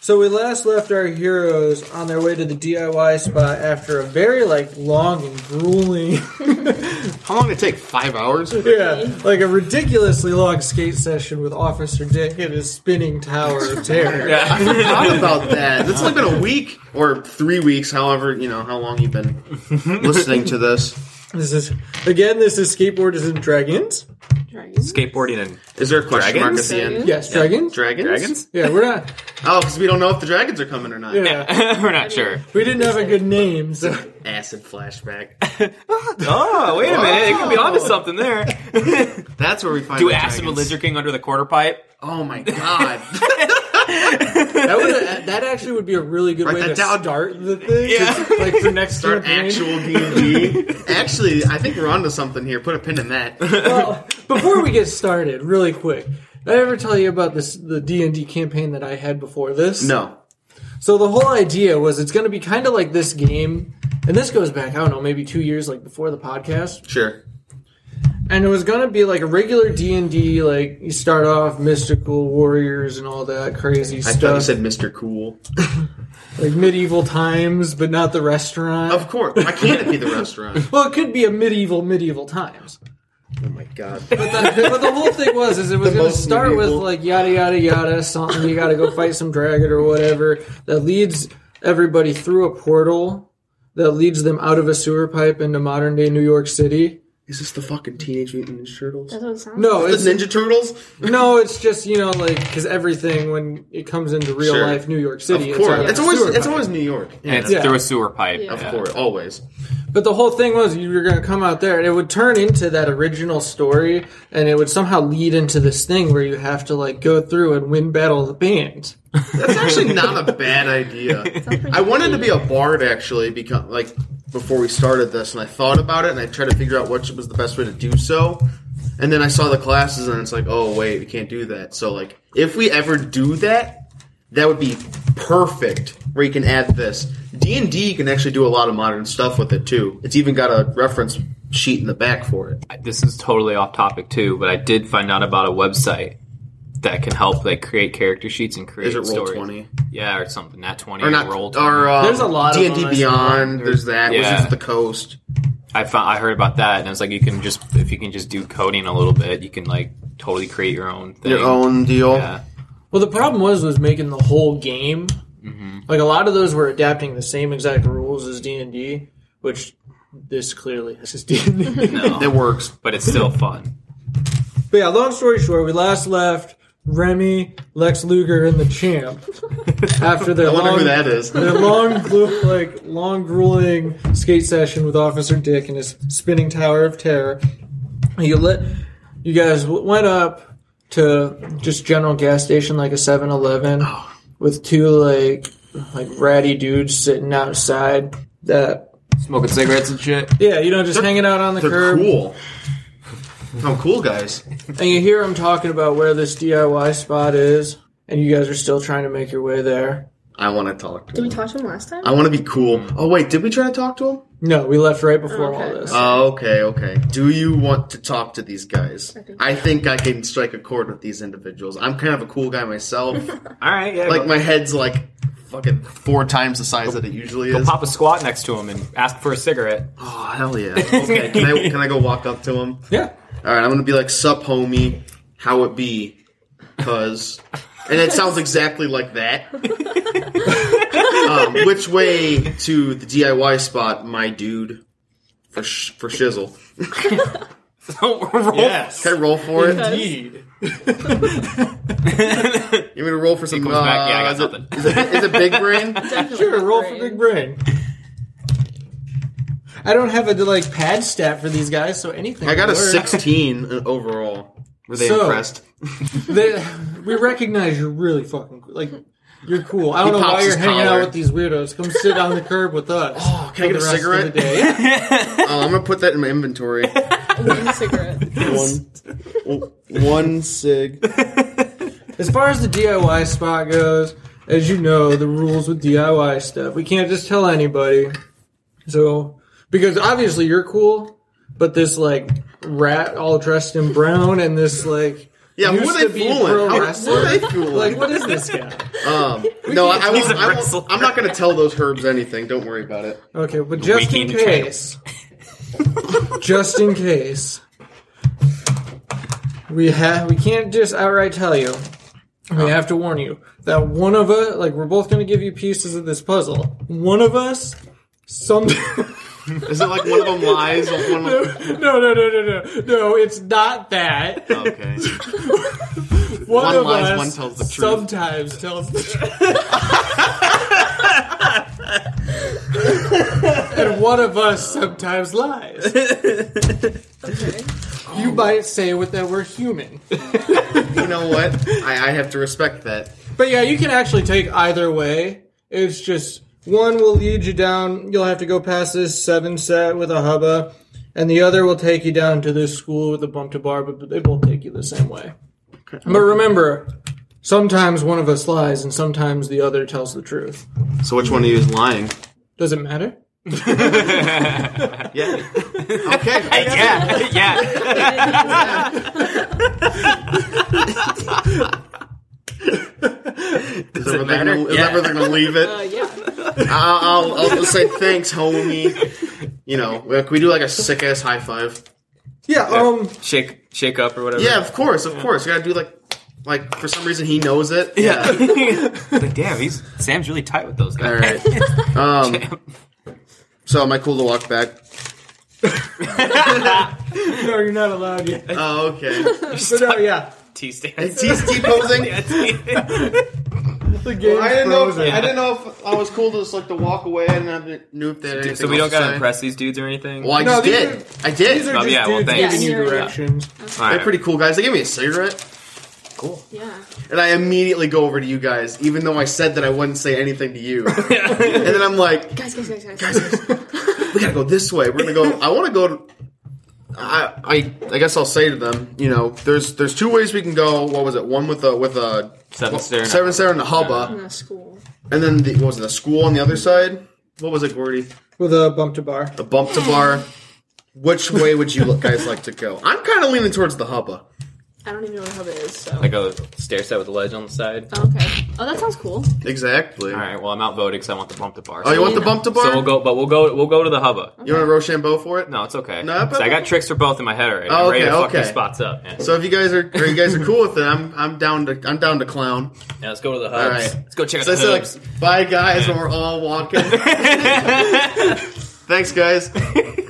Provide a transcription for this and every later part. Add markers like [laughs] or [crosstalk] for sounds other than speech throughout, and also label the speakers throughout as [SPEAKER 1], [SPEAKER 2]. [SPEAKER 1] So we last left our heroes on their way to the DIY spot after a very like long and grueling, [laughs]
[SPEAKER 2] How long did it take? Five [laughs] hours?
[SPEAKER 1] yeah, like a ridiculously long skate session with Officer Dick and his spinning tower of
[SPEAKER 2] [laughs]
[SPEAKER 1] terror.
[SPEAKER 2] I forgot about that. It's only been a week or three weeks, however, you know, how long you've [laughs] been listening to this.
[SPEAKER 1] This is again, this is skateboarders and dragons.
[SPEAKER 3] Dragons.
[SPEAKER 4] Skateboarding and
[SPEAKER 2] Is there a question mark at
[SPEAKER 4] Dragons?
[SPEAKER 2] the end?
[SPEAKER 1] Yes, dragons.
[SPEAKER 2] Dragons?
[SPEAKER 4] dragons?
[SPEAKER 1] yeah, we're
[SPEAKER 2] [laughs]
[SPEAKER 1] not.
[SPEAKER 2] Oh, because we don't know if the dragons are coming or not.
[SPEAKER 1] Yeah.
[SPEAKER 2] [laughs]
[SPEAKER 4] We're not sure.
[SPEAKER 1] We didn't have a good name, so
[SPEAKER 2] Acid flashback.
[SPEAKER 4] Oh, wait a minute. It could be onto something
[SPEAKER 2] [laughs]
[SPEAKER 4] there.
[SPEAKER 2] That's where we find
[SPEAKER 4] Do
[SPEAKER 2] the
[SPEAKER 4] acid with
[SPEAKER 2] dragons.
[SPEAKER 4] Lizard King under the quarter pipe.
[SPEAKER 2] Oh my god. [laughs]
[SPEAKER 1] that would that actually would be a really good
[SPEAKER 2] Write
[SPEAKER 1] way
[SPEAKER 2] that
[SPEAKER 1] to
[SPEAKER 2] down.
[SPEAKER 1] start the thing.
[SPEAKER 4] Yeah.
[SPEAKER 1] like for next
[SPEAKER 2] Start
[SPEAKER 1] campaign.
[SPEAKER 2] actual D&D. Actually, I think we're onto something here. Put a pin in that.
[SPEAKER 1] Well, [laughs] before we get started, really quick, did I ever tell you about this the D and D campaign that I had before this?
[SPEAKER 2] No.
[SPEAKER 1] So the whole idea was it's going to be kind of like this game, and this goes back I don't know maybe two years like before the podcast,
[SPEAKER 2] Sure.
[SPEAKER 1] and it was going to be like a regular D and D like you start off mystical warriors and all that crazy
[SPEAKER 2] I thought you
[SPEAKER 1] stuff,
[SPEAKER 2] said Mr. Cool.
[SPEAKER 1] like medieval times, but not the restaurant.
[SPEAKER 2] Of course. Why can't it be the restaurant?
[SPEAKER 1] well, it could be a medieval medieval times.
[SPEAKER 2] [laughs] Oh my god.
[SPEAKER 1] But the, but the whole thing was is it was
[SPEAKER 2] The
[SPEAKER 1] going to
[SPEAKER 2] most
[SPEAKER 1] start with
[SPEAKER 2] medieval.
[SPEAKER 1] like yada yada yada something you got to go fight some dragon or whatever that leads everybody through a portal that leads them out of a sewer pipe into modern day New York City.
[SPEAKER 2] Is this the fucking Teenage Mutant Ninja Turtles?
[SPEAKER 3] That's what it
[SPEAKER 2] [laughs]
[SPEAKER 3] sounds
[SPEAKER 1] No,
[SPEAKER 2] The
[SPEAKER 1] it's
[SPEAKER 2] Ninja Turtles?
[SPEAKER 1] no, it's just you know like because everything when it comes into real
[SPEAKER 2] Sure.
[SPEAKER 1] life New York City,
[SPEAKER 2] Of course.
[SPEAKER 1] out of
[SPEAKER 2] It's
[SPEAKER 1] a
[SPEAKER 2] always
[SPEAKER 1] sewer
[SPEAKER 2] it's
[SPEAKER 1] pipe.
[SPEAKER 2] always New York. Yeah.
[SPEAKER 4] And it's
[SPEAKER 1] Yeah.
[SPEAKER 4] through a sewer pipe.
[SPEAKER 3] Yeah.
[SPEAKER 2] Of
[SPEAKER 4] Yeah.
[SPEAKER 2] course, always.
[SPEAKER 1] But the whole thing was you were going to come out there and it would turn into that original story and it would somehow lead into this thing where you have to like go through and win battle of the band.
[SPEAKER 2] That's actually not a bad idea. I wanted to be a bard actually because like before we started this and I thought about it and I tried to figure out what was the best way to do so. And then I saw the classes and it's like, "Oh, wait, we can't do that." So like if we ever do that, that would be perfect where you can add this. D&D can actually do a lot of modern stuff with it too. It's even got a reference sheet in the back for it.
[SPEAKER 4] This is totally off topic too, but I did find out about a website that can help like create character sheets and create
[SPEAKER 2] Is it roll
[SPEAKER 4] stories.
[SPEAKER 2] 20?
[SPEAKER 4] Yeah, or something. Not twenty
[SPEAKER 2] Or not
[SPEAKER 4] roll
[SPEAKER 2] roll
[SPEAKER 4] 20.
[SPEAKER 2] or um,
[SPEAKER 1] There's a lot of
[SPEAKER 2] D&D
[SPEAKER 1] them, I
[SPEAKER 2] Beyond, there's that,
[SPEAKER 4] Yeah.
[SPEAKER 2] Wizards of the Coast.
[SPEAKER 4] I found I heard about that and I was like, you can just if you can just do coding a little bit, you can like totally create your own thing.
[SPEAKER 2] Your own deal.
[SPEAKER 4] Yeah.
[SPEAKER 1] Well, the problem was was making the whole game.
[SPEAKER 2] Mm-hmm.
[SPEAKER 1] Like a lot of those were adapting the same exact rules as D and D, which this clearly is D
[SPEAKER 2] [laughs]
[SPEAKER 1] and D.
[SPEAKER 4] No.
[SPEAKER 2] That works.
[SPEAKER 4] But it's still fun.
[SPEAKER 1] But yeah, long story short, we last left Remy, Lex Luger, and the
[SPEAKER 2] [laughs]
[SPEAKER 1] Champ after their
[SPEAKER 2] I wonder
[SPEAKER 1] long,
[SPEAKER 2] who that is.
[SPEAKER 1] their
[SPEAKER 2] [laughs]
[SPEAKER 1] long, glu- like long, grueling skate session with Officer Dick and his spinning tower of terror. You let you guys w- went up to just general gas station like a 7-Eleven
[SPEAKER 2] Oh.
[SPEAKER 1] with two like like ratty dudes sitting outside that
[SPEAKER 4] Smoking cigarettes and shit.
[SPEAKER 1] yeah you know just hanging out on the
[SPEAKER 2] They're
[SPEAKER 1] curb
[SPEAKER 2] cool. I'm cool, guys.
[SPEAKER 1] and you hear them talking about where this DIY spot is, and you guys are still trying to make your way there.
[SPEAKER 2] I want to talk to
[SPEAKER 3] Did we
[SPEAKER 2] him.
[SPEAKER 3] talk to him last time?
[SPEAKER 2] I want to be cool. Oh, wait, did we try to talk to him?
[SPEAKER 1] No, we left right before
[SPEAKER 3] Okay.
[SPEAKER 1] all this.
[SPEAKER 2] Oh, okay, okay. Do you want to talk to these guys?
[SPEAKER 3] think-
[SPEAKER 2] I think I can strike a chord with these individuals. I'm kind of a cool guy myself.
[SPEAKER 4] Alright, yeah.
[SPEAKER 2] like,
[SPEAKER 4] go-
[SPEAKER 2] my head's like fucking four times the size that it usually
[SPEAKER 4] go
[SPEAKER 2] is.
[SPEAKER 4] pop a squat next to him and ask for a cigarette. [laughs]
[SPEAKER 2] Oh, hell yeah. Okay, can I, can I go walk up to him?
[SPEAKER 1] yeah,
[SPEAKER 2] All right, I'm gonna be like, "Sup, homie? How it be?" Cause, and it sounds exactly like
[SPEAKER 1] [laughs]
[SPEAKER 2] that. um, which way to the DIY spot, my dude? For sh- for shizzle, oh,
[SPEAKER 4] roll. [laughs]
[SPEAKER 1] Yes.
[SPEAKER 2] can I roll for it?
[SPEAKER 3] Yes.
[SPEAKER 1] indeed.
[SPEAKER 2] You want me to roll for some? uh,
[SPEAKER 4] comes back, yeah, I got
[SPEAKER 2] is it-
[SPEAKER 4] nothing.
[SPEAKER 2] Is it, is it big
[SPEAKER 4] [laughs]
[SPEAKER 2] brain?
[SPEAKER 3] Definitely
[SPEAKER 1] Sure,
[SPEAKER 3] not
[SPEAKER 1] roll
[SPEAKER 3] great.
[SPEAKER 1] for big
[SPEAKER 3] [laughs]
[SPEAKER 1] brain. I don't have a like pad stat for these guys, so anything.
[SPEAKER 2] I got a
[SPEAKER 1] will work.
[SPEAKER 2] 16 overall. Were they
[SPEAKER 1] So-
[SPEAKER 2] impressed?
[SPEAKER 1] They- we recognize you're really fucking like you're cool. I don't
[SPEAKER 2] He
[SPEAKER 1] know
[SPEAKER 2] pops
[SPEAKER 1] why you're
[SPEAKER 2] his
[SPEAKER 1] hanging out
[SPEAKER 2] collar.
[SPEAKER 1] with these weirdos. Come sit on the curb with us.
[SPEAKER 2] [laughs] Oh, can
[SPEAKER 1] for
[SPEAKER 2] I get a
[SPEAKER 1] the rest of
[SPEAKER 2] cigarette?
[SPEAKER 1] the day.
[SPEAKER 2] Oh, I'm gonna put that in my inventory.
[SPEAKER 3] One cigarette.
[SPEAKER 2] one, one sig.
[SPEAKER 1] As far as the DIY spot goes, as you know, the rules with DIY stuff, we can't just tell anybody. So, because obviously you're cool, but this like rat all dressed in brown and this like
[SPEAKER 2] Yeah, who
[SPEAKER 1] used
[SPEAKER 2] are they
[SPEAKER 1] to be a
[SPEAKER 2] fooling?
[SPEAKER 1] pro
[SPEAKER 2] How, who
[SPEAKER 1] wrestler.
[SPEAKER 2] are they fooling?
[SPEAKER 1] Like, what is this guy?
[SPEAKER 2] um, no, I, I
[SPEAKER 4] He's
[SPEAKER 2] won't.
[SPEAKER 4] a
[SPEAKER 2] I
[SPEAKER 4] wrestler.
[SPEAKER 2] won't I'm not going to tell those herbs anything. Don't worry about it.
[SPEAKER 1] Okay, but just in
[SPEAKER 4] Weekend trail.
[SPEAKER 1] case, [laughs] just in case, we have we can't just outright tell you. We have to warn you that one of us, like we're both going to give you pieces of this puzzle. One of us, some. [laughs]
[SPEAKER 2] Is it like one of them lies? Or one
[SPEAKER 1] no,
[SPEAKER 2] of them,
[SPEAKER 1] no, no, no, no, no! It's not that.
[SPEAKER 4] Okay.
[SPEAKER 1] One,
[SPEAKER 2] One
[SPEAKER 1] of
[SPEAKER 2] lies,
[SPEAKER 1] us
[SPEAKER 2] one tells the truth.
[SPEAKER 1] sometimes tells the truth. and one of us sometimes lies.
[SPEAKER 3] Okay.
[SPEAKER 1] You might say with that we're human.
[SPEAKER 2] you know what? I, I have to respect that.
[SPEAKER 1] But yeah, you can actually take either way. It's just one will lead you down. You'll have to go past this seven set with a hubba, and the other will take you down to this school with a bump to bar. But they both take you the same way. But remember, sometimes one of us lies, and sometimes the other tells the truth.
[SPEAKER 2] So which one of you is
[SPEAKER 4] [laughs]
[SPEAKER 2] lying?
[SPEAKER 1] Does it matter?
[SPEAKER 2] Yeah. Okay.
[SPEAKER 4] [laughs] yeah, yeah.
[SPEAKER 2] Is everything gonna- is everything going to leave [laughs] it?
[SPEAKER 3] Uh, yeah.
[SPEAKER 2] I'll, I'll, I'll just say thanks, homie. You know, like, we do like a sick ass high five.
[SPEAKER 1] Yeah. Um.
[SPEAKER 4] Shake, shake up or whatever.
[SPEAKER 2] Yeah,
[SPEAKER 4] [laughs]
[SPEAKER 2] of course, of course. You gotta do like, like for some reason he knows it.
[SPEAKER 4] Yeah. like, damn, he's Sam's really tight with those
[SPEAKER 2] All
[SPEAKER 4] guys.
[SPEAKER 2] right.
[SPEAKER 4] [laughs]
[SPEAKER 2] Um, so am I cool to walk back?
[SPEAKER 1] [laughs] No, you're not allowed yet.
[SPEAKER 2] Oh, okay.
[SPEAKER 1] So
[SPEAKER 2] uh,
[SPEAKER 1] no, yeah.
[SPEAKER 4] T
[SPEAKER 2] Is
[SPEAKER 4] stands.
[SPEAKER 2] TCT
[SPEAKER 4] [laughs]
[SPEAKER 2] posing?
[SPEAKER 1] [laughs]
[SPEAKER 2] [laughs]
[SPEAKER 1] The game's
[SPEAKER 2] I didn't know. If,
[SPEAKER 1] frozen.
[SPEAKER 2] I didn't know if I was cool to just like to walk away and I knew if they had anything
[SPEAKER 4] so we don't
[SPEAKER 2] else to
[SPEAKER 4] gotta
[SPEAKER 2] say.
[SPEAKER 4] impress these dudes or anything.
[SPEAKER 2] Well, I
[SPEAKER 1] No,
[SPEAKER 2] just
[SPEAKER 1] these
[SPEAKER 2] did. I did.
[SPEAKER 1] These are
[SPEAKER 4] Oh,
[SPEAKER 1] just
[SPEAKER 4] yeah, well,
[SPEAKER 1] dudes
[SPEAKER 4] thanks.
[SPEAKER 1] giving you
[SPEAKER 3] Yeah.
[SPEAKER 1] directions.
[SPEAKER 4] All
[SPEAKER 2] They're
[SPEAKER 4] right. [laughs]
[SPEAKER 2] pretty cool guys. They gave me a cigarette,
[SPEAKER 4] cool.
[SPEAKER 3] [laughs] Yeah.
[SPEAKER 2] and I immediately go over to you guys, even though I said that I wouldn't say anything to you. and then I'm like,
[SPEAKER 3] Guys, guys, guys, guys. guys.
[SPEAKER 2] we gotta go this way. We're gonna go. I want to go. to- I, I I guess I'll say to them, you know, there's there's two ways we can go. What was it? One with a with a
[SPEAKER 4] Seven
[SPEAKER 2] what-
[SPEAKER 4] stair and a
[SPEAKER 2] seven stair and a hubba,
[SPEAKER 3] In the school.
[SPEAKER 2] and then the, what was it? The school on the other side. What was it, Gordy?
[SPEAKER 1] With a bump to bar.
[SPEAKER 2] The bump to bar. Which way would you guys like to go? I'm kind of leaning towards the hubba.
[SPEAKER 3] I don't even know what a hub is, so.
[SPEAKER 4] Like a stair set with a ledge on the side.
[SPEAKER 3] Oh, okay. Oh, that sounds cool.
[SPEAKER 2] Exactly.
[SPEAKER 4] All right. Well, I'm outvoted because I want the bump to bar.
[SPEAKER 2] Oh, you want the
[SPEAKER 3] Yeah.
[SPEAKER 2] bump to bar?
[SPEAKER 4] So we'll go, but we'll go, we'll go to the hubba.
[SPEAKER 2] You want a Rochambeau for it?
[SPEAKER 4] No, it's okay.
[SPEAKER 2] No, but-
[SPEAKER 4] So I got tricks for both in my head already. I'm
[SPEAKER 2] Oh,
[SPEAKER 4] ready to
[SPEAKER 2] okay,
[SPEAKER 4] fuck
[SPEAKER 2] okay.
[SPEAKER 4] these spots up. man.
[SPEAKER 2] So if you guys are, or you guys are cool with it, I'm I'm down to I'm down to clown.
[SPEAKER 4] Now let's go to the hubs.
[SPEAKER 2] All right.
[SPEAKER 4] Let's go check out
[SPEAKER 2] So I
[SPEAKER 4] the
[SPEAKER 1] [laughs]
[SPEAKER 2] said like,
[SPEAKER 4] hubs.
[SPEAKER 2] bye guys, when we're all walking. Thanks guys.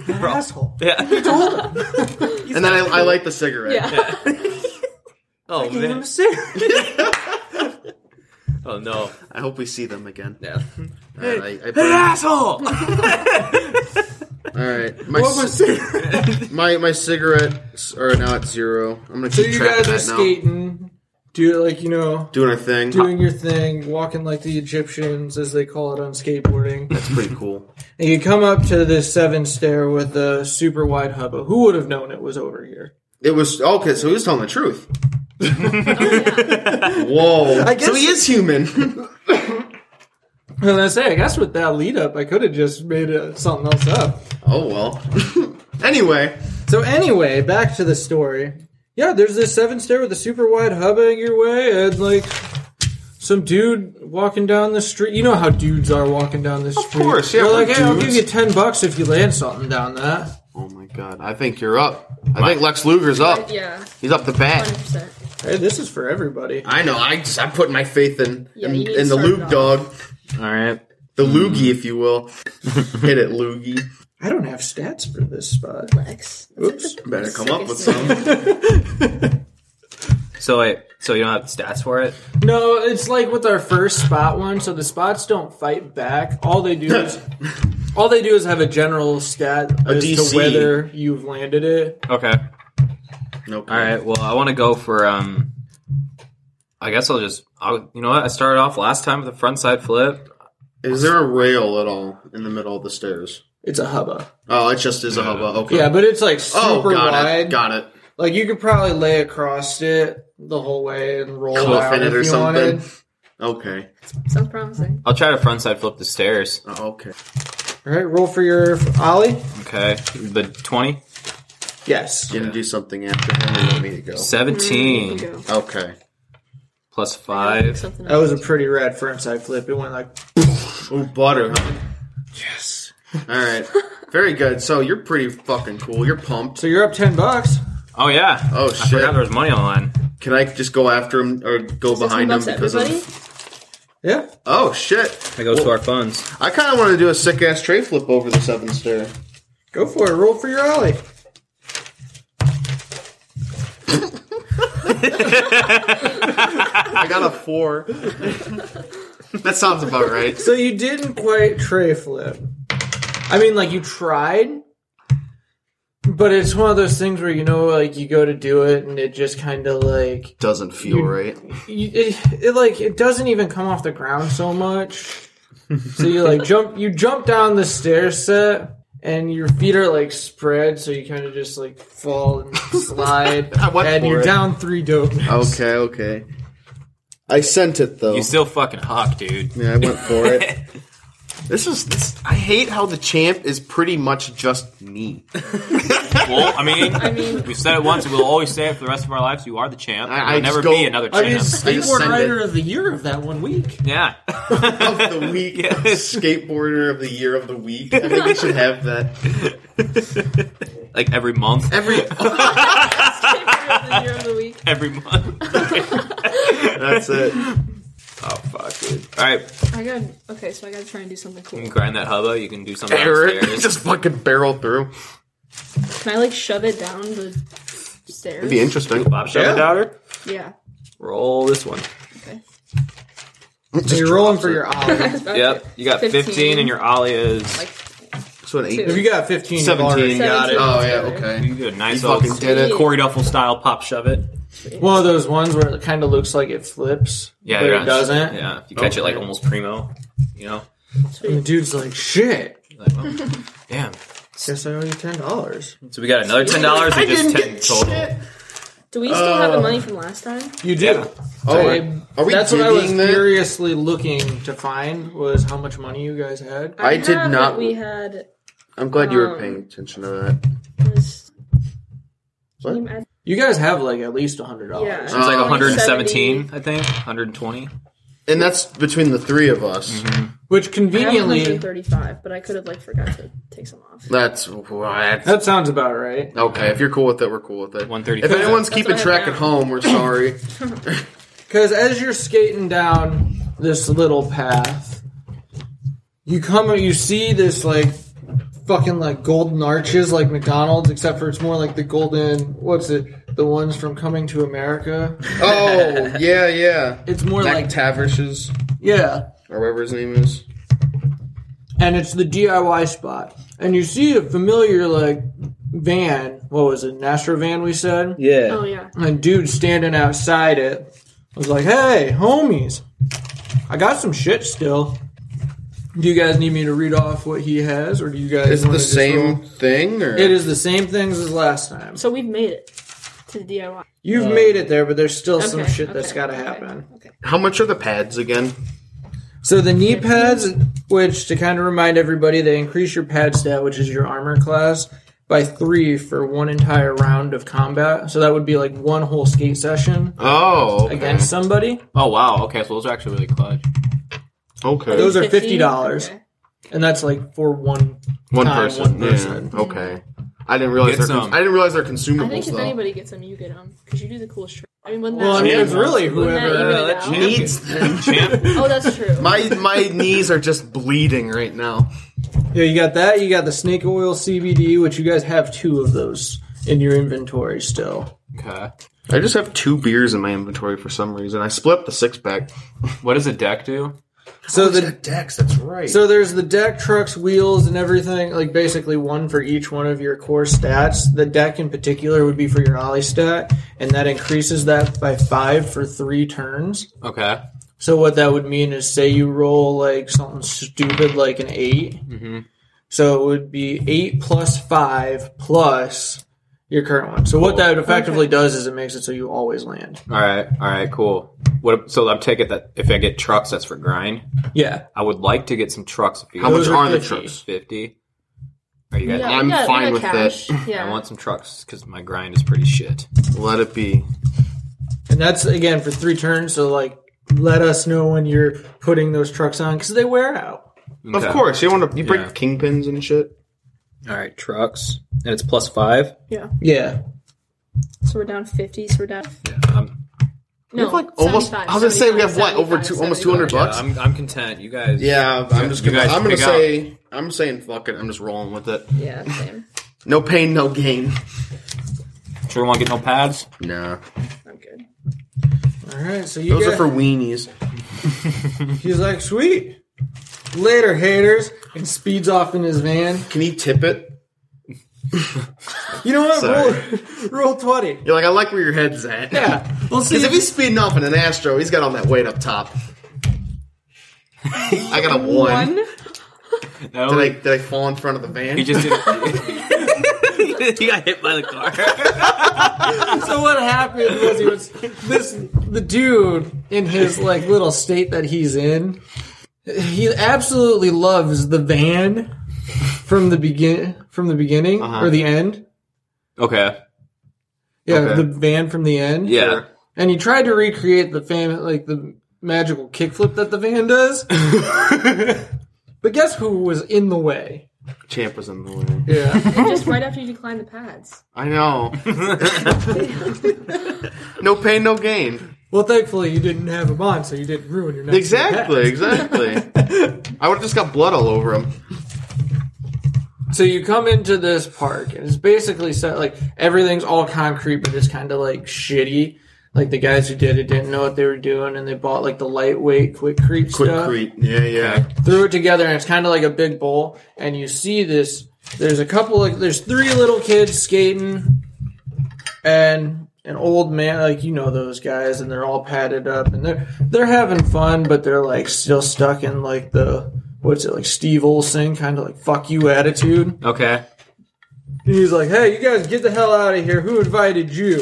[SPEAKER 1] Asshole.
[SPEAKER 4] [laughs] yeah.
[SPEAKER 2] and then I, I light the cigarette.
[SPEAKER 3] Yeah.
[SPEAKER 4] Oh
[SPEAKER 1] Gave him
[SPEAKER 4] man.
[SPEAKER 1] a cigarette.
[SPEAKER 4] Oh no.
[SPEAKER 2] I hope we see them again.
[SPEAKER 4] Yeah.
[SPEAKER 2] All right.
[SPEAKER 1] [laughs]
[SPEAKER 2] I,
[SPEAKER 1] Ah!
[SPEAKER 2] I
[SPEAKER 4] Hey,
[SPEAKER 2] burn,
[SPEAKER 4] asshole. [laughs]
[SPEAKER 2] all right. My,
[SPEAKER 1] What was
[SPEAKER 2] c-
[SPEAKER 1] [laughs]
[SPEAKER 2] my my cigarettes are now at zero. I'm gonna
[SPEAKER 1] So
[SPEAKER 2] keep
[SPEAKER 1] you
[SPEAKER 2] track of
[SPEAKER 1] guys
[SPEAKER 2] that
[SPEAKER 1] are
[SPEAKER 2] now.
[SPEAKER 1] skating, do like you know,
[SPEAKER 2] Doing our thing.
[SPEAKER 1] doing your thing, walking like the Egyptians as they call it on skateboarding.
[SPEAKER 2] That's pretty cool.
[SPEAKER 1] And you come up to this seven stair with a super wide hubba. Who would have known it was over here?
[SPEAKER 2] It was okay. So he was telling
[SPEAKER 1] [laughs]
[SPEAKER 2] the truth. Whoa.
[SPEAKER 1] I guess-
[SPEAKER 2] so he
[SPEAKER 1] [laughs]
[SPEAKER 2] is human.
[SPEAKER 1] And I say, I guess with that lead up, I could have just made uh something else up.
[SPEAKER 2] oh well. [laughs] anyway,
[SPEAKER 1] So anyway, back to the story. Yeah, there's this seven stair with a super wide hub in your way, and like some dude walking down the street. You know how dudes are walking down the street.
[SPEAKER 2] course, yeah,
[SPEAKER 1] They're like,
[SPEAKER 2] we're
[SPEAKER 1] hey, I'll
[SPEAKER 2] dudes."
[SPEAKER 1] give you ten bucks if you land something down that.
[SPEAKER 2] Oh my god, I think you're up. I think Lex Luger's up.
[SPEAKER 3] [laughs] yeah.
[SPEAKER 2] He's up the bat.
[SPEAKER 3] 100%.
[SPEAKER 1] Hey, this is for everybody.
[SPEAKER 2] I know. I just I'm putting my faith in
[SPEAKER 3] Yeah,
[SPEAKER 2] in,
[SPEAKER 3] you need
[SPEAKER 2] in
[SPEAKER 3] to
[SPEAKER 2] the
[SPEAKER 3] start
[SPEAKER 2] Luke
[SPEAKER 3] it off.
[SPEAKER 2] dog,
[SPEAKER 4] All right.
[SPEAKER 2] the Loogie, if you will. Hit it, Loogie.
[SPEAKER 1] I don't have stats for this spot.
[SPEAKER 3] Lex.
[SPEAKER 1] Oops.
[SPEAKER 2] Better come up with
[SPEAKER 3] Sickest
[SPEAKER 2] some.
[SPEAKER 4] So wait. So you don't have stats for it?
[SPEAKER 1] [laughs] No, it's like with our first spot one. So the spots don't fight back. All they do is [laughs] all they do is have a general stat as
[SPEAKER 2] DC.
[SPEAKER 1] to whether you've landed it.
[SPEAKER 4] Okay.
[SPEAKER 2] Nope.
[SPEAKER 4] All right. Well, I want to go for um. I guess I'll just. I'll, you know what? I started off last time with a front side flip.
[SPEAKER 2] Is there a rail at all in the middle of the stairs?
[SPEAKER 1] It's a hubba.
[SPEAKER 2] Oh, it just is a hubba. Okay.
[SPEAKER 1] Yeah, but it's like super
[SPEAKER 2] oh, got
[SPEAKER 1] wide.
[SPEAKER 2] it. Got it.
[SPEAKER 1] Like you could probably lay across it the whole way and roll
[SPEAKER 2] Cliff
[SPEAKER 1] out
[SPEAKER 2] in it
[SPEAKER 1] if
[SPEAKER 2] or
[SPEAKER 1] you
[SPEAKER 2] something.
[SPEAKER 1] wanted.
[SPEAKER 2] Okay.
[SPEAKER 3] Sounds promising.
[SPEAKER 4] I'll try to front side flip the stairs.
[SPEAKER 2] Oh, okay.
[SPEAKER 1] All right, roll for your for ollie.
[SPEAKER 4] Okay. The twenty.
[SPEAKER 1] Yes.
[SPEAKER 2] You gonna do something after him or you want me to go?
[SPEAKER 4] 17
[SPEAKER 2] Mm-hmm.
[SPEAKER 3] Mm, you
[SPEAKER 2] Okay.
[SPEAKER 4] plus
[SPEAKER 3] can go.
[SPEAKER 4] 5.
[SPEAKER 3] Something
[SPEAKER 1] That was a
[SPEAKER 3] else.
[SPEAKER 1] pretty rad front side flip. It went like
[SPEAKER 2] Oh, butter, huh?
[SPEAKER 1] yes.
[SPEAKER 2] All
[SPEAKER 1] [laughs]
[SPEAKER 2] right. Very good. So you're pretty fucking cool. You're pumped.
[SPEAKER 1] So you're up ten bucks.
[SPEAKER 4] Oh, yeah.
[SPEAKER 2] Oh,
[SPEAKER 4] I
[SPEAKER 2] shit.
[SPEAKER 4] forgot there was money on the line.
[SPEAKER 2] Can I just go after him or go behind him
[SPEAKER 3] bucks
[SPEAKER 2] because
[SPEAKER 3] everybody?
[SPEAKER 2] of?
[SPEAKER 1] Yeah.
[SPEAKER 2] Oh shit!
[SPEAKER 4] That goes to our funds.
[SPEAKER 2] I kind of want to do a sick ass tray flip over the seven stair.
[SPEAKER 1] Go for it. Roll for your alley.
[SPEAKER 2] I got a four. that sounds about right.
[SPEAKER 1] So you didn't quite tray flip. I mean, like you tried, but it's one of those things where you know, like you go to do it, and it just kind of like
[SPEAKER 2] Doesn't feel right.
[SPEAKER 1] you, it, it like it doesn't even come off the ground so much. so you
[SPEAKER 2] [laughs]
[SPEAKER 1] like jump, you jump down the stair set, and your feet are like spread, so you kind of just like fall
[SPEAKER 2] [laughs]
[SPEAKER 1] and slide,
[SPEAKER 2] I went
[SPEAKER 1] and
[SPEAKER 2] for
[SPEAKER 1] you're
[SPEAKER 2] it.
[SPEAKER 1] down three dope.
[SPEAKER 2] Okay, okay. I sent it though.
[SPEAKER 4] You still fucking huck, dude.
[SPEAKER 2] yeah, I went for it. [laughs] This is this. I hate how the champ is pretty much just me.
[SPEAKER 4] Well, I [laughs]
[SPEAKER 3] [laughs]
[SPEAKER 4] mean,
[SPEAKER 2] [laughs]
[SPEAKER 3] I mean, [laughs]
[SPEAKER 4] we've said it once and we'll always say it for the rest of our lives. You are the champ.
[SPEAKER 2] I-
[SPEAKER 4] There'll
[SPEAKER 2] I just
[SPEAKER 4] never
[SPEAKER 2] go-
[SPEAKER 4] be another
[SPEAKER 1] I
[SPEAKER 4] champ.
[SPEAKER 1] mean, skateboard
[SPEAKER 2] send it.
[SPEAKER 1] rider of the year of that one week.
[SPEAKER 4] yeah.
[SPEAKER 2] of the week,
[SPEAKER 4] [laughs] Yes.
[SPEAKER 2] skateboarder of the year of the week. I think we should have that.
[SPEAKER 4] like every month.
[SPEAKER 2] Every
[SPEAKER 3] the year of the week.
[SPEAKER 4] Every month.
[SPEAKER 2] that's it.
[SPEAKER 4] [laughs] Oh, fuck, dude. All right.
[SPEAKER 3] I got okay, so I gotta try and do something cool.
[SPEAKER 4] You can grind that hubba. You can do something
[SPEAKER 2] Eric,
[SPEAKER 4] upstairs. [laughs]
[SPEAKER 2] just fucking barrel through.
[SPEAKER 3] Can I like shove it down the stairs?
[SPEAKER 2] It'd be interesting.
[SPEAKER 4] Bob Shove it
[SPEAKER 1] Yeah.
[SPEAKER 4] out her.
[SPEAKER 3] yeah.
[SPEAKER 4] Roll this one.
[SPEAKER 3] Okay.
[SPEAKER 1] So you're rolling for your alley.
[SPEAKER 3] I was about
[SPEAKER 4] Yep.
[SPEAKER 3] to-
[SPEAKER 4] You got 15,
[SPEAKER 3] 15.
[SPEAKER 4] and your ollie is.
[SPEAKER 3] Like
[SPEAKER 2] So an eight.
[SPEAKER 1] If you got 15, you've already-
[SPEAKER 4] You got it.
[SPEAKER 2] Oh yeah, okay.
[SPEAKER 4] you did a nice
[SPEAKER 2] You
[SPEAKER 4] old
[SPEAKER 2] fucking did it.
[SPEAKER 4] Corey Duffel style pop shove it.
[SPEAKER 1] One of those ones where it kind of looks like it flips,
[SPEAKER 4] Yeah,
[SPEAKER 1] but
[SPEAKER 4] you're
[SPEAKER 1] it
[SPEAKER 4] on-
[SPEAKER 1] doesn't.
[SPEAKER 4] Yeah, you catch it like
[SPEAKER 2] Okay.
[SPEAKER 4] almost primo. You know,
[SPEAKER 1] And the dude's like, shit.
[SPEAKER 4] You're like, [laughs] well, damn.
[SPEAKER 1] Guess I owe you ten dollars.
[SPEAKER 4] So we got another [laughs] ten dollars
[SPEAKER 2] I
[SPEAKER 4] or just
[SPEAKER 2] didn't
[SPEAKER 4] ten
[SPEAKER 2] get
[SPEAKER 4] total.
[SPEAKER 2] shit.
[SPEAKER 3] Do we still have the
[SPEAKER 2] Oh.
[SPEAKER 3] money from last time?
[SPEAKER 1] You do.
[SPEAKER 4] Yeah.
[SPEAKER 2] Oh,
[SPEAKER 1] I-
[SPEAKER 2] are we
[SPEAKER 1] That's what I was
[SPEAKER 2] divvying that?
[SPEAKER 1] curiously looking to find was how much money you guys had.
[SPEAKER 2] I did
[SPEAKER 3] have
[SPEAKER 2] not-
[SPEAKER 3] that We had
[SPEAKER 2] I'm glad you were
[SPEAKER 3] Um,
[SPEAKER 2] paying attention to that.
[SPEAKER 3] this.
[SPEAKER 2] What?
[SPEAKER 3] Team ad-
[SPEAKER 1] You guys have like at least a hundred dollars.
[SPEAKER 4] It's like
[SPEAKER 2] Um,
[SPEAKER 4] 117, I think, 120.
[SPEAKER 2] And that's between the three of us.
[SPEAKER 4] Mm-hmm.
[SPEAKER 1] Which
[SPEAKER 3] I have
[SPEAKER 1] conveniently,
[SPEAKER 3] 135, but I could have like forgot to take some off.
[SPEAKER 2] That's what.
[SPEAKER 1] that sounds about right.
[SPEAKER 2] Okay, if you're cool with it, we're cool with it.
[SPEAKER 4] 135.
[SPEAKER 2] If anyone's
[SPEAKER 3] That's
[SPEAKER 2] keeping
[SPEAKER 3] what I
[SPEAKER 2] track at
[SPEAKER 3] found.
[SPEAKER 2] home, we're sorry.
[SPEAKER 1] Because as you're skating down this little path, you come you see this like fucking like golden arches like McDonald's, except for it's more like the golden what's it? The ones from Coming to America.
[SPEAKER 2] oh yeah, yeah.
[SPEAKER 1] It's more
[SPEAKER 2] Mac
[SPEAKER 1] like
[SPEAKER 2] Tavish's
[SPEAKER 1] yeah,
[SPEAKER 2] or whatever his name is.
[SPEAKER 1] and it's the DIY spot, and you see a familiar like van. What was it? Nastro van? We said.
[SPEAKER 4] Yeah.
[SPEAKER 3] Oh yeah.
[SPEAKER 1] And dude standing outside it was like, "Hey, homies, I got some shit still. Do you guys need me to read off what he has, or do you guys?
[SPEAKER 2] Is it
[SPEAKER 1] wanna
[SPEAKER 2] the
[SPEAKER 1] just
[SPEAKER 2] same
[SPEAKER 1] roll?
[SPEAKER 2] thing or
[SPEAKER 1] It is the same things as last time.
[SPEAKER 3] So we've made it to the DIY.
[SPEAKER 1] You've
[SPEAKER 2] Uh,
[SPEAKER 1] made it there, but there's still some
[SPEAKER 3] Okay,
[SPEAKER 1] shit that's
[SPEAKER 3] okay,
[SPEAKER 1] got to
[SPEAKER 3] okay,
[SPEAKER 1] happen.
[SPEAKER 3] Okay.
[SPEAKER 2] How much are the pads again?
[SPEAKER 1] So the knee pads, which to kind of remind everybody, they increase your pad stat, which is your armor class, by three for one entire round of combat. So that would be like one whole skate session
[SPEAKER 2] Oh, okay.
[SPEAKER 1] against somebody.
[SPEAKER 4] Oh wow. Okay, so those are actually
[SPEAKER 2] [laughs]
[SPEAKER 4] really clutch.
[SPEAKER 2] okay.
[SPEAKER 1] Those are
[SPEAKER 3] 50?
[SPEAKER 1] $50.
[SPEAKER 3] Okay.
[SPEAKER 1] And that's like for one
[SPEAKER 2] one
[SPEAKER 1] time,
[SPEAKER 2] person.
[SPEAKER 1] one
[SPEAKER 2] yeah,
[SPEAKER 1] person.
[SPEAKER 2] Okay. I didn't realize
[SPEAKER 4] Get
[SPEAKER 2] they're
[SPEAKER 4] some.
[SPEAKER 2] I didn't realize they're
[SPEAKER 3] I
[SPEAKER 2] consumables
[SPEAKER 3] think if
[SPEAKER 2] though.
[SPEAKER 3] anybody gets them, you get them because you do the coolest trick. I mean, when
[SPEAKER 1] Well, I mean,
[SPEAKER 4] Yeah.
[SPEAKER 1] it's really whoever.
[SPEAKER 3] Wouldn't
[SPEAKER 4] Yeah, that
[SPEAKER 3] Out.
[SPEAKER 4] champ
[SPEAKER 2] Needs
[SPEAKER 4] is-
[SPEAKER 2] them.
[SPEAKER 4] champ.
[SPEAKER 3] Oh, that's true.
[SPEAKER 2] [laughs] My my knees are just bleeding right now.
[SPEAKER 1] Yeah, you got that. You got the snake oil CBD, which you guys have two of those in your inventory still.
[SPEAKER 4] Okay.
[SPEAKER 2] I just have two beers in my inventory for some reason. I split up the six pack.
[SPEAKER 4] What does a deck do?
[SPEAKER 1] So
[SPEAKER 2] Who's
[SPEAKER 1] the
[SPEAKER 2] got Dex, that's right.
[SPEAKER 1] so there's the deck, trucks, wheels, and everything. Like basically one for each one of your core stats. The deck in particular would be for your ollie stat, and that increases that by five for three turns.
[SPEAKER 4] Okay.
[SPEAKER 1] So what that would mean is, say you roll like something stupid like an 8
[SPEAKER 2] Mm-hmm.
[SPEAKER 1] So it would be eight plus five plus your current one. So what that effectively does is it makes it so you always land.
[SPEAKER 4] All right. All right. Cool. What? So I'm taking that if I get trucks, that's for grind.
[SPEAKER 1] Yeah.
[SPEAKER 4] I would like to get some trucks. If you
[SPEAKER 2] How much
[SPEAKER 1] Those are
[SPEAKER 2] are the
[SPEAKER 1] 50.
[SPEAKER 2] trucks?
[SPEAKER 4] Fifty. Are you guys?
[SPEAKER 3] Yeah,
[SPEAKER 2] I'm
[SPEAKER 3] we got,
[SPEAKER 2] fine
[SPEAKER 3] we
[SPEAKER 2] with
[SPEAKER 3] got cash. Yeah.
[SPEAKER 4] [laughs] I want some trucks because my grind is pretty shit.
[SPEAKER 2] Let it be.
[SPEAKER 1] And that's again for three turns. So like, let us know when you're putting those trucks on because they wear out.
[SPEAKER 2] Of
[SPEAKER 4] Okay.
[SPEAKER 2] course, you want to you break
[SPEAKER 4] Yeah.
[SPEAKER 2] kingpins and shit.
[SPEAKER 4] All right, trucks, and it's plus five.
[SPEAKER 3] yeah.
[SPEAKER 1] Yeah.
[SPEAKER 3] So we're down 50, so we're down.
[SPEAKER 4] Yeah, I'm,
[SPEAKER 3] No,
[SPEAKER 2] have, like, almost- I was gonna say we have, what, over two- almost 200
[SPEAKER 4] yeah,
[SPEAKER 2] Bucks?
[SPEAKER 4] I'm, I'm content. You guys,
[SPEAKER 2] Yeah, I'm just
[SPEAKER 4] you
[SPEAKER 2] gonna.
[SPEAKER 4] guys
[SPEAKER 2] I'm gonna
[SPEAKER 4] pick out.
[SPEAKER 2] say. I'm saying fuck it. I'm just rolling with it.
[SPEAKER 3] Yeah, same.
[SPEAKER 2] No pain, no gain.
[SPEAKER 4] sure want to get no pads.
[SPEAKER 2] Nah,
[SPEAKER 3] I'm [laughs] good.
[SPEAKER 1] All right. So you
[SPEAKER 2] those
[SPEAKER 1] guys,
[SPEAKER 2] are for weenies.
[SPEAKER 1] he's like, sweet. Later, haters, and speeds off in his van.
[SPEAKER 2] Can he tip it?
[SPEAKER 1] You know what?
[SPEAKER 2] Sorry.
[SPEAKER 1] Roll, [laughs] roll twenty.
[SPEAKER 2] You're like, I like where your head's at.
[SPEAKER 1] Yeah. We'll see.
[SPEAKER 2] Because if
[SPEAKER 1] If
[SPEAKER 2] he's speeding off in an Astro, he's got all that weight up top. I got a one.
[SPEAKER 3] One?
[SPEAKER 4] No,
[SPEAKER 2] Did I, did I fall in front of the van? [laughs]
[SPEAKER 4] he just did. [laughs] he got hit by the car.
[SPEAKER 1] so what happened was he was this the dude in his like little state that he's in. He absolutely loves the van from the begin from the beginning
[SPEAKER 2] Uh-huh.
[SPEAKER 1] or the end.
[SPEAKER 4] okay,
[SPEAKER 1] Yeah,
[SPEAKER 2] Okay.
[SPEAKER 1] the van from the end.
[SPEAKER 4] yeah.
[SPEAKER 2] Sure.
[SPEAKER 1] and he tried to recreate the fan like the magical kickflip that the van
[SPEAKER 2] [laughs]
[SPEAKER 1] does. but guess who was in the way?
[SPEAKER 2] Champ was in the way.
[SPEAKER 1] Yeah,
[SPEAKER 3] Just right after you decline the pads.
[SPEAKER 2] I know. [laughs] no pain, no gain.
[SPEAKER 1] well, thankfully you didn't have him on, so you didn't ruin your next
[SPEAKER 2] Exactly, exactly. I would have just got blood all over him.
[SPEAKER 1] So you come into this park, and it's basically set like everything's all concrete, but it's kind of like shitty. Like the guys who did it didn't know what they were doing, and they bought like the lightweight quick creep stuff,
[SPEAKER 2] Crete. Yeah, yeah.
[SPEAKER 1] threw it together, and it's kind of like a big bowl. And you see this. There's a couple like there's three little kids skating, and an old man. Like you know those guys, and they're all padded up, and they're they're having fun, but they're like still stuck in like the what's it like Steve Olsen kind of like fuck you attitude.
[SPEAKER 4] Okay,
[SPEAKER 1] And he's like, hey, you guys get the hell out of here. Who invited you?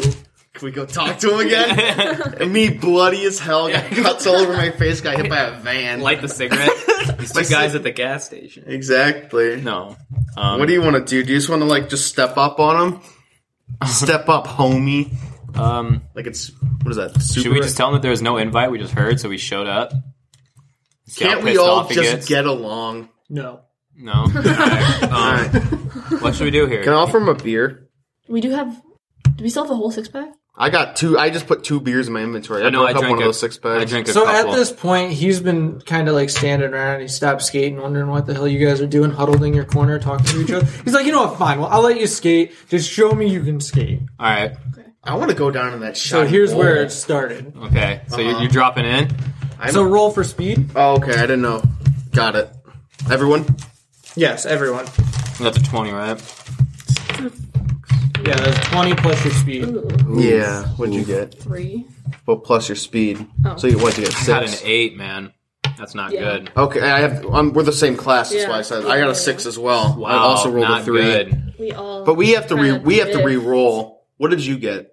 [SPEAKER 2] Can we go talk to him again? and [laughs] me, bloody as hell, got [laughs] cuts all over my face, got hit by a van.
[SPEAKER 4] [laughs] light the cigarette. These two guys at the gas station.
[SPEAKER 2] exactly.
[SPEAKER 4] No. Um,
[SPEAKER 2] What do you want to do? Do you just want to like just step up on him?
[SPEAKER 4] [laughs]
[SPEAKER 2] step up, homie.
[SPEAKER 4] Um,
[SPEAKER 2] Like it's what is that? Super
[SPEAKER 4] should we just tell them that there was no invite? We just heard, so we showed up. See how
[SPEAKER 2] Can't we
[SPEAKER 4] pissed
[SPEAKER 2] all
[SPEAKER 4] off he
[SPEAKER 2] just
[SPEAKER 4] gets?
[SPEAKER 2] get along?
[SPEAKER 1] No.
[SPEAKER 2] [laughs]
[SPEAKER 4] No. Alright, um,
[SPEAKER 2] All right.
[SPEAKER 4] What should we do here?
[SPEAKER 2] Can I offer him a beer?
[SPEAKER 3] We do have. Do we still have a whole six pack?
[SPEAKER 2] I got two. I just put two beers in my inventory. I,
[SPEAKER 4] I know,
[SPEAKER 2] broke
[SPEAKER 4] I
[SPEAKER 2] up
[SPEAKER 4] drank
[SPEAKER 2] one of
[SPEAKER 4] a-
[SPEAKER 2] those six packs.
[SPEAKER 4] I drink a
[SPEAKER 1] So
[SPEAKER 4] couple.
[SPEAKER 1] at this point, he's been kind of like standing around. He stopped skating, wondering what the hell you guys are doing, huddled in your corner, talking to each other. He's like, you know what? Fine. Well, I'll let you skate. Just show me you can skate.
[SPEAKER 4] All right.
[SPEAKER 2] I want to go down in that shot.
[SPEAKER 1] So here's where it started.
[SPEAKER 4] Okay. So you're,
[SPEAKER 2] Uh-huh.
[SPEAKER 4] you're dropping in.
[SPEAKER 2] I'm,
[SPEAKER 1] So roll for speed.
[SPEAKER 2] oh, okay. I didn't know. Got it. Everyone.
[SPEAKER 1] Yes, everyone.
[SPEAKER 4] That's a twenty, right?
[SPEAKER 1] Yeah, that's 20 plus your speed.
[SPEAKER 3] Ooh,
[SPEAKER 2] Yeah. What'd you get?
[SPEAKER 3] three.
[SPEAKER 2] Well, plus your speed.
[SPEAKER 3] Oh.
[SPEAKER 2] So you what? You get six.
[SPEAKER 4] I got an eight, man. That's not
[SPEAKER 3] Yeah.
[SPEAKER 4] good.
[SPEAKER 2] Okay, I have. I'm, we're the same class. That's
[SPEAKER 3] Yeah.
[SPEAKER 2] why I said I got a six as well.
[SPEAKER 4] Wow.
[SPEAKER 2] I also rolled
[SPEAKER 4] not
[SPEAKER 2] a three.
[SPEAKER 4] Good.
[SPEAKER 3] We all.
[SPEAKER 2] But we have to re.
[SPEAKER 3] kinda
[SPEAKER 2] We have to
[SPEAKER 3] did.
[SPEAKER 2] re-roll. What did you get?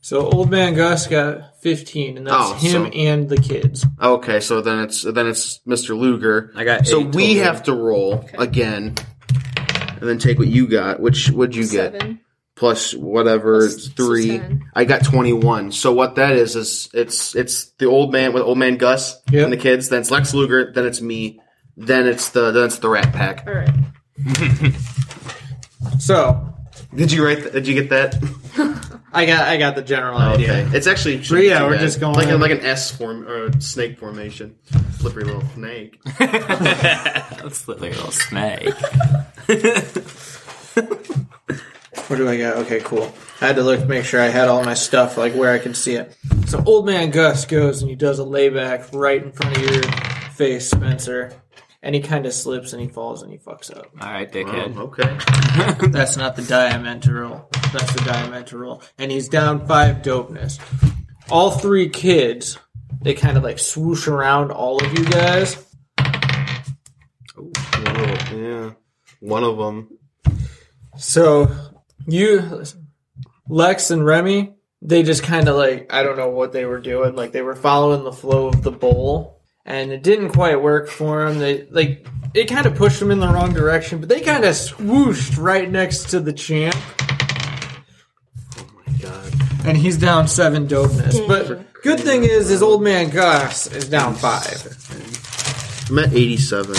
[SPEAKER 1] So old man Gus got 15, and that's
[SPEAKER 2] Oh,
[SPEAKER 1] him
[SPEAKER 2] so-
[SPEAKER 1] and the kids.
[SPEAKER 2] Okay, so then it's then it's Mr. Luger.
[SPEAKER 4] I got
[SPEAKER 2] So
[SPEAKER 4] eight
[SPEAKER 2] we
[SPEAKER 4] total.
[SPEAKER 2] have to roll again, and then take what you got. Which what'd you get?
[SPEAKER 3] Seven.
[SPEAKER 2] Plus whatever
[SPEAKER 3] Plus
[SPEAKER 2] it's three.
[SPEAKER 3] ten.
[SPEAKER 2] I got twenty one. So what that is is it's it's the old man with old man Gus
[SPEAKER 1] Yep.
[SPEAKER 2] and the kids. Then it's Lex Luger. Then it's me. Then it's the then it's the Rat Pack.
[SPEAKER 3] All right.
[SPEAKER 1] So
[SPEAKER 2] Did you write? th- did you get that?
[SPEAKER 1] I got I got the general
[SPEAKER 2] Okay.
[SPEAKER 1] idea.
[SPEAKER 2] It's actually
[SPEAKER 1] But yeah,
[SPEAKER 2] too
[SPEAKER 1] we're
[SPEAKER 2] bad.
[SPEAKER 1] just going-
[SPEAKER 2] like a, like an S form or snake formation, slippery little snake.
[SPEAKER 4] That's the little snake.
[SPEAKER 1] What do I got? Okay, cool. I had to look, make sure I had all my stuff, like where I could see it. So old man Gus goes and he does a layback right in front of your face, Spencer. And he kind of slips and he falls and he fucks up.
[SPEAKER 4] All right,
[SPEAKER 2] Oh,
[SPEAKER 4] dickhead.
[SPEAKER 2] okay.
[SPEAKER 1] That's not the diamond to roll. That's the diamond to roll. And he's down five dopeness. All three kids, they kind of like swoosh around all of you guys.
[SPEAKER 2] Whoa, yeah, one of them.
[SPEAKER 1] So you, Lex and Remy, they just kind of like I don't know what they were doing. Like they were following the flow of the bowl, and it didn't quite work for them. They like it kind of pushed them in the wrong direction, but they kind of swooshed right next to the champ,
[SPEAKER 4] Oh
[SPEAKER 2] God.
[SPEAKER 1] and he's down seven dopeness. But good thing is, his old man Gus is down five.
[SPEAKER 2] I'm at 87.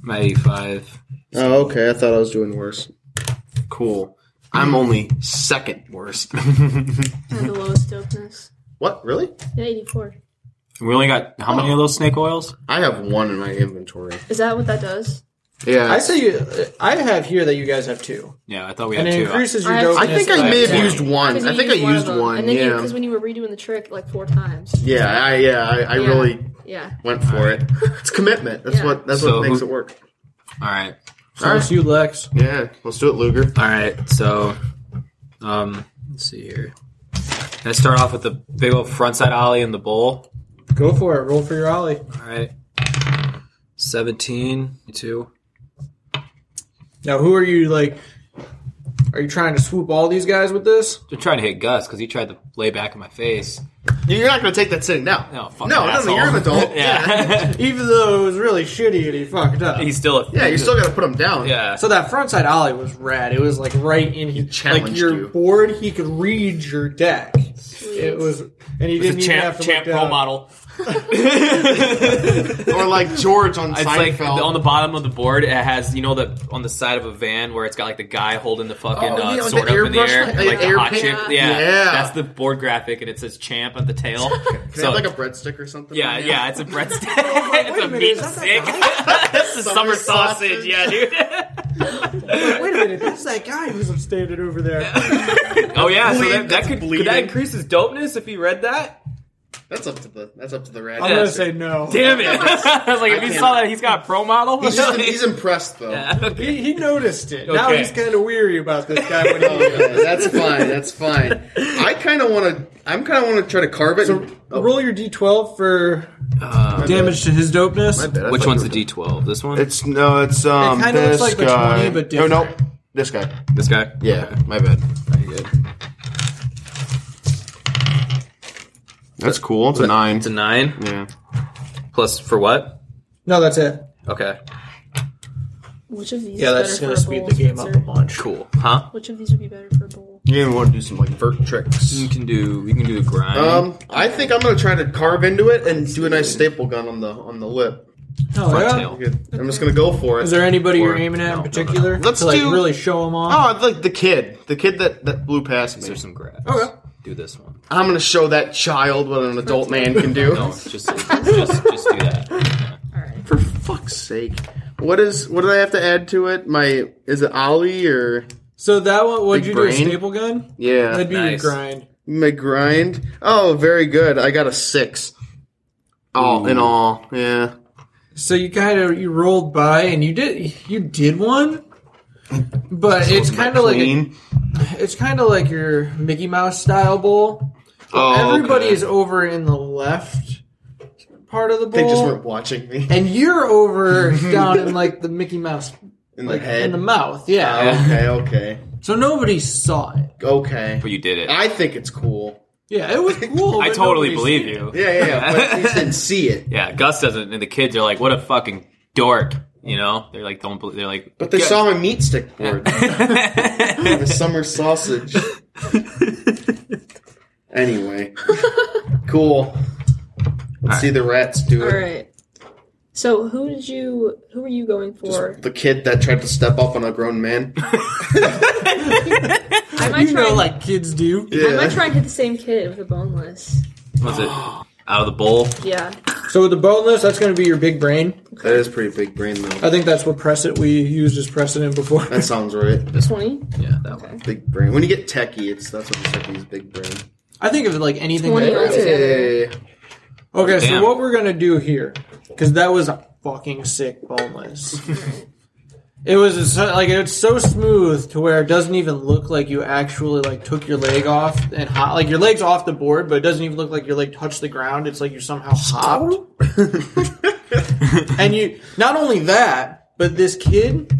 [SPEAKER 4] My 85.
[SPEAKER 2] Oh, okay. I thought I was doing worse.
[SPEAKER 4] Cool. I'm only second
[SPEAKER 2] [laughs]
[SPEAKER 4] worst.
[SPEAKER 3] I have the lowest dopeness.
[SPEAKER 2] What? Really?
[SPEAKER 3] Yeah, 84.
[SPEAKER 4] we only got how many of those snake oils?
[SPEAKER 2] I have one in my inventory.
[SPEAKER 3] Is that what that does?
[SPEAKER 2] Yeah.
[SPEAKER 1] I say you. I have here that you guys have two,
[SPEAKER 4] Yeah, I thought we had
[SPEAKER 1] and it
[SPEAKER 4] two.
[SPEAKER 1] increases your
[SPEAKER 3] I have-
[SPEAKER 1] dopeness.
[SPEAKER 2] I think I
[SPEAKER 1] by
[SPEAKER 2] may have
[SPEAKER 1] ten.
[SPEAKER 2] used one. I think I used one. yeah.
[SPEAKER 3] Because when you were redoing the trick like four times.
[SPEAKER 2] yeah. I yeah. I, I
[SPEAKER 3] Yeah.
[SPEAKER 2] really
[SPEAKER 3] Yeah.
[SPEAKER 2] went for it. [laughs] It's commitment. That's
[SPEAKER 3] Yeah.
[SPEAKER 2] what. That's
[SPEAKER 4] So
[SPEAKER 2] what makes
[SPEAKER 4] who-
[SPEAKER 2] it work.
[SPEAKER 4] All right.
[SPEAKER 1] So it's you, Lex.
[SPEAKER 2] Yeah. Let's do it, Luger.
[SPEAKER 4] All right. So, um, let's see here. Can I start off with the big old frontside ollie in the bowl?
[SPEAKER 1] Go for it. Roll for your ollie.
[SPEAKER 4] All right. 17, two.
[SPEAKER 1] Now, who are you like? Are you trying to swoop all these guys with this?
[SPEAKER 4] I'm trying to hit Gus because he tried to lay back in my face.
[SPEAKER 2] You're not going to take that sitting down.
[SPEAKER 4] No, fuck
[SPEAKER 2] No, no,
[SPEAKER 4] asshole.
[SPEAKER 2] no, you're an adult.
[SPEAKER 4] [laughs] yeah.
[SPEAKER 1] Even though it was really shitty and he fucked up.
[SPEAKER 4] He's still a
[SPEAKER 2] Yeah. You still got to put them down.
[SPEAKER 4] Yeah.
[SPEAKER 1] So that frontside ollie was rad. It was like right in he like
[SPEAKER 2] challenged
[SPEAKER 1] your
[SPEAKER 2] you.
[SPEAKER 1] board. He could read your deck.
[SPEAKER 3] Sweet.
[SPEAKER 1] It
[SPEAKER 3] [laughs]
[SPEAKER 1] was, [laughs] and he didn't even have to look down.
[SPEAKER 4] model. [laughs]
[SPEAKER 2] Or like George on
[SPEAKER 4] It's like
[SPEAKER 2] Seinfeld.
[SPEAKER 4] on the bottom of the board. It has you know the on the side of a van where it's got like the guy holding the fucking
[SPEAKER 2] Oh,
[SPEAKER 4] uh,
[SPEAKER 2] yeah, with
[SPEAKER 4] sword
[SPEAKER 2] the
[SPEAKER 4] up in the
[SPEAKER 2] airbrush,
[SPEAKER 4] air,
[SPEAKER 2] like
[SPEAKER 4] and,
[SPEAKER 2] the
[SPEAKER 4] like the
[SPEAKER 2] air
[SPEAKER 4] hot
[SPEAKER 2] pin.
[SPEAKER 4] chick. Yeah,
[SPEAKER 2] Yeah.
[SPEAKER 4] that's the board graphic, and it says champ at the
[SPEAKER 2] [laughs]
[SPEAKER 4] tail.
[SPEAKER 2] Can I
[SPEAKER 4] so
[SPEAKER 2] have, like a breadstick or something?
[SPEAKER 4] yeah,
[SPEAKER 2] on there?
[SPEAKER 4] yeah, it's
[SPEAKER 2] [laughs]
[SPEAKER 4] a breadstick.
[SPEAKER 1] wait
[SPEAKER 4] [laughs] it's
[SPEAKER 1] a
[SPEAKER 4] a
[SPEAKER 1] minute,
[SPEAKER 4] meat
[SPEAKER 1] is that that
[SPEAKER 4] stick. That's a summer
[SPEAKER 2] Summer
[SPEAKER 4] sausage.
[SPEAKER 2] sausage. [laughs]
[SPEAKER 4] Yeah, dude.
[SPEAKER 1] Wait a minute, that's that guy who's standing over there.
[SPEAKER 4] oh yeah, so
[SPEAKER 2] Bleed,
[SPEAKER 4] that, that
[SPEAKER 2] that's
[SPEAKER 4] could, could
[SPEAKER 2] bleeding.
[SPEAKER 4] that increase his dopeness if he
[SPEAKER 2] [laughs]
[SPEAKER 4] read that?
[SPEAKER 2] That's up to the. That's up to the red.
[SPEAKER 1] I'm
[SPEAKER 4] Yeah,
[SPEAKER 1] gonna
[SPEAKER 4] sure.
[SPEAKER 1] say no.
[SPEAKER 2] [laughs]
[SPEAKER 4] Damn it! [laughs] I was like, if
[SPEAKER 2] I
[SPEAKER 4] you
[SPEAKER 2] can't.
[SPEAKER 4] saw that he's got a pro model,
[SPEAKER 2] He's, just,
[SPEAKER 4] [laughs]
[SPEAKER 2] he's impressed though.
[SPEAKER 4] Yeah, okay.
[SPEAKER 1] He, he noticed it. Now
[SPEAKER 4] Okay.
[SPEAKER 1] he's kind of weary about this guy.
[SPEAKER 5] [laughs]
[SPEAKER 1] When he,
[SPEAKER 2] Yeah, that's fine. That's fine. I kind of want to. I'm kind of want to try to carve it.
[SPEAKER 1] so
[SPEAKER 2] and-
[SPEAKER 1] roll your d12 for damage to his dopeness.
[SPEAKER 2] My bad, I
[SPEAKER 4] Which
[SPEAKER 2] thought
[SPEAKER 4] one's the
[SPEAKER 2] you were-
[SPEAKER 4] D twelve? This one?
[SPEAKER 2] It's no. It's um.
[SPEAKER 1] It kinda looks
[SPEAKER 2] this
[SPEAKER 1] like the
[SPEAKER 2] guy. Oh,
[SPEAKER 1] 20, but
[SPEAKER 2] no, no.
[SPEAKER 1] different.
[SPEAKER 2] This guy.
[SPEAKER 4] this guy?
[SPEAKER 2] Yeah. My bad.
[SPEAKER 4] Very good.
[SPEAKER 2] That's cool. It's a nine.
[SPEAKER 4] It's a nine
[SPEAKER 2] yeah.
[SPEAKER 4] plus for what?
[SPEAKER 1] No, that's it.
[SPEAKER 4] Okay,
[SPEAKER 3] Which of these
[SPEAKER 1] Yeah,
[SPEAKER 3] is
[SPEAKER 1] that's
[SPEAKER 3] better
[SPEAKER 1] gonna
[SPEAKER 3] for a
[SPEAKER 1] speed
[SPEAKER 3] bowl
[SPEAKER 1] the game up
[SPEAKER 3] spritzer?
[SPEAKER 1] a bunch.
[SPEAKER 4] cool. Huh?
[SPEAKER 3] Which of these would be better for a bowl?
[SPEAKER 2] You want to do some like vert tricks?
[SPEAKER 4] You can do. You can do a grind.
[SPEAKER 2] Um, I think I'm gonna try to carve into it and do a nice staple gun on the on the lip.
[SPEAKER 1] Oh,
[SPEAKER 4] Front
[SPEAKER 1] yeah?
[SPEAKER 4] tail.
[SPEAKER 2] Good. I'm just gonna go for
[SPEAKER 1] Is
[SPEAKER 2] it.
[SPEAKER 1] there anybody
[SPEAKER 4] Or-
[SPEAKER 1] you're aiming at
[SPEAKER 4] no, no,
[SPEAKER 1] in
[SPEAKER 4] no.
[SPEAKER 1] particular?
[SPEAKER 2] Let's
[SPEAKER 1] to, like,
[SPEAKER 2] do-
[SPEAKER 1] really show them off.
[SPEAKER 2] Oh, like the kid, the kid that that blew past me.
[SPEAKER 4] There's some grass.
[SPEAKER 2] Oh,
[SPEAKER 1] Okay.
[SPEAKER 4] Do this one.
[SPEAKER 2] I'm gonna show that child what an adult man can do.
[SPEAKER 4] No, just just just do that.
[SPEAKER 3] All right.
[SPEAKER 2] For [laughs] fuck's sake. What is what do I have to add to it? My is it Ollie or
[SPEAKER 1] So that one, what'd
[SPEAKER 2] Big
[SPEAKER 1] you do? A
[SPEAKER 2] brain?
[SPEAKER 1] staple gun?
[SPEAKER 2] yeah
[SPEAKER 1] That'd be
[SPEAKER 4] Nice.
[SPEAKER 1] your grind.
[SPEAKER 2] my grind? Oh, very good. I got a six. All in all, yeah.
[SPEAKER 1] So you kind of you rolled by and you did you did one, but it's kind of like a,
[SPEAKER 2] Clean.
[SPEAKER 1] it's kind of like your Mickey Mouse style bowl.
[SPEAKER 2] Oh,
[SPEAKER 1] Everybody
[SPEAKER 2] okay.
[SPEAKER 1] is over in the left part of the
[SPEAKER 2] They
[SPEAKER 1] bowl,
[SPEAKER 2] just weren't watching me [laughs]
[SPEAKER 1] and you're over down in like the Mickey Mouse
[SPEAKER 2] in the
[SPEAKER 1] like
[SPEAKER 2] head.
[SPEAKER 1] in the mouth. Yeah.
[SPEAKER 2] Oh, okay, okay,
[SPEAKER 1] So nobody saw it.
[SPEAKER 2] okay.
[SPEAKER 4] But you did it. I,
[SPEAKER 2] I think it's cool.
[SPEAKER 1] Yeah,
[SPEAKER 2] [laughs]
[SPEAKER 1] it was cool. but
[SPEAKER 4] totally
[SPEAKER 1] nobody
[SPEAKER 4] believe
[SPEAKER 1] seen it.
[SPEAKER 4] you.
[SPEAKER 2] Yeah, yeah. yeah. But at least didn't see it.
[SPEAKER 4] Yeah, Gus doesn't, and the kids are like, "What a fucking dork!" You know, they're like, "Don't." believe They're like,
[SPEAKER 2] But they
[SPEAKER 4] "Yeah."
[SPEAKER 2] saw my meat stick board, the [laughs] summer sausage. Anyway, cool. Let's see the rats do
[SPEAKER 3] All
[SPEAKER 2] it.
[SPEAKER 3] right. So who did you? Who were you going for?
[SPEAKER 2] The kid that tried to step up on a grown man.
[SPEAKER 3] I might
[SPEAKER 1] You
[SPEAKER 3] try.
[SPEAKER 1] know,
[SPEAKER 3] and-
[SPEAKER 1] like kids do.
[SPEAKER 3] I might try and hit the same kid with a boneless.
[SPEAKER 4] [laughs] Was [gasps] it out of the bowl?
[SPEAKER 3] Yeah.
[SPEAKER 1] So with the boneless, that's going to be your big brain.
[SPEAKER 2] That is pretty big brain though.
[SPEAKER 1] I think that's what precedent we used as precedent before.
[SPEAKER 2] That sounds right.
[SPEAKER 3] Twenty.
[SPEAKER 4] Yeah, that one.
[SPEAKER 3] Okay.
[SPEAKER 2] Big brain. When you get techie, it's that's what the techies big brain.
[SPEAKER 1] [laughs] I think of it like anything.
[SPEAKER 3] Twenty
[SPEAKER 1] that-
[SPEAKER 3] ounces.
[SPEAKER 2] Hey.
[SPEAKER 1] Okay, so
[SPEAKER 4] Damn.
[SPEAKER 1] what we're gonna do here, because that was a fucking sick boneless. it was so, like it's so smooth to where it doesn't even look like you actually like took your leg off and hop, like your leg's off the board, but it doesn't even look like your leg touched the ground. It's like you somehow hopped. [laughs] And you not only that, but this kid,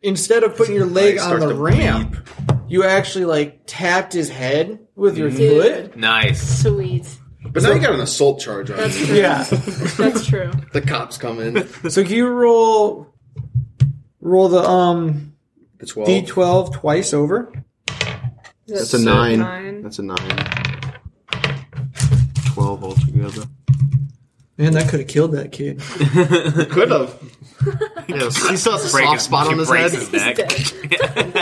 [SPEAKER 1] instead of putting your leg
[SPEAKER 2] Like,
[SPEAKER 1] on
[SPEAKER 2] start
[SPEAKER 1] the
[SPEAKER 2] to
[SPEAKER 1] ramp,
[SPEAKER 2] Mm-hmm.
[SPEAKER 1] you actually like tapped his head with your
[SPEAKER 3] Dude.
[SPEAKER 1] foot.
[SPEAKER 4] Nice.
[SPEAKER 3] Sweet.
[SPEAKER 2] But now you got an assault charge on
[SPEAKER 3] That's
[SPEAKER 2] you.
[SPEAKER 3] true.
[SPEAKER 1] Yeah.
[SPEAKER 3] That's true.
[SPEAKER 2] The cops come in.
[SPEAKER 1] so can you roll roll the um
[SPEAKER 2] The 12.
[SPEAKER 1] D twelve twice over?
[SPEAKER 3] That's,
[SPEAKER 5] a nine.
[SPEAKER 3] nine. [laughs]
[SPEAKER 5] That's a nine. Twelve altogether.
[SPEAKER 1] Man, that could have killed that kid.
[SPEAKER 2] Could have. yeah, he still has a
[SPEAKER 4] Break
[SPEAKER 2] soft
[SPEAKER 4] his-
[SPEAKER 2] spot on
[SPEAKER 4] she
[SPEAKER 2] his
[SPEAKER 4] breaks
[SPEAKER 2] head.
[SPEAKER 3] He's
[SPEAKER 4] neck.
[SPEAKER 3] dead.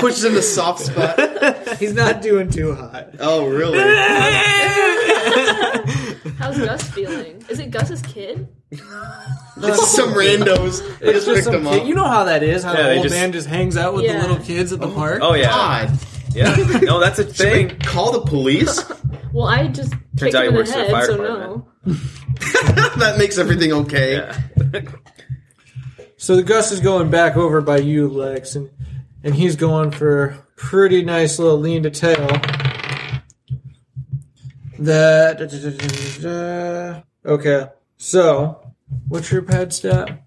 [SPEAKER 2] Pushes in the soft spot.
[SPEAKER 1] [laughs] He's not doing too hot.
[SPEAKER 2] Oh, really?
[SPEAKER 3] How's Gus feeling? Is it Gus's kid?
[SPEAKER 2] [laughs] It's some randos. They just picked him
[SPEAKER 1] kid.
[SPEAKER 2] up.
[SPEAKER 1] You know how that is. How
[SPEAKER 4] Yeah,
[SPEAKER 1] the
[SPEAKER 4] they
[SPEAKER 1] old
[SPEAKER 4] just-
[SPEAKER 1] man just hangs out with
[SPEAKER 3] Yeah.
[SPEAKER 1] the little kids at the park.
[SPEAKER 4] [laughs] Oh yeah,
[SPEAKER 2] God.
[SPEAKER 4] yeah.
[SPEAKER 2] [laughs]
[SPEAKER 4] No, that's a
[SPEAKER 2] They
[SPEAKER 4] thing.
[SPEAKER 2] call the police?
[SPEAKER 3] Well, I just
[SPEAKER 4] Turns
[SPEAKER 3] kicked
[SPEAKER 4] out
[SPEAKER 3] him in
[SPEAKER 4] he works
[SPEAKER 3] the
[SPEAKER 4] for the
[SPEAKER 3] head,
[SPEAKER 4] fire
[SPEAKER 3] so
[SPEAKER 4] department.
[SPEAKER 3] no.
[SPEAKER 2] [laughs] that makes everything okay.
[SPEAKER 4] Yeah.
[SPEAKER 1] So the Gus is going back over by you, Lex, and and he's going for a pretty nice little lean to tail. That da, da, da, da, da. okay. So what's your pad stat?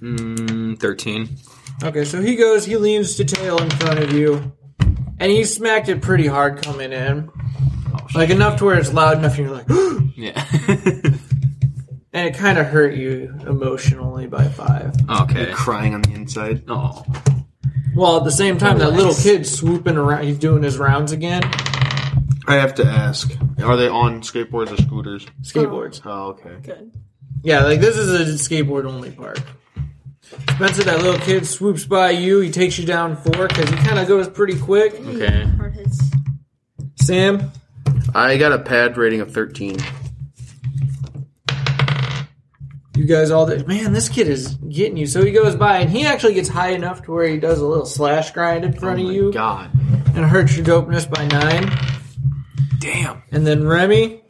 [SPEAKER 4] Mm, Thirteen.
[SPEAKER 1] Okay, so he goes, he leans to tail in front of you, and he smacked it pretty hard coming in,
[SPEAKER 4] Oh, shit.
[SPEAKER 1] like enough to where it's loud enough, and you're like, [gasps] and
[SPEAKER 4] Yeah.
[SPEAKER 2] [laughs]
[SPEAKER 1] it kind of hurt you emotionally by five.
[SPEAKER 4] Oh, okay.
[SPEAKER 5] Crying on the inside.
[SPEAKER 4] Oh.
[SPEAKER 1] Well, at the same time, that
[SPEAKER 3] Relax.
[SPEAKER 1] little kid swooping around, he's doing his rounds again.
[SPEAKER 5] I have to ask.
[SPEAKER 2] Are they on skateboards or scooters?
[SPEAKER 1] Skateboards.
[SPEAKER 5] Oh, okay.
[SPEAKER 3] Good.
[SPEAKER 1] Yeah, like this is a skateboard only park. Spencer, that little kid swoops by you. He takes you down four because he kind of goes pretty quick.
[SPEAKER 4] Okay.
[SPEAKER 3] Hard hits.
[SPEAKER 1] Sam,
[SPEAKER 2] I got a pad rating of 13.
[SPEAKER 1] you guys all did. Man, this kid is getting you. So he goes by and he actually gets high enough to where he does a little slash grind in front of you
[SPEAKER 4] Oh God.
[SPEAKER 1] and hurts your dopeness by nine.
[SPEAKER 4] Damn.
[SPEAKER 1] And then Remy,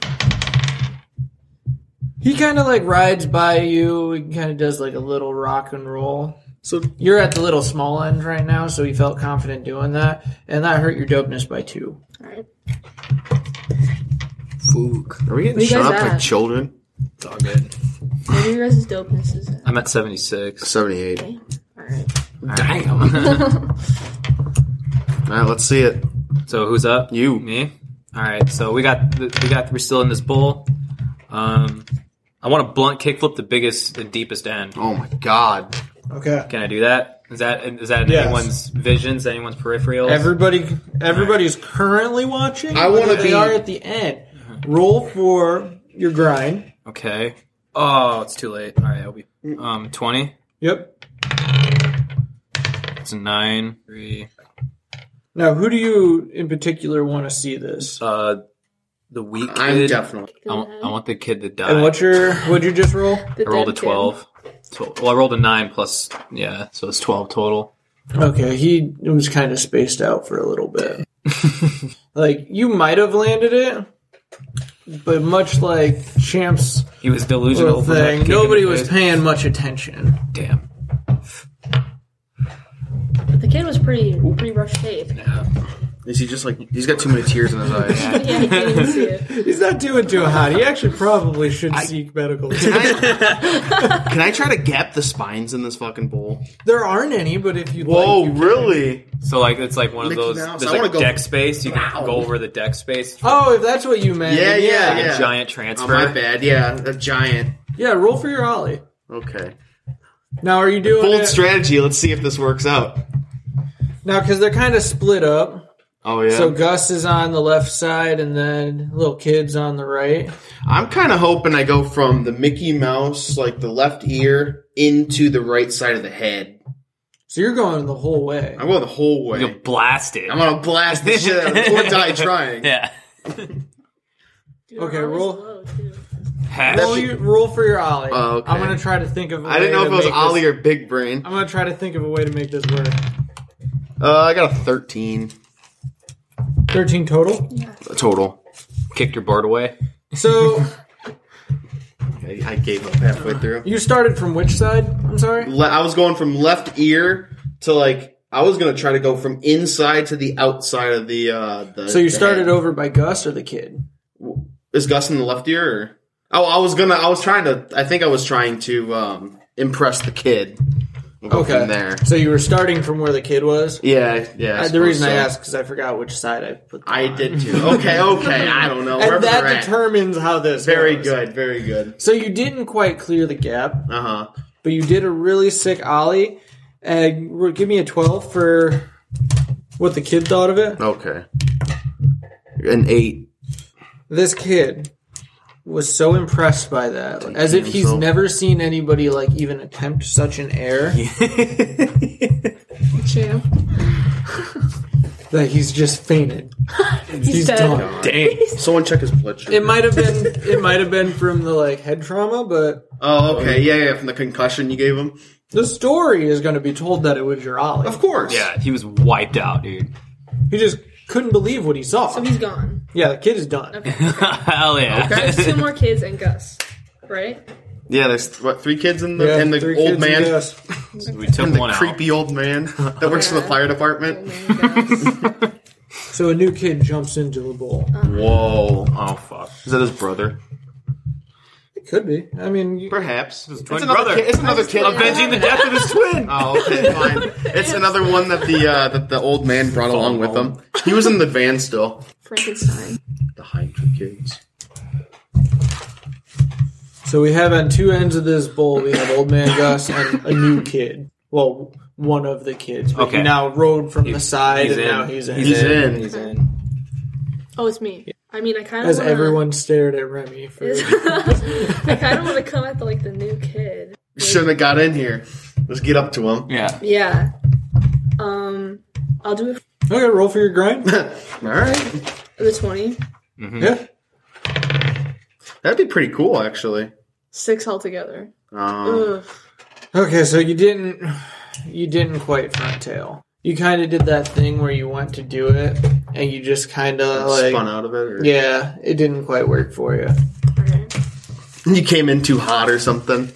[SPEAKER 1] he kind of like rides by you. He kind of does like a little rock and roll.
[SPEAKER 2] So
[SPEAKER 1] You're at the little small end right now, so he felt confident doing that, and that hurt your dopeness by two.
[SPEAKER 3] Alright.
[SPEAKER 5] Fook.
[SPEAKER 2] are we getting
[SPEAKER 3] Where you
[SPEAKER 2] shot
[SPEAKER 3] guys
[SPEAKER 2] up like
[SPEAKER 3] at?
[SPEAKER 2] children?
[SPEAKER 4] It's all good.
[SPEAKER 3] Maybe your guys' dopeness is at.
[SPEAKER 4] I'm at seventy six.
[SPEAKER 2] 78. All
[SPEAKER 3] Okay. Alright.
[SPEAKER 4] Damn.
[SPEAKER 2] right, let's see it.
[SPEAKER 4] [laughs] so who's up?
[SPEAKER 2] You.
[SPEAKER 4] Me. All right. So we got the, we got we're still in this bowl. Um, I want to blunt kickflip the biggest and deepest end.
[SPEAKER 2] Oh my god.
[SPEAKER 1] Okay.
[SPEAKER 4] Can I do that? Is that is that in
[SPEAKER 1] Yes.
[SPEAKER 4] anyone's visions? Anyone's peripherals?
[SPEAKER 1] Everybody, everybody's currently watching.
[SPEAKER 2] I wanna
[SPEAKER 1] but They
[SPEAKER 2] be-
[SPEAKER 1] are at the end. Roll for your grind.
[SPEAKER 4] okay. Oh, it's too late. All right, I'll be
[SPEAKER 2] Mm.
[SPEAKER 4] um twenty.
[SPEAKER 1] Yep.
[SPEAKER 4] It's a nine three.
[SPEAKER 1] Now, who do you in particular want to see this?
[SPEAKER 4] Uh, the weak kid.
[SPEAKER 2] I'm Mm. definitely.
[SPEAKER 4] I, want, I want the kid to die.
[SPEAKER 1] And what's your what'd you just roll?
[SPEAKER 4] I rolled a 12. Tw- Well, I rolled a 9 plus, yeah, so it's 12 total.
[SPEAKER 1] Okay, he was kind of spaced out for a little bit. [laughs] like you might have landed it, but much like Champ's
[SPEAKER 4] He was delusional.
[SPEAKER 1] little
[SPEAKER 4] from that
[SPEAKER 1] thing,
[SPEAKER 4] kick in
[SPEAKER 1] nobody
[SPEAKER 4] the
[SPEAKER 1] was
[SPEAKER 4] face.
[SPEAKER 1] paying much attention.
[SPEAKER 4] Damn.
[SPEAKER 3] But the kid was pretty, pretty rough shape.
[SPEAKER 2] Is he just like. He's got too many tears in his eyes.
[SPEAKER 3] yeah, I can't even see it.
[SPEAKER 1] He's not doing too hot. He actually probably should seek [laughs] medical.
[SPEAKER 2] Can I, can I try to gap the spines in this fucking bowl?
[SPEAKER 1] there aren't any, but if you'd like, you can.
[SPEAKER 2] really?
[SPEAKER 4] So, like, it's like one of
[SPEAKER 2] Mickey
[SPEAKER 4] those.
[SPEAKER 2] Mouse,
[SPEAKER 4] There's
[SPEAKER 2] I wanna
[SPEAKER 4] like
[SPEAKER 2] go-
[SPEAKER 4] deck space. You can
[SPEAKER 2] Wow.
[SPEAKER 4] go over the deck space.
[SPEAKER 1] Oh, if that's what you meant.
[SPEAKER 2] Yeah,
[SPEAKER 1] then
[SPEAKER 2] yeah,
[SPEAKER 4] like
[SPEAKER 2] yeah.
[SPEAKER 4] a giant
[SPEAKER 2] Oh,
[SPEAKER 4] transfer.
[SPEAKER 2] my bad. Yeah, a giant.
[SPEAKER 1] Yeah, roll for your ollie.
[SPEAKER 2] Okay.
[SPEAKER 1] Now, are you doing
[SPEAKER 2] Bold
[SPEAKER 1] it-
[SPEAKER 2] strategy. Let's see if this works out.
[SPEAKER 1] now because they're kind of split up?
[SPEAKER 2] Oh, yeah.
[SPEAKER 1] So Gus is on the left side, and then little kids on the right.
[SPEAKER 2] I'm kind of hoping I go from the Mickey Mouse, like the left ear, into the right side of the head.
[SPEAKER 1] So you're going the whole way.
[SPEAKER 2] I go the whole
[SPEAKER 4] You'll
[SPEAKER 2] way.
[SPEAKER 4] blast it.
[SPEAKER 2] I'm gonna blast the shit out of [laughs] it or die trying.
[SPEAKER 4] [laughs] yeah.
[SPEAKER 3] Dude,
[SPEAKER 1] Okay,
[SPEAKER 3] I was
[SPEAKER 1] roll.
[SPEAKER 3] low, too.
[SPEAKER 4] Hash.
[SPEAKER 1] Roll, your, roll for your ollie.
[SPEAKER 2] Oh, okay.
[SPEAKER 1] I'm gonna try to think of. I
[SPEAKER 2] I didn't know if it was Ollie or Big Brain.
[SPEAKER 1] I'm gonna try to think of a way to make this work.
[SPEAKER 2] Uh, I got a 13
[SPEAKER 1] Thirteen total.
[SPEAKER 2] total.
[SPEAKER 4] Kicked your board away.
[SPEAKER 2] [laughs]
[SPEAKER 1] So
[SPEAKER 2] I, I gave up halfway through.
[SPEAKER 1] you started from which side? I'm sorry.
[SPEAKER 2] Le- I was going from left ear to like I was gonna try to go from inside to the outside of the. uh the
[SPEAKER 1] So you
[SPEAKER 2] the
[SPEAKER 1] started
[SPEAKER 2] head.
[SPEAKER 1] over by Gus or the kid?
[SPEAKER 2] Is Gus in the left ear? Or? Oh, I was gonna. I was trying to. I think I was trying to um impress the kid We'll go
[SPEAKER 1] okay.
[SPEAKER 2] from there.
[SPEAKER 1] So you were starting from where the kid was.
[SPEAKER 2] Yeah, yeah. I
[SPEAKER 1] Uh, the reason I
[SPEAKER 2] suppose so.
[SPEAKER 1] asked because I forgot which side I put. them
[SPEAKER 2] I
[SPEAKER 1] on.
[SPEAKER 2] did too. [laughs] Okay, okay. I don't know. Wherever
[SPEAKER 1] And
[SPEAKER 2] we're
[SPEAKER 1] that
[SPEAKER 2] at.
[SPEAKER 1] determines how this.
[SPEAKER 2] Very
[SPEAKER 1] goes.
[SPEAKER 2] good. Very good.
[SPEAKER 1] So you didn't quite clear the gap,
[SPEAKER 2] Uh huh.
[SPEAKER 1] but you did a really sick ollie. And re- give me a twelve for what the kid thought of it.
[SPEAKER 2] Okay. An eight.
[SPEAKER 1] This kid was so impressed by that, as if he's
[SPEAKER 2] himself.
[SPEAKER 1] never seen anybody like even attempt such an air
[SPEAKER 3] True.
[SPEAKER 1] that he's just fainted.
[SPEAKER 3] He's,
[SPEAKER 1] He's
[SPEAKER 3] dead.
[SPEAKER 1] done.
[SPEAKER 4] Dang.
[SPEAKER 2] Someone check his blood sugar.
[SPEAKER 1] It might have been. It might have been from the like head trauma, but
[SPEAKER 2] oh, okay. Yeah, yeah. From the concussion you gave him.
[SPEAKER 1] The story is going to be told that it was your ollie.
[SPEAKER 2] Of course.
[SPEAKER 4] [laughs] Yeah, he was wiped out, dude. [laughs]
[SPEAKER 1] He just couldn't believe what he saw.
[SPEAKER 3] So
[SPEAKER 1] [laughs]
[SPEAKER 3] he's gone.
[SPEAKER 1] yeah, the kid is done.
[SPEAKER 3] Okay.
[SPEAKER 4] Hell yeah.
[SPEAKER 2] Okay.
[SPEAKER 3] There's two more kids and Gus, right?
[SPEAKER 2] Yeah. There's what three kids in the
[SPEAKER 1] Yeah,
[SPEAKER 2] and the
[SPEAKER 1] three
[SPEAKER 2] old
[SPEAKER 1] kids and
[SPEAKER 2] man.
[SPEAKER 1] Gus.
[SPEAKER 4] [laughs] we took
[SPEAKER 2] And the
[SPEAKER 4] one
[SPEAKER 2] creepy old man
[SPEAKER 4] [laughs]
[SPEAKER 2] that works in the
[SPEAKER 3] Yeah.
[SPEAKER 2] fire
[SPEAKER 3] Oh,
[SPEAKER 2] department.
[SPEAKER 3] man, Gus.
[SPEAKER 4] out.
[SPEAKER 1] So a new kid jumps into the bowl.
[SPEAKER 2] Whoa.
[SPEAKER 4] oh fuck.
[SPEAKER 5] Is that his brother?
[SPEAKER 1] It could be. I mean, you-
[SPEAKER 2] Perhaps. It's,
[SPEAKER 4] twin
[SPEAKER 2] another
[SPEAKER 4] brother.
[SPEAKER 2] Kid, it's another kid.
[SPEAKER 4] Avenging [laughs] the death of his twin.
[SPEAKER 2] Oh, [laughs] okay, fine. It's another one that the uh, that the old man brought along with him. He was in the van still.
[SPEAKER 3] Frankenstein.
[SPEAKER 2] The Hydra
[SPEAKER 4] [laughs]
[SPEAKER 2] kids.
[SPEAKER 1] so we have on two ends of this bowl, we have old man Gus and a new kid. Well, one of the kids. But He
[SPEAKER 4] Okay.
[SPEAKER 1] now rode from the
[SPEAKER 4] He's-
[SPEAKER 1] side,
[SPEAKER 4] he's
[SPEAKER 1] and
[SPEAKER 4] in.
[SPEAKER 1] now he's in.
[SPEAKER 2] He's in.
[SPEAKER 4] He's in.
[SPEAKER 3] Oh, it's me. I mean, I kind of
[SPEAKER 1] As everyone stared at Remy for.
[SPEAKER 3] [laughs] I kind of want to come at the, like the new kid.
[SPEAKER 2] Shouldn't have got in here. Let's get up to [laughs] him.
[SPEAKER 4] Yeah.
[SPEAKER 3] Yeah. Um, I'll do it
[SPEAKER 1] okay, roll for your grind.
[SPEAKER 2] All right,
[SPEAKER 3] for the twenty.
[SPEAKER 4] Mm-hmm.
[SPEAKER 1] yeah.
[SPEAKER 2] that'd be pretty cool, actually.
[SPEAKER 3] Six altogether.
[SPEAKER 2] Um,
[SPEAKER 3] Ugh.
[SPEAKER 1] Okay, so you didn't you didn't quite front tail. You kind of did that thing where you want to do it and you just kind of like
[SPEAKER 2] spun out of it. Or [laughs]
[SPEAKER 1] yeah, it didn't quite work for you.
[SPEAKER 3] Alright.
[SPEAKER 2] You came in too hot or something.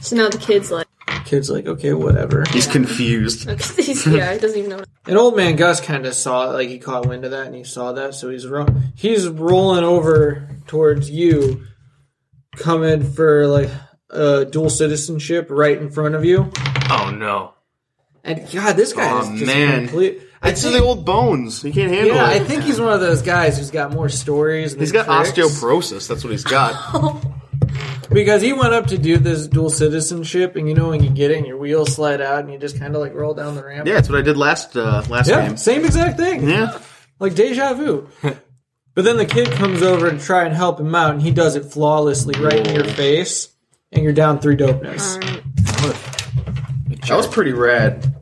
[SPEAKER 3] So now the kid's like, [laughs]
[SPEAKER 1] Kids like, "Okay, whatever."
[SPEAKER 2] He's confused.
[SPEAKER 3] okay, [laughs] he's, yeah, he doesn't even know. What
[SPEAKER 1] And old man Gus kind of saw it, like he caught wind of that and he saw that, so he's ro- he's rolling over towards you coming for like uh, dual citizenship right in front of you.
[SPEAKER 4] Oh no.
[SPEAKER 1] And god, this guy
[SPEAKER 2] Aw,
[SPEAKER 1] is just
[SPEAKER 2] man.
[SPEAKER 1] complete I
[SPEAKER 2] It's
[SPEAKER 1] think-
[SPEAKER 2] the old bones. He can't handle
[SPEAKER 1] yeah, I
[SPEAKER 2] it.
[SPEAKER 1] think he's one of those guys who's got more stories. And
[SPEAKER 2] he's got
[SPEAKER 1] tricks.
[SPEAKER 2] osteoporosis. That's what he's got.
[SPEAKER 1] Because he went up to do this dual citizenship, and you know when you get it, and your wheels slide out, and you just kind of like roll down the ramp.
[SPEAKER 2] [laughs] yeah, that's what I did last uh, last
[SPEAKER 1] Yeah,
[SPEAKER 2] game.
[SPEAKER 1] same exact thing.
[SPEAKER 2] Yeah.
[SPEAKER 1] Like deja vu. but then the kid comes over to try and help him out, and he does it flawlessly right in your face, and you're down three dopeness.
[SPEAKER 3] Alright.
[SPEAKER 2] That was pretty rad.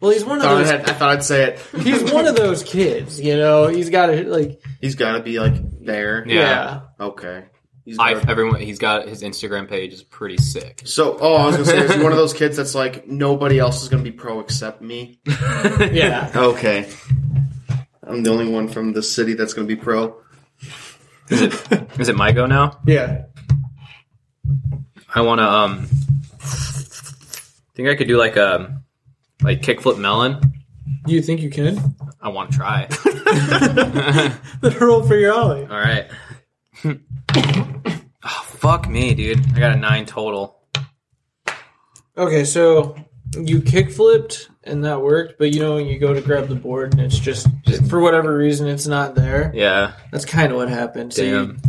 [SPEAKER 1] Well, he's one of
[SPEAKER 2] Thought I,
[SPEAKER 1] those.
[SPEAKER 2] had, I thought I'd say it.
[SPEAKER 1] he's one of those kids, you know. He's got to like,
[SPEAKER 2] He's got to be like there.
[SPEAKER 1] yeah.
[SPEAKER 4] Yeah.
[SPEAKER 2] Okay. He's
[SPEAKER 4] I,
[SPEAKER 2] gotta-
[SPEAKER 4] everyone, he's got his Instagram page is pretty [laughs] sick.
[SPEAKER 2] so, oh, I was gonna say, is he one of those kids that's like nobody else is gonna be pro except me?
[SPEAKER 1] Yeah.
[SPEAKER 2] Okay. I'm the only one from the city that's gonna be pro.
[SPEAKER 4] Is it is it my go now?
[SPEAKER 1] yeah.
[SPEAKER 4] I want to um. Think I could do like a like kickflip melon.
[SPEAKER 1] Do you think you can? [laughs]
[SPEAKER 4] I want to [laughs] try.
[SPEAKER 1] Then roll for your ollie.
[SPEAKER 4] All right. [laughs] oh, fuck me, dude. I got a nine total.
[SPEAKER 1] Okay, so you kick flipped and that worked, but you know when you go to grab the board and it's just for whatever reason it's not there.
[SPEAKER 4] Yeah.
[SPEAKER 1] That's kind of what happened. So you,
[SPEAKER 4] Damn.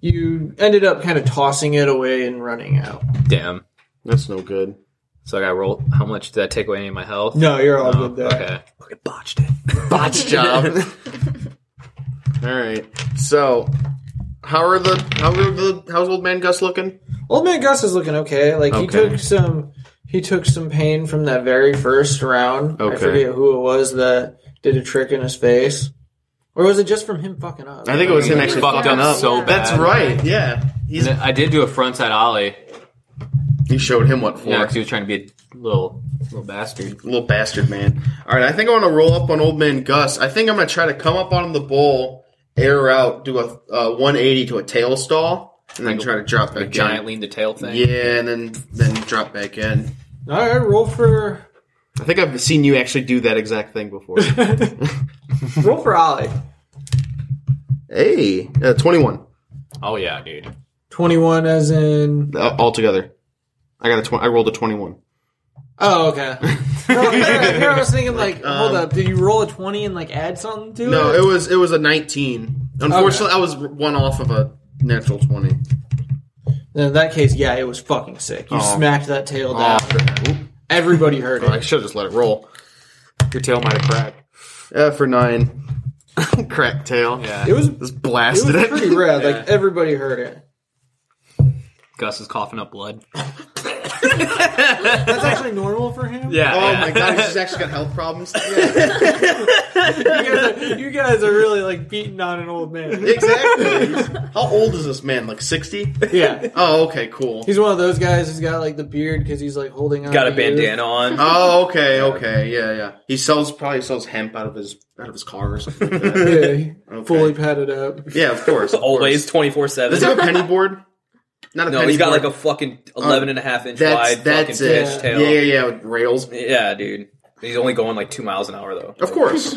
[SPEAKER 1] you ended up kind of tossing it away and running out.
[SPEAKER 4] Damn.
[SPEAKER 2] That's no good.
[SPEAKER 4] So I got roll. How much did that take away any of my health?
[SPEAKER 1] No, you're all
[SPEAKER 4] Oh,
[SPEAKER 1] good there.
[SPEAKER 4] okay. Fucking botched it.
[SPEAKER 2] Botch job. All right. So, how are the how are the how's old man Gus looking?
[SPEAKER 1] Old man Gus is looking okay. Like he
[SPEAKER 2] Okay.
[SPEAKER 1] took some he took some pain from that very first round. I
[SPEAKER 2] Okay.
[SPEAKER 1] forget who it was that did a trick in his face. Or was it just from him fucking up?
[SPEAKER 2] I think it was him actually
[SPEAKER 4] Fucked
[SPEAKER 2] fucking
[SPEAKER 4] up
[SPEAKER 2] up.
[SPEAKER 4] so bad.
[SPEAKER 2] That's right. Yeah. He's
[SPEAKER 4] And I did do a frontside ollie.
[SPEAKER 2] you showed him what for.
[SPEAKER 4] Yeah, 'cause he was trying to be a little little bastard.
[SPEAKER 2] Little bastard, man. All right, I think I want to roll up on old man Gus. I think I'm going to try to come up on the bowl, air out, do a uh, 180 to a tail stall, and then try to drop
[SPEAKER 4] The
[SPEAKER 2] back
[SPEAKER 4] giant
[SPEAKER 2] in.
[SPEAKER 4] lean to tail thing.
[SPEAKER 2] Yeah, and then then drop back in.
[SPEAKER 1] Alright, roll for [laughs]
[SPEAKER 2] I think I've seen you actually do that exact thing before.
[SPEAKER 1] roll for Ollie.
[SPEAKER 2] [laughs] hey, uh, 21
[SPEAKER 4] Oh yeah, dude.
[SPEAKER 1] Twenty one as in
[SPEAKER 2] uh, altogether.
[SPEAKER 5] I got a twenty. I rolled a twenty-one.
[SPEAKER 1] Oh, okay. No, here, here I was thinking
[SPEAKER 2] [laughs]
[SPEAKER 1] like, hold up, did you roll a twenty and like add something to
[SPEAKER 2] Um, No,
[SPEAKER 1] it?
[SPEAKER 2] it was it was a 19. Unfortunately, I was one off of a natural 20.
[SPEAKER 1] In that case, yeah, it was fucking sick. You
[SPEAKER 2] Oh.
[SPEAKER 5] Aw.
[SPEAKER 1] smacked that tail down.
[SPEAKER 5] Oh,
[SPEAKER 1] Everybody heard
[SPEAKER 5] I
[SPEAKER 1] it.
[SPEAKER 5] should have just let it roll.
[SPEAKER 4] Your tail might have cracked.
[SPEAKER 5] Uh, for nine. Crack tail.
[SPEAKER 4] Yeah.
[SPEAKER 1] It was it
[SPEAKER 5] Just
[SPEAKER 1] was
[SPEAKER 5] blasted it.
[SPEAKER 1] pretty rad. Like everybody heard it.
[SPEAKER 4] Gus is coughing up blood.
[SPEAKER 1] That's actually normal for him.
[SPEAKER 4] Yeah.
[SPEAKER 2] Oh
[SPEAKER 4] yeah.
[SPEAKER 2] my god, he's [laughs] actually got health problems.
[SPEAKER 1] You guys, are, you guys are really like beating on an old man.
[SPEAKER 2] exactly. [laughs] How old is this man? Like 60?
[SPEAKER 1] Yeah.
[SPEAKER 2] Oh, okay, cool.
[SPEAKER 1] He's one of those guys who's got like the beard because he's like holding on.
[SPEAKER 4] Got a
[SPEAKER 1] to youth.
[SPEAKER 2] [laughs]
[SPEAKER 4] bandana on.
[SPEAKER 2] Oh, okay, okay, yeah, yeah. He sells probably sells hemp out of his out of his car or
[SPEAKER 4] [laughs]
[SPEAKER 2] something. Like that.
[SPEAKER 1] Yeah, he
[SPEAKER 2] Okay.
[SPEAKER 1] fully padded up.
[SPEAKER 2] Yeah, of course. of
[SPEAKER 4] Always
[SPEAKER 2] course.
[SPEAKER 4] 24
[SPEAKER 2] Does he
[SPEAKER 4] 7.
[SPEAKER 2] have a penny board? Not a
[SPEAKER 4] No,
[SPEAKER 2] penny
[SPEAKER 4] he's got
[SPEAKER 2] board.
[SPEAKER 4] like a fucking 11 and a half inch
[SPEAKER 2] Uh, That's-
[SPEAKER 4] wide
[SPEAKER 2] that's
[SPEAKER 4] fucking
[SPEAKER 2] it.
[SPEAKER 4] fish
[SPEAKER 2] yeah,
[SPEAKER 4] tail.
[SPEAKER 2] yeah, yeah, with rails.
[SPEAKER 4] Yeah, dude. He's only going like two miles an hour though.
[SPEAKER 2] Of course.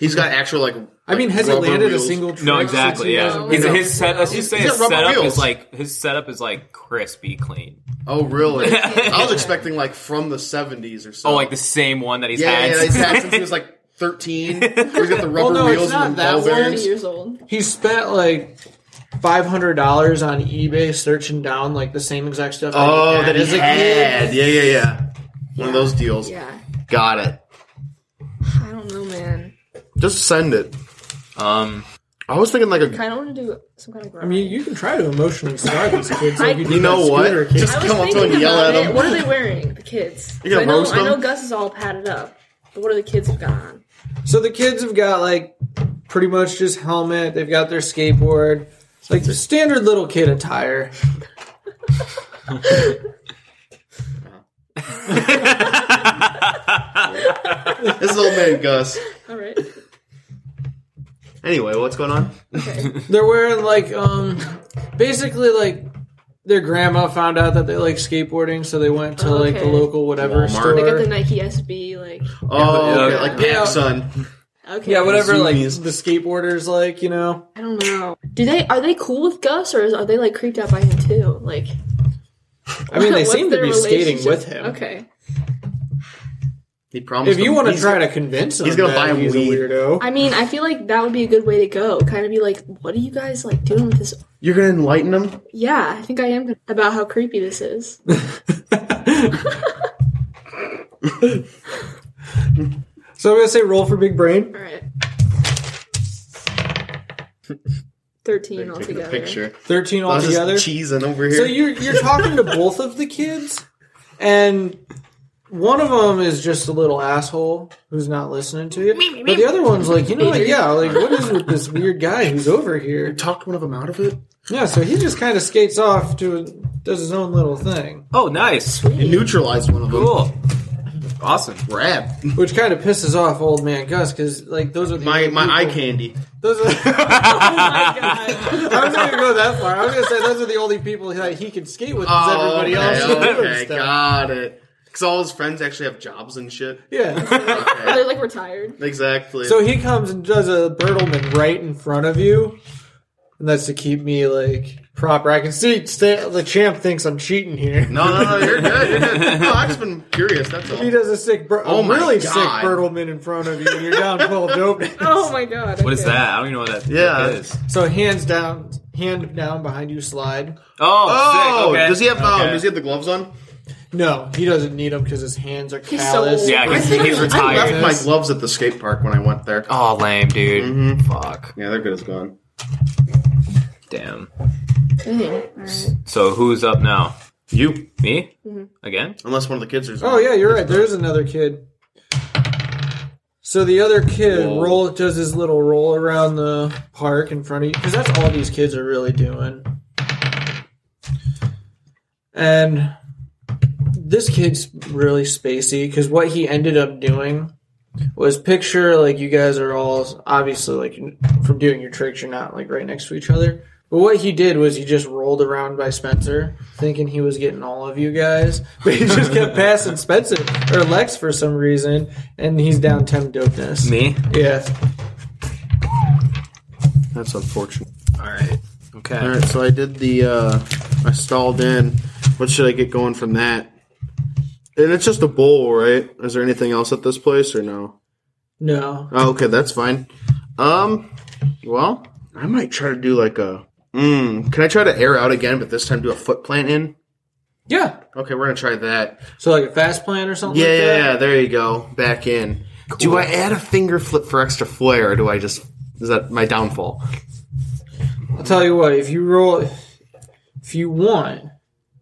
[SPEAKER 2] He's got actual like.
[SPEAKER 1] I mean,
[SPEAKER 2] like,
[SPEAKER 1] has it
[SPEAKER 2] rubber
[SPEAKER 1] landed a
[SPEAKER 2] wheels.
[SPEAKER 1] single?
[SPEAKER 4] No,
[SPEAKER 1] trick
[SPEAKER 4] exactly.
[SPEAKER 1] since
[SPEAKER 4] Yeah,
[SPEAKER 1] you guys-
[SPEAKER 4] his,
[SPEAKER 2] No.
[SPEAKER 4] his set. Let's just say
[SPEAKER 2] He's
[SPEAKER 4] his
[SPEAKER 2] got rubber
[SPEAKER 4] setup
[SPEAKER 2] wheels.
[SPEAKER 4] is like his setup is like crispy clean.
[SPEAKER 2] [laughs] Oh, really?
[SPEAKER 4] [laughs]
[SPEAKER 2] I was expecting like from the seventies or something.
[SPEAKER 4] Oh, like the same one that he's
[SPEAKER 2] yeah,
[SPEAKER 4] had.
[SPEAKER 2] yeah,
[SPEAKER 4] since-
[SPEAKER 2] he's had since he
[SPEAKER 4] [laughs]
[SPEAKER 2] was like thirteen. He's got the rubber
[SPEAKER 1] Well, no, it's
[SPEAKER 2] wheels
[SPEAKER 1] not
[SPEAKER 2] and the
[SPEAKER 1] that
[SPEAKER 2] ball
[SPEAKER 1] one.
[SPEAKER 3] Seventy
[SPEAKER 2] bearings.
[SPEAKER 3] years old.
[SPEAKER 1] He spent like five hundred dollars on eBay searching down like the same exact stuff.
[SPEAKER 2] Oh, that
[SPEAKER 1] that
[SPEAKER 2] is
[SPEAKER 1] is
[SPEAKER 2] a had. Yeah, yeah, yeah. One of those deals.
[SPEAKER 3] Yeah.
[SPEAKER 2] Got it.
[SPEAKER 3] I don't know, man.
[SPEAKER 2] Just send it.
[SPEAKER 4] um,
[SPEAKER 2] I was thinking like a.
[SPEAKER 3] Kind of want to do some kind of. Grind.
[SPEAKER 1] I mean, you can try to emotionally scar these kids. Like you,
[SPEAKER 3] You
[SPEAKER 1] did
[SPEAKER 2] know
[SPEAKER 1] that
[SPEAKER 2] what?
[SPEAKER 1] scooter kid.
[SPEAKER 2] Just-
[SPEAKER 3] I was
[SPEAKER 2] Come on,
[SPEAKER 3] thinking
[SPEAKER 2] Tony,
[SPEAKER 3] about
[SPEAKER 2] yell at
[SPEAKER 3] it.
[SPEAKER 2] them.
[SPEAKER 3] What are they wearing? The kids.
[SPEAKER 2] You gonna
[SPEAKER 3] I know.
[SPEAKER 2] roast
[SPEAKER 3] I know
[SPEAKER 2] them?
[SPEAKER 3] Gus is all padded up, but what are the kids have got on?
[SPEAKER 1] so the kids have got like pretty much just helmet. They've got their skateboard, like the standard little kid attire.
[SPEAKER 2] This is old man Gus.
[SPEAKER 3] All right.
[SPEAKER 2] Anyway, what's going on?
[SPEAKER 1] [laughs]
[SPEAKER 3] Okay.
[SPEAKER 1] They're wearing like um basically like their grandma found out that they like skateboarding, so they went to like the
[SPEAKER 3] Okay.
[SPEAKER 1] local whatever
[SPEAKER 2] Walmart.
[SPEAKER 3] they got the
[SPEAKER 1] store.
[SPEAKER 3] Nike SB like.
[SPEAKER 2] Oh, okay,
[SPEAKER 4] yeah.
[SPEAKER 2] like Pac
[SPEAKER 1] Yeah.
[SPEAKER 2] Sun.
[SPEAKER 3] Okay.
[SPEAKER 1] Yeah, whatever like the
[SPEAKER 2] Zoomies.
[SPEAKER 1] skateboarders like, you know.
[SPEAKER 3] I don't know. Do they are they cool with Gus or is, are they like creeped out by him too? Like
[SPEAKER 1] I mean they
[SPEAKER 3] [laughs] what's
[SPEAKER 1] seem to
[SPEAKER 3] their
[SPEAKER 1] be skating
[SPEAKER 3] relationship?
[SPEAKER 1] with him.
[SPEAKER 3] Okay.
[SPEAKER 2] He promised.
[SPEAKER 1] If you
[SPEAKER 2] him-
[SPEAKER 1] want to
[SPEAKER 2] he's-
[SPEAKER 1] try to convince him,
[SPEAKER 2] he's gonna
[SPEAKER 1] that
[SPEAKER 2] buy him
[SPEAKER 1] he's
[SPEAKER 2] weed.
[SPEAKER 1] a weirdo.
[SPEAKER 3] [laughs] I mean, I feel like that would be a good way to go. Kind of be like, what are you guys like doing with this?
[SPEAKER 2] you're gonna enlighten him.
[SPEAKER 3] Yeah, I think I am gonna- about how creepy this is.
[SPEAKER 1] [laughs] so I'm gonna say roll for big brain.
[SPEAKER 3] All right. [laughs] Thirteen
[SPEAKER 2] Taking a
[SPEAKER 3] altogether.
[SPEAKER 2] picture.
[SPEAKER 1] Thirteen
[SPEAKER 2] I was just
[SPEAKER 1] altogether.
[SPEAKER 2] cheesing over here.
[SPEAKER 1] So you're you're
[SPEAKER 2] [laughs]
[SPEAKER 1] talking to both of the kids, and one of them is just a little asshole who's not listening to you. But the other one's like, you know what? Yeah, like what is with
[SPEAKER 2] [laughs]
[SPEAKER 1] this weird guy who's over here?
[SPEAKER 2] talked one of them out of it.
[SPEAKER 1] Yeah, so he just kind of skates off to does his own little thing,
[SPEAKER 4] oh, nice,
[SPEAKER 2] It neutralized one of them.
[SPEAKER 4] cool, awesome.
[SPEAKER 2] Rad.
[SPEAKER 1] which kind of pisses off old man Gus because like those are the
[SPEAKER 2] My
[SPEAKER 1] only
[SPEAKER 2] my eye
[SPEAKER 1] people-
[SPEAKER 2] candy.
[SPEAKER 1] Those
[SPEAKER 2] [laughs]
[SPEAKER 1] are, [laughs] oh my god! I was not gonna go that far. I was gonna say those are the only people that he can skate with. 'cause everybody else is
[SPEAKER 2] Okay,
[SPEAKER 1] doing
[SPEAKER 2] Oh, okay,
[SPEAKER 1] stuff.
[SPEAKER 2] got it. Because all his friends actually have jobs and shit.
[SPEAKER 1] Yeah.
[SPEAKER 2] [laughs]
[SPEAKER 3] Are they like retired?
[SPEAKER 2] Exactly.
[SPEAKER 1] So he comes and does a Bertelman right in front of you, and that's to keep me like proper. I can see sta the champ thinks I'm cheating here.
[SPEAKER 2] no, no, no, Uh, you're good. You're [laughs] good. No, I've just been curious. That's all.
[SPEAKER 1] He does a sick, bur-
[SPEAKER 2] Oh
[SPEAKER 1] a
[SPEAKER 2] my
[SPEAKER 1] really
[SPEAKER 2] God.
[SPEAKER 1] sick Bertelman in front of you, and you're down
[SPEAKER 2] [laughs]
[SPEAKER 1] full dope.
[SPEAKER 3] Oh my god.
[SPEAKER 4] What is
[SPEAKER 3] okay.
[SPEAKER 4] that? I don't even know what that
[SPEAKER 2] Yeah.
[SPEAKER 4] is.
[SPEAKER 1] So hands down, hand down behind you slide.
[SPEAKER 4] Oh,
[SPEAKER 2] Oh,
[SPEAKER 4] sick. Okay.
[SPEAKER 2] does he have um,
[SPEAKER 4] Okay.
[SPEAKER 2] does he have the gloves on?
[SPEAKER 1] No, he doesn't need them because his hands are
[SPEAKER 3] He's so
[SPEAKER 1] callous.
[SPEAKER 3] old.
[SPEAKER 4] yeah,
[SPEAKER 3] I
[SPEAKER 4] he's, he's
[SPEAKER 2] I
[SPEAKER 4] retired.
[SPEAKER 2] left my gloves at the skate park when I went there.
[SPEAKER 4] Oh, lame, dude.
[SPEAKER 2] Mm-hmm.
[SPEAKER 4] Fuck.
[SPEAKER 2] Yeah, they're good as gone.
[SPEAKER 4] Damn.
[SPEAKER 3] Dang. All right.
[SPEAKER 4] So who's up now?
[SPEAKER 2] You,
[SPEAKER 4] Me?
[SPEAKER 1] Mm-hmm.
[SPEAKER 4] Again?
[SPEAKER 2] unless one of the kids is.
[SPEAKER 1] Oh yeah, you're right. There's another kid. So the other kid
[SPEAKER 2] Whoa.
[SPEAKER 1] roll does his little roll around the park in front of you because that's all these kids are really doing. And this kid's really spacey because what he ended up doing was picture like you guys are all obviously like from doing your tricks you're not like right next to each other. But what he did was he just rolled around by Spencer, thinking he was getting all of you guys. [laughs] But he just kept passing Spencer or Lex for some reason, and he's down ten dopeness.
[SPEAKER 4] Me?
[SPEAKER 1] Yeah.
[SPEAKER 2] That's unfortunate.
[SPEAKER 4] All right. Okay.
[SPEAKER 2] All right, so I did the. uh I uh, stalled in. What should I get going from that? And it's just a bowl, right? Is there anything else at this place or no?
[SPEAKER 1] No.
[SPEAKER 2] Oh, okay, that's fine. Um, well, I might try to do like a. Mm, can I try to air out again, but this time do a foot plant in?
[SPEAKER 1] Yeah.
[SPEAKER 2] Okay, we're gonna try that.
[SPEAKER 1] So like a fast plan or something.
[SPEAKER 2] Yeah,
[SPEAKER 1] like
[SPEAKER 2] yeah,
[SPEAKER 1] that?
[SPEAKER 2] yeah, there you go. Back in.
[SPEAKER 5] Do I add a finger flip for extra flair, or do I just is that my downfall?
[SPEAKER 1] I'll tell you what. If you roll, if you want,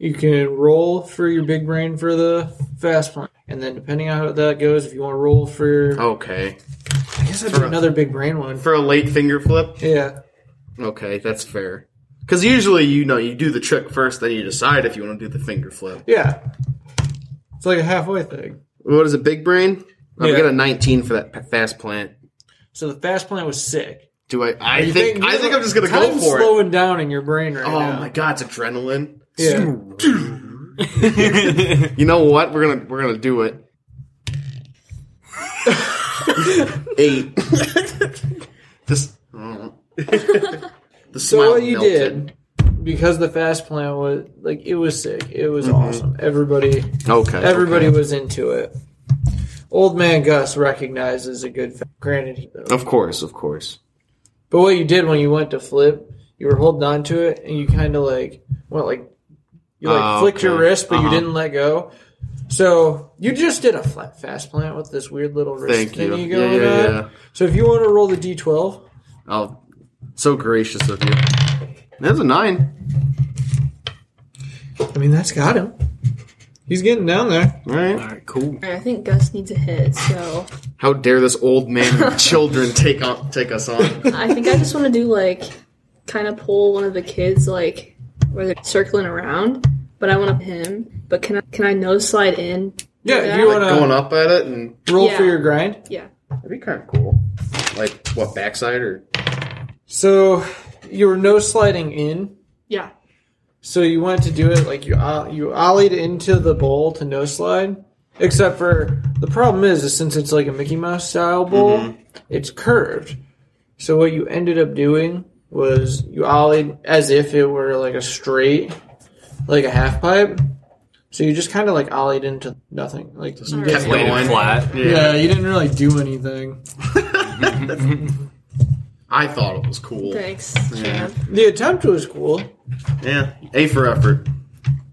[SPEAKER 1] you can roll for your big brain for the fast plan, and then depending on how that goes, if you want to roll for,
[SPEAKER 2] Okay,
[SPEAKER 1] I guess I'd do another big brain one.
[SPEAKER 2] for a late finger flip.
[SPEAKER 1] Yeah.
[SPEAKER 2] Okay, that's fair. Because usually, you know, you do the trick first, then you decide if you want to do the finger flip.
[SPEAKER 1] Yeah. It's like a halfway thing.
[SPEAKER 2] What is it, big brain? I'm
[SPEAKER 1] Yeah.
[SPEAKER 2] gonna 19 for that p- fast plant.
[SPEAKER 1] So the fast plan was sick.
[SPEAKER 2] Do I? I
[SPEAKER 1] You
[SPEAKER 2] think, I think I'm just gonna go
[SPEAKER 1] time's
[SPEAKER 2] for it.
[SPEAKER 1] slowing down in your brain right
[SPEAKER 2] Oh
[SPEAKER 1] now.
[SPEAKER 2] my god, it's adrenaline.
[SPEAKER 1] Yeah.
[SPEAKER 2] You know what? We're gonna we're gonna do [laughs] it. Eight. Just the
[SPEAKER 1] So
[SPEAKER 2] smile
[SPEAKER 1] what you
[SPEAKER 2] melted.
[SPEAKER 1] did because the fast plan was like it was sick. It was
[SPEAKER 5] Mm-hmm.
[SPEAKER 1] awesome. Everybody
[SPEAKER 2] Okay.
[SPEAKER 1] everybody was into it. Old man Gus recognizes a good fa- granted he,
[SPEAKER 2] Of course, of course.
[SPEAKER 1] But what you did when you went to flip, you were holding on to it and you kind of like went like you like
[SPEAKER 5] Oh,
[SPEAKER 1] flicked your
[SPEAKER 5] okay.
[SPEAKER 1] wrist, but you
[SPEAKER 5] Uh-huh.
[SPEAKER 1] didn't let go. So you just did a flat fast plant with this weird little wrist
[SPEAKER 5] Thank
[SPEAKER 1] thing
[SPEAKER 5] you.
[SPEAKER 1] you
[SPEAKER 5] Yeah,
[SPEAKER 1] going
[SPEAKER 5] yeah,
[SPEAKER 1] on.
[SPEAKER 5] yeah.
[SPEAKER 1] So if you want to roll the d12,
[SPEAKER 5] Oh, so gracious of you. That's a nine.
[SPEAKER 1] I mean that's got him. He's getting down there.
[SPEAKER 5] All right.
[SPEAKER 4] All right, cool.
[SPEAKER 3] I think Gus needs a hit, so
[SPEAKER 5] How dare this old man with children take on?
[SPEAKER 2] Take us on.
[SPEAKER 3] I think I just want to do like kind of pull one of the kids like where they're circling around, but I want to him. But can I can I nose slide in?
[SPEAKER 1] Yeah,
[SPEAKER 3] Yeah.
[SPEAKER 1] you want
[SPEAKER 2] Going
[SPEAKER 1] to
[SPEAKER 2] up at it and
[SPEAKER 1] roll for
[SPEAKER 3] Yeah.
[SPEAKER 1] your grind.
[SPEAKER 3] Yeah.
[SPEAKER 2] that'd be kind of cool. Like what backside or
[SPEAKER 1] So you were no sliding in.
[SPEAKER 3] Yeah.
[SPEAKER 1] So you wanted to do it like you o- you ollied into the bowl to no slide. Except for the problem is, is since it's like a Mickey Mouse style bowl, it's curved. So what you ended up doing was you ollied as if it were like a straight, like a half pipe. So you just kind of like ollied into nothing. Like you
[SPEAKER 3] kept
[SPEAKER 1] didn't-
[SPEAKER 2] going.
[SPEAKER 4] Laid it
[SPEAKER 1] [laughs]
[SPEAKER 4] flat.
[SPEAKER 1] yeah, you didn't really do anything.
[SPEAKER 2] I thought it was cool.
[SPEAKER 3] Thanks, champ.
[SPEAKER 1] The attempt was cool.
[SPEAKER 2] Yeah. A for effort.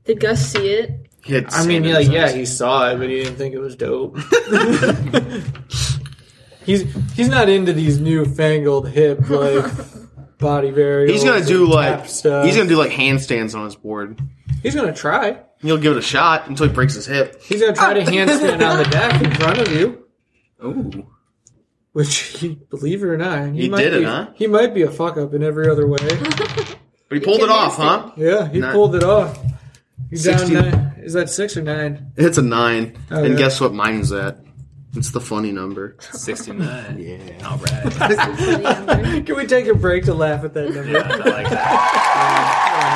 [SPEAKER 3] Did Gus see it?
[SPEAKER 2] He had
[SPEAKER 1] I mean,
[SPEAKER 2] sand in
[SPEAKER 1] yeah,
[SPEAKER 2] his
[SPEAKER 1] yeah,
[SPEAKER 2] eyes.
[SPEAKER 1] he saw it, but he didn't think it was dope. [laughs] he's he's not into these newfangled hip like body variables.
[SPEAKER 5] He's gonna
[SPEAKER 1] and
[SPEAKER 5] do
[SPEAKER 1] tap
[SPEAKER 5] like [laughs] he's
[SPEAKER 1] stuff.
[SPEAKER 5] gonna do like handstands on his board.
[SPEAKER 1] He's gonna try.
[SPEAKER 2] He'll give it a shot until he breaks his hip.
[SPEAKER 1] He's gonna try to handstand on the deck in front of you.
[SPEAKER 4] Ooh.
[SPEAKER 1] Which he, believe it or not, he,
[SPEAKER 2] He
[SPEAKER 1] might
[SPEAKER 2] did it,
[SPEAKER 1] be,
[SPEAKER 2] huh?
[SPEAKER 1] He might be a fuck up in every other way.
[SPEAKER 2] But he pulled
[SPEAKER 3] can
[SPEAKER 2] it off,
[SPEAKER 3] miss it.
[SPEAKER 2] huh?
[SPEAKER 1] Yeah, he
[SPEAKER 2] Nine.
[SPEAKER 1] pulled it off. He's down
[SPEAKER 2] 60.
[SPEAKER 1] nine. Is that six or
[SPEAKER 2] [laughs]
[SPEAKER 1] nine?
[SPEAKER 5] It's a nine.
[SPEAKER 1] Oh,
[SPEAKER 5] and
[SPEAKER 1] yeah.
[SPEAKER 5] guess what mine's at? It's the funny number.
[SPEAKER 4] 69.
[SPEAKER 5] Yeah.
[SPEAKER 4] All right.
[SPEAKER 1] Can we take a break to laugh at that number?
[SPEAKER 4] Yeah, I like that.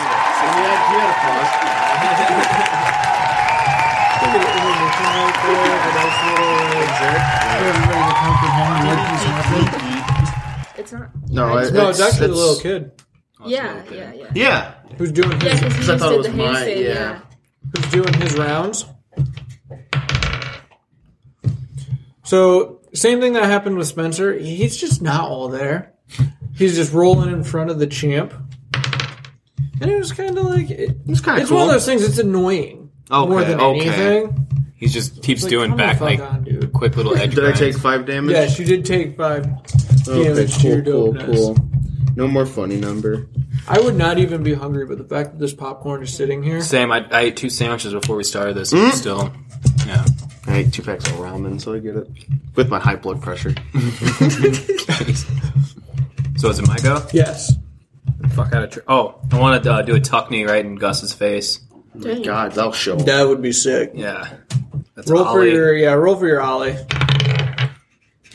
[SPEAKER 3] It's not.
[SPEAKER 5] No, it-
[SPEAKER 1] No, it's actually the
[SPEAKER 5] it's-
[SPEAKER 1] little kid
[SPEAKER 3] Yeah, yeah, yeah.
[SPEAKER 5] Yeah.
[SPEAKER 1] who's doing
[SPEAKER 2] [laughs]
[SPEAKER 3] Yeah,
[SPEAKER 1] his,
[SPEAKER 3] because he
[SPEAKER 2] I
[SPEAKER 3] just
[SPEAKER 2] thought
[SPEAKER 3] did
[SPEAKER 2] it was
[SPEAKER 3] the
[SPEAKER 2] mine,
[SPEAKER 3] handstand.
[SPEAKER 2] yeah.
[SPEAKER 3] Yeah.
[SPEAKER 1] who's doing his rounds. So same thing that happened with Spencer. He's just not all there. He's just rolling in front of the champ, and it was kind of like it,
[SPEAKER 5] It's kind of
[SPEAKER 1] it's
[SPEAKER 5] cool.
[SPEAKER 1] one of those things. It's annoying more
[SPEAKER 5] Okay,
[SPEAKER 1] than
[SPEAKER 5] okay.
[SPEAKER 1] anything.
[SPEAKER 4] He just keeps
[SPEAKER 1] Like,
[SPEAKER 4] doing
[SPEAKER 1] come the
[SPEAKER 4] back
[SPEAKER 1] fuck
[SPEAKER 4] like
[SPEAKER 1] on, dude.
[SPEAKER 4] quick little edge.
[SPEAKER 2] [laughs] Did I
[SPEAKER 4] grinds.
[SPEAKER 2] take five damage?
[SPEAKER 1] Yes, you did take five
[SPEAKER 5] Oh,
[SPEAKER 2] Okay,
[SPEAKER 1] damage to your dopeness.
[SPEAKER 2] No more funny number.
[SPEAKER 1] I would not even be hungry, but the fact that this popcorn is sitting here.
[SPEAKER 4] Sam, I, I ate two sandwiches before we started this.
[SPEAKER 2] Hmm?
[SPEAKER 4] and Still, yeah.
[SPEAKER 5] I ate two packs of ramen, so I get it. With my high blood pressure.
[SPEAKER 4] So is it my go?
[SPEAKER 1] Yes.
[SPEAKER 4] Fuck out of tr- Oh, I want to uh, do a tuck knee right in Gus's face.
[SPEAKER 5] Oh
[SPEAKER 3] Dang.
[SPEAKER 2] God, that'll show.
[SPEAKER 1] That would be sick.
[SPEAKER 4] Yeah, that's
[SPEAKER 1] roll for
[SPEAKER 4] ollie.
[SPEAKER 1] your yeah, roll for your ollie.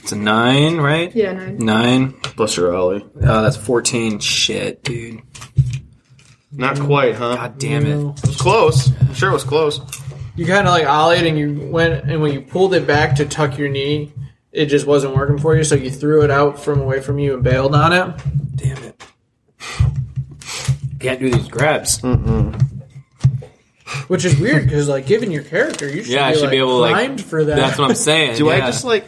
[SPEAKER 4] It's a nine, right?
[SPEAKER 3] Yeah, nine.
[SPEAKER 4] Nine.
[SPEAKER 5] Bless her, Ollie.
[SPEAKER 4] Oh, that's fourteen. Shit, dude.
[SPEAKER 5] Not quite, huh?
[SPEAKER 4] God damn it.
[SPEAKER 5] It was close. I'm sure it was close.
[SPEAKER 1] You kind of like ollied and you went and when you pulled it back to tuck your knee, it just wasn't working for you, so you threw it out from away from you and bailed on it.
[SPEAKER 4] Damn
[SPEAKER 5] Mm.
[SPEAKER 4] it. Can't do these grabs.
[SPEAKER 1] Which is weird because, like, given your character, you should,
[SPEAKER 4] Yeah,
[SPEAKER 1] be,
[SPEAKER 4] I should
[SPEAKER 1] like,
[SPEAKER 4] be able to, like-
[SPEAKER 1] primed for that.
[SPEAKER 4] That's what I'm saying.
[SPEAKER 5] Do I
[SPEAKER 4] yeah.
[SPEAKER 5] just like?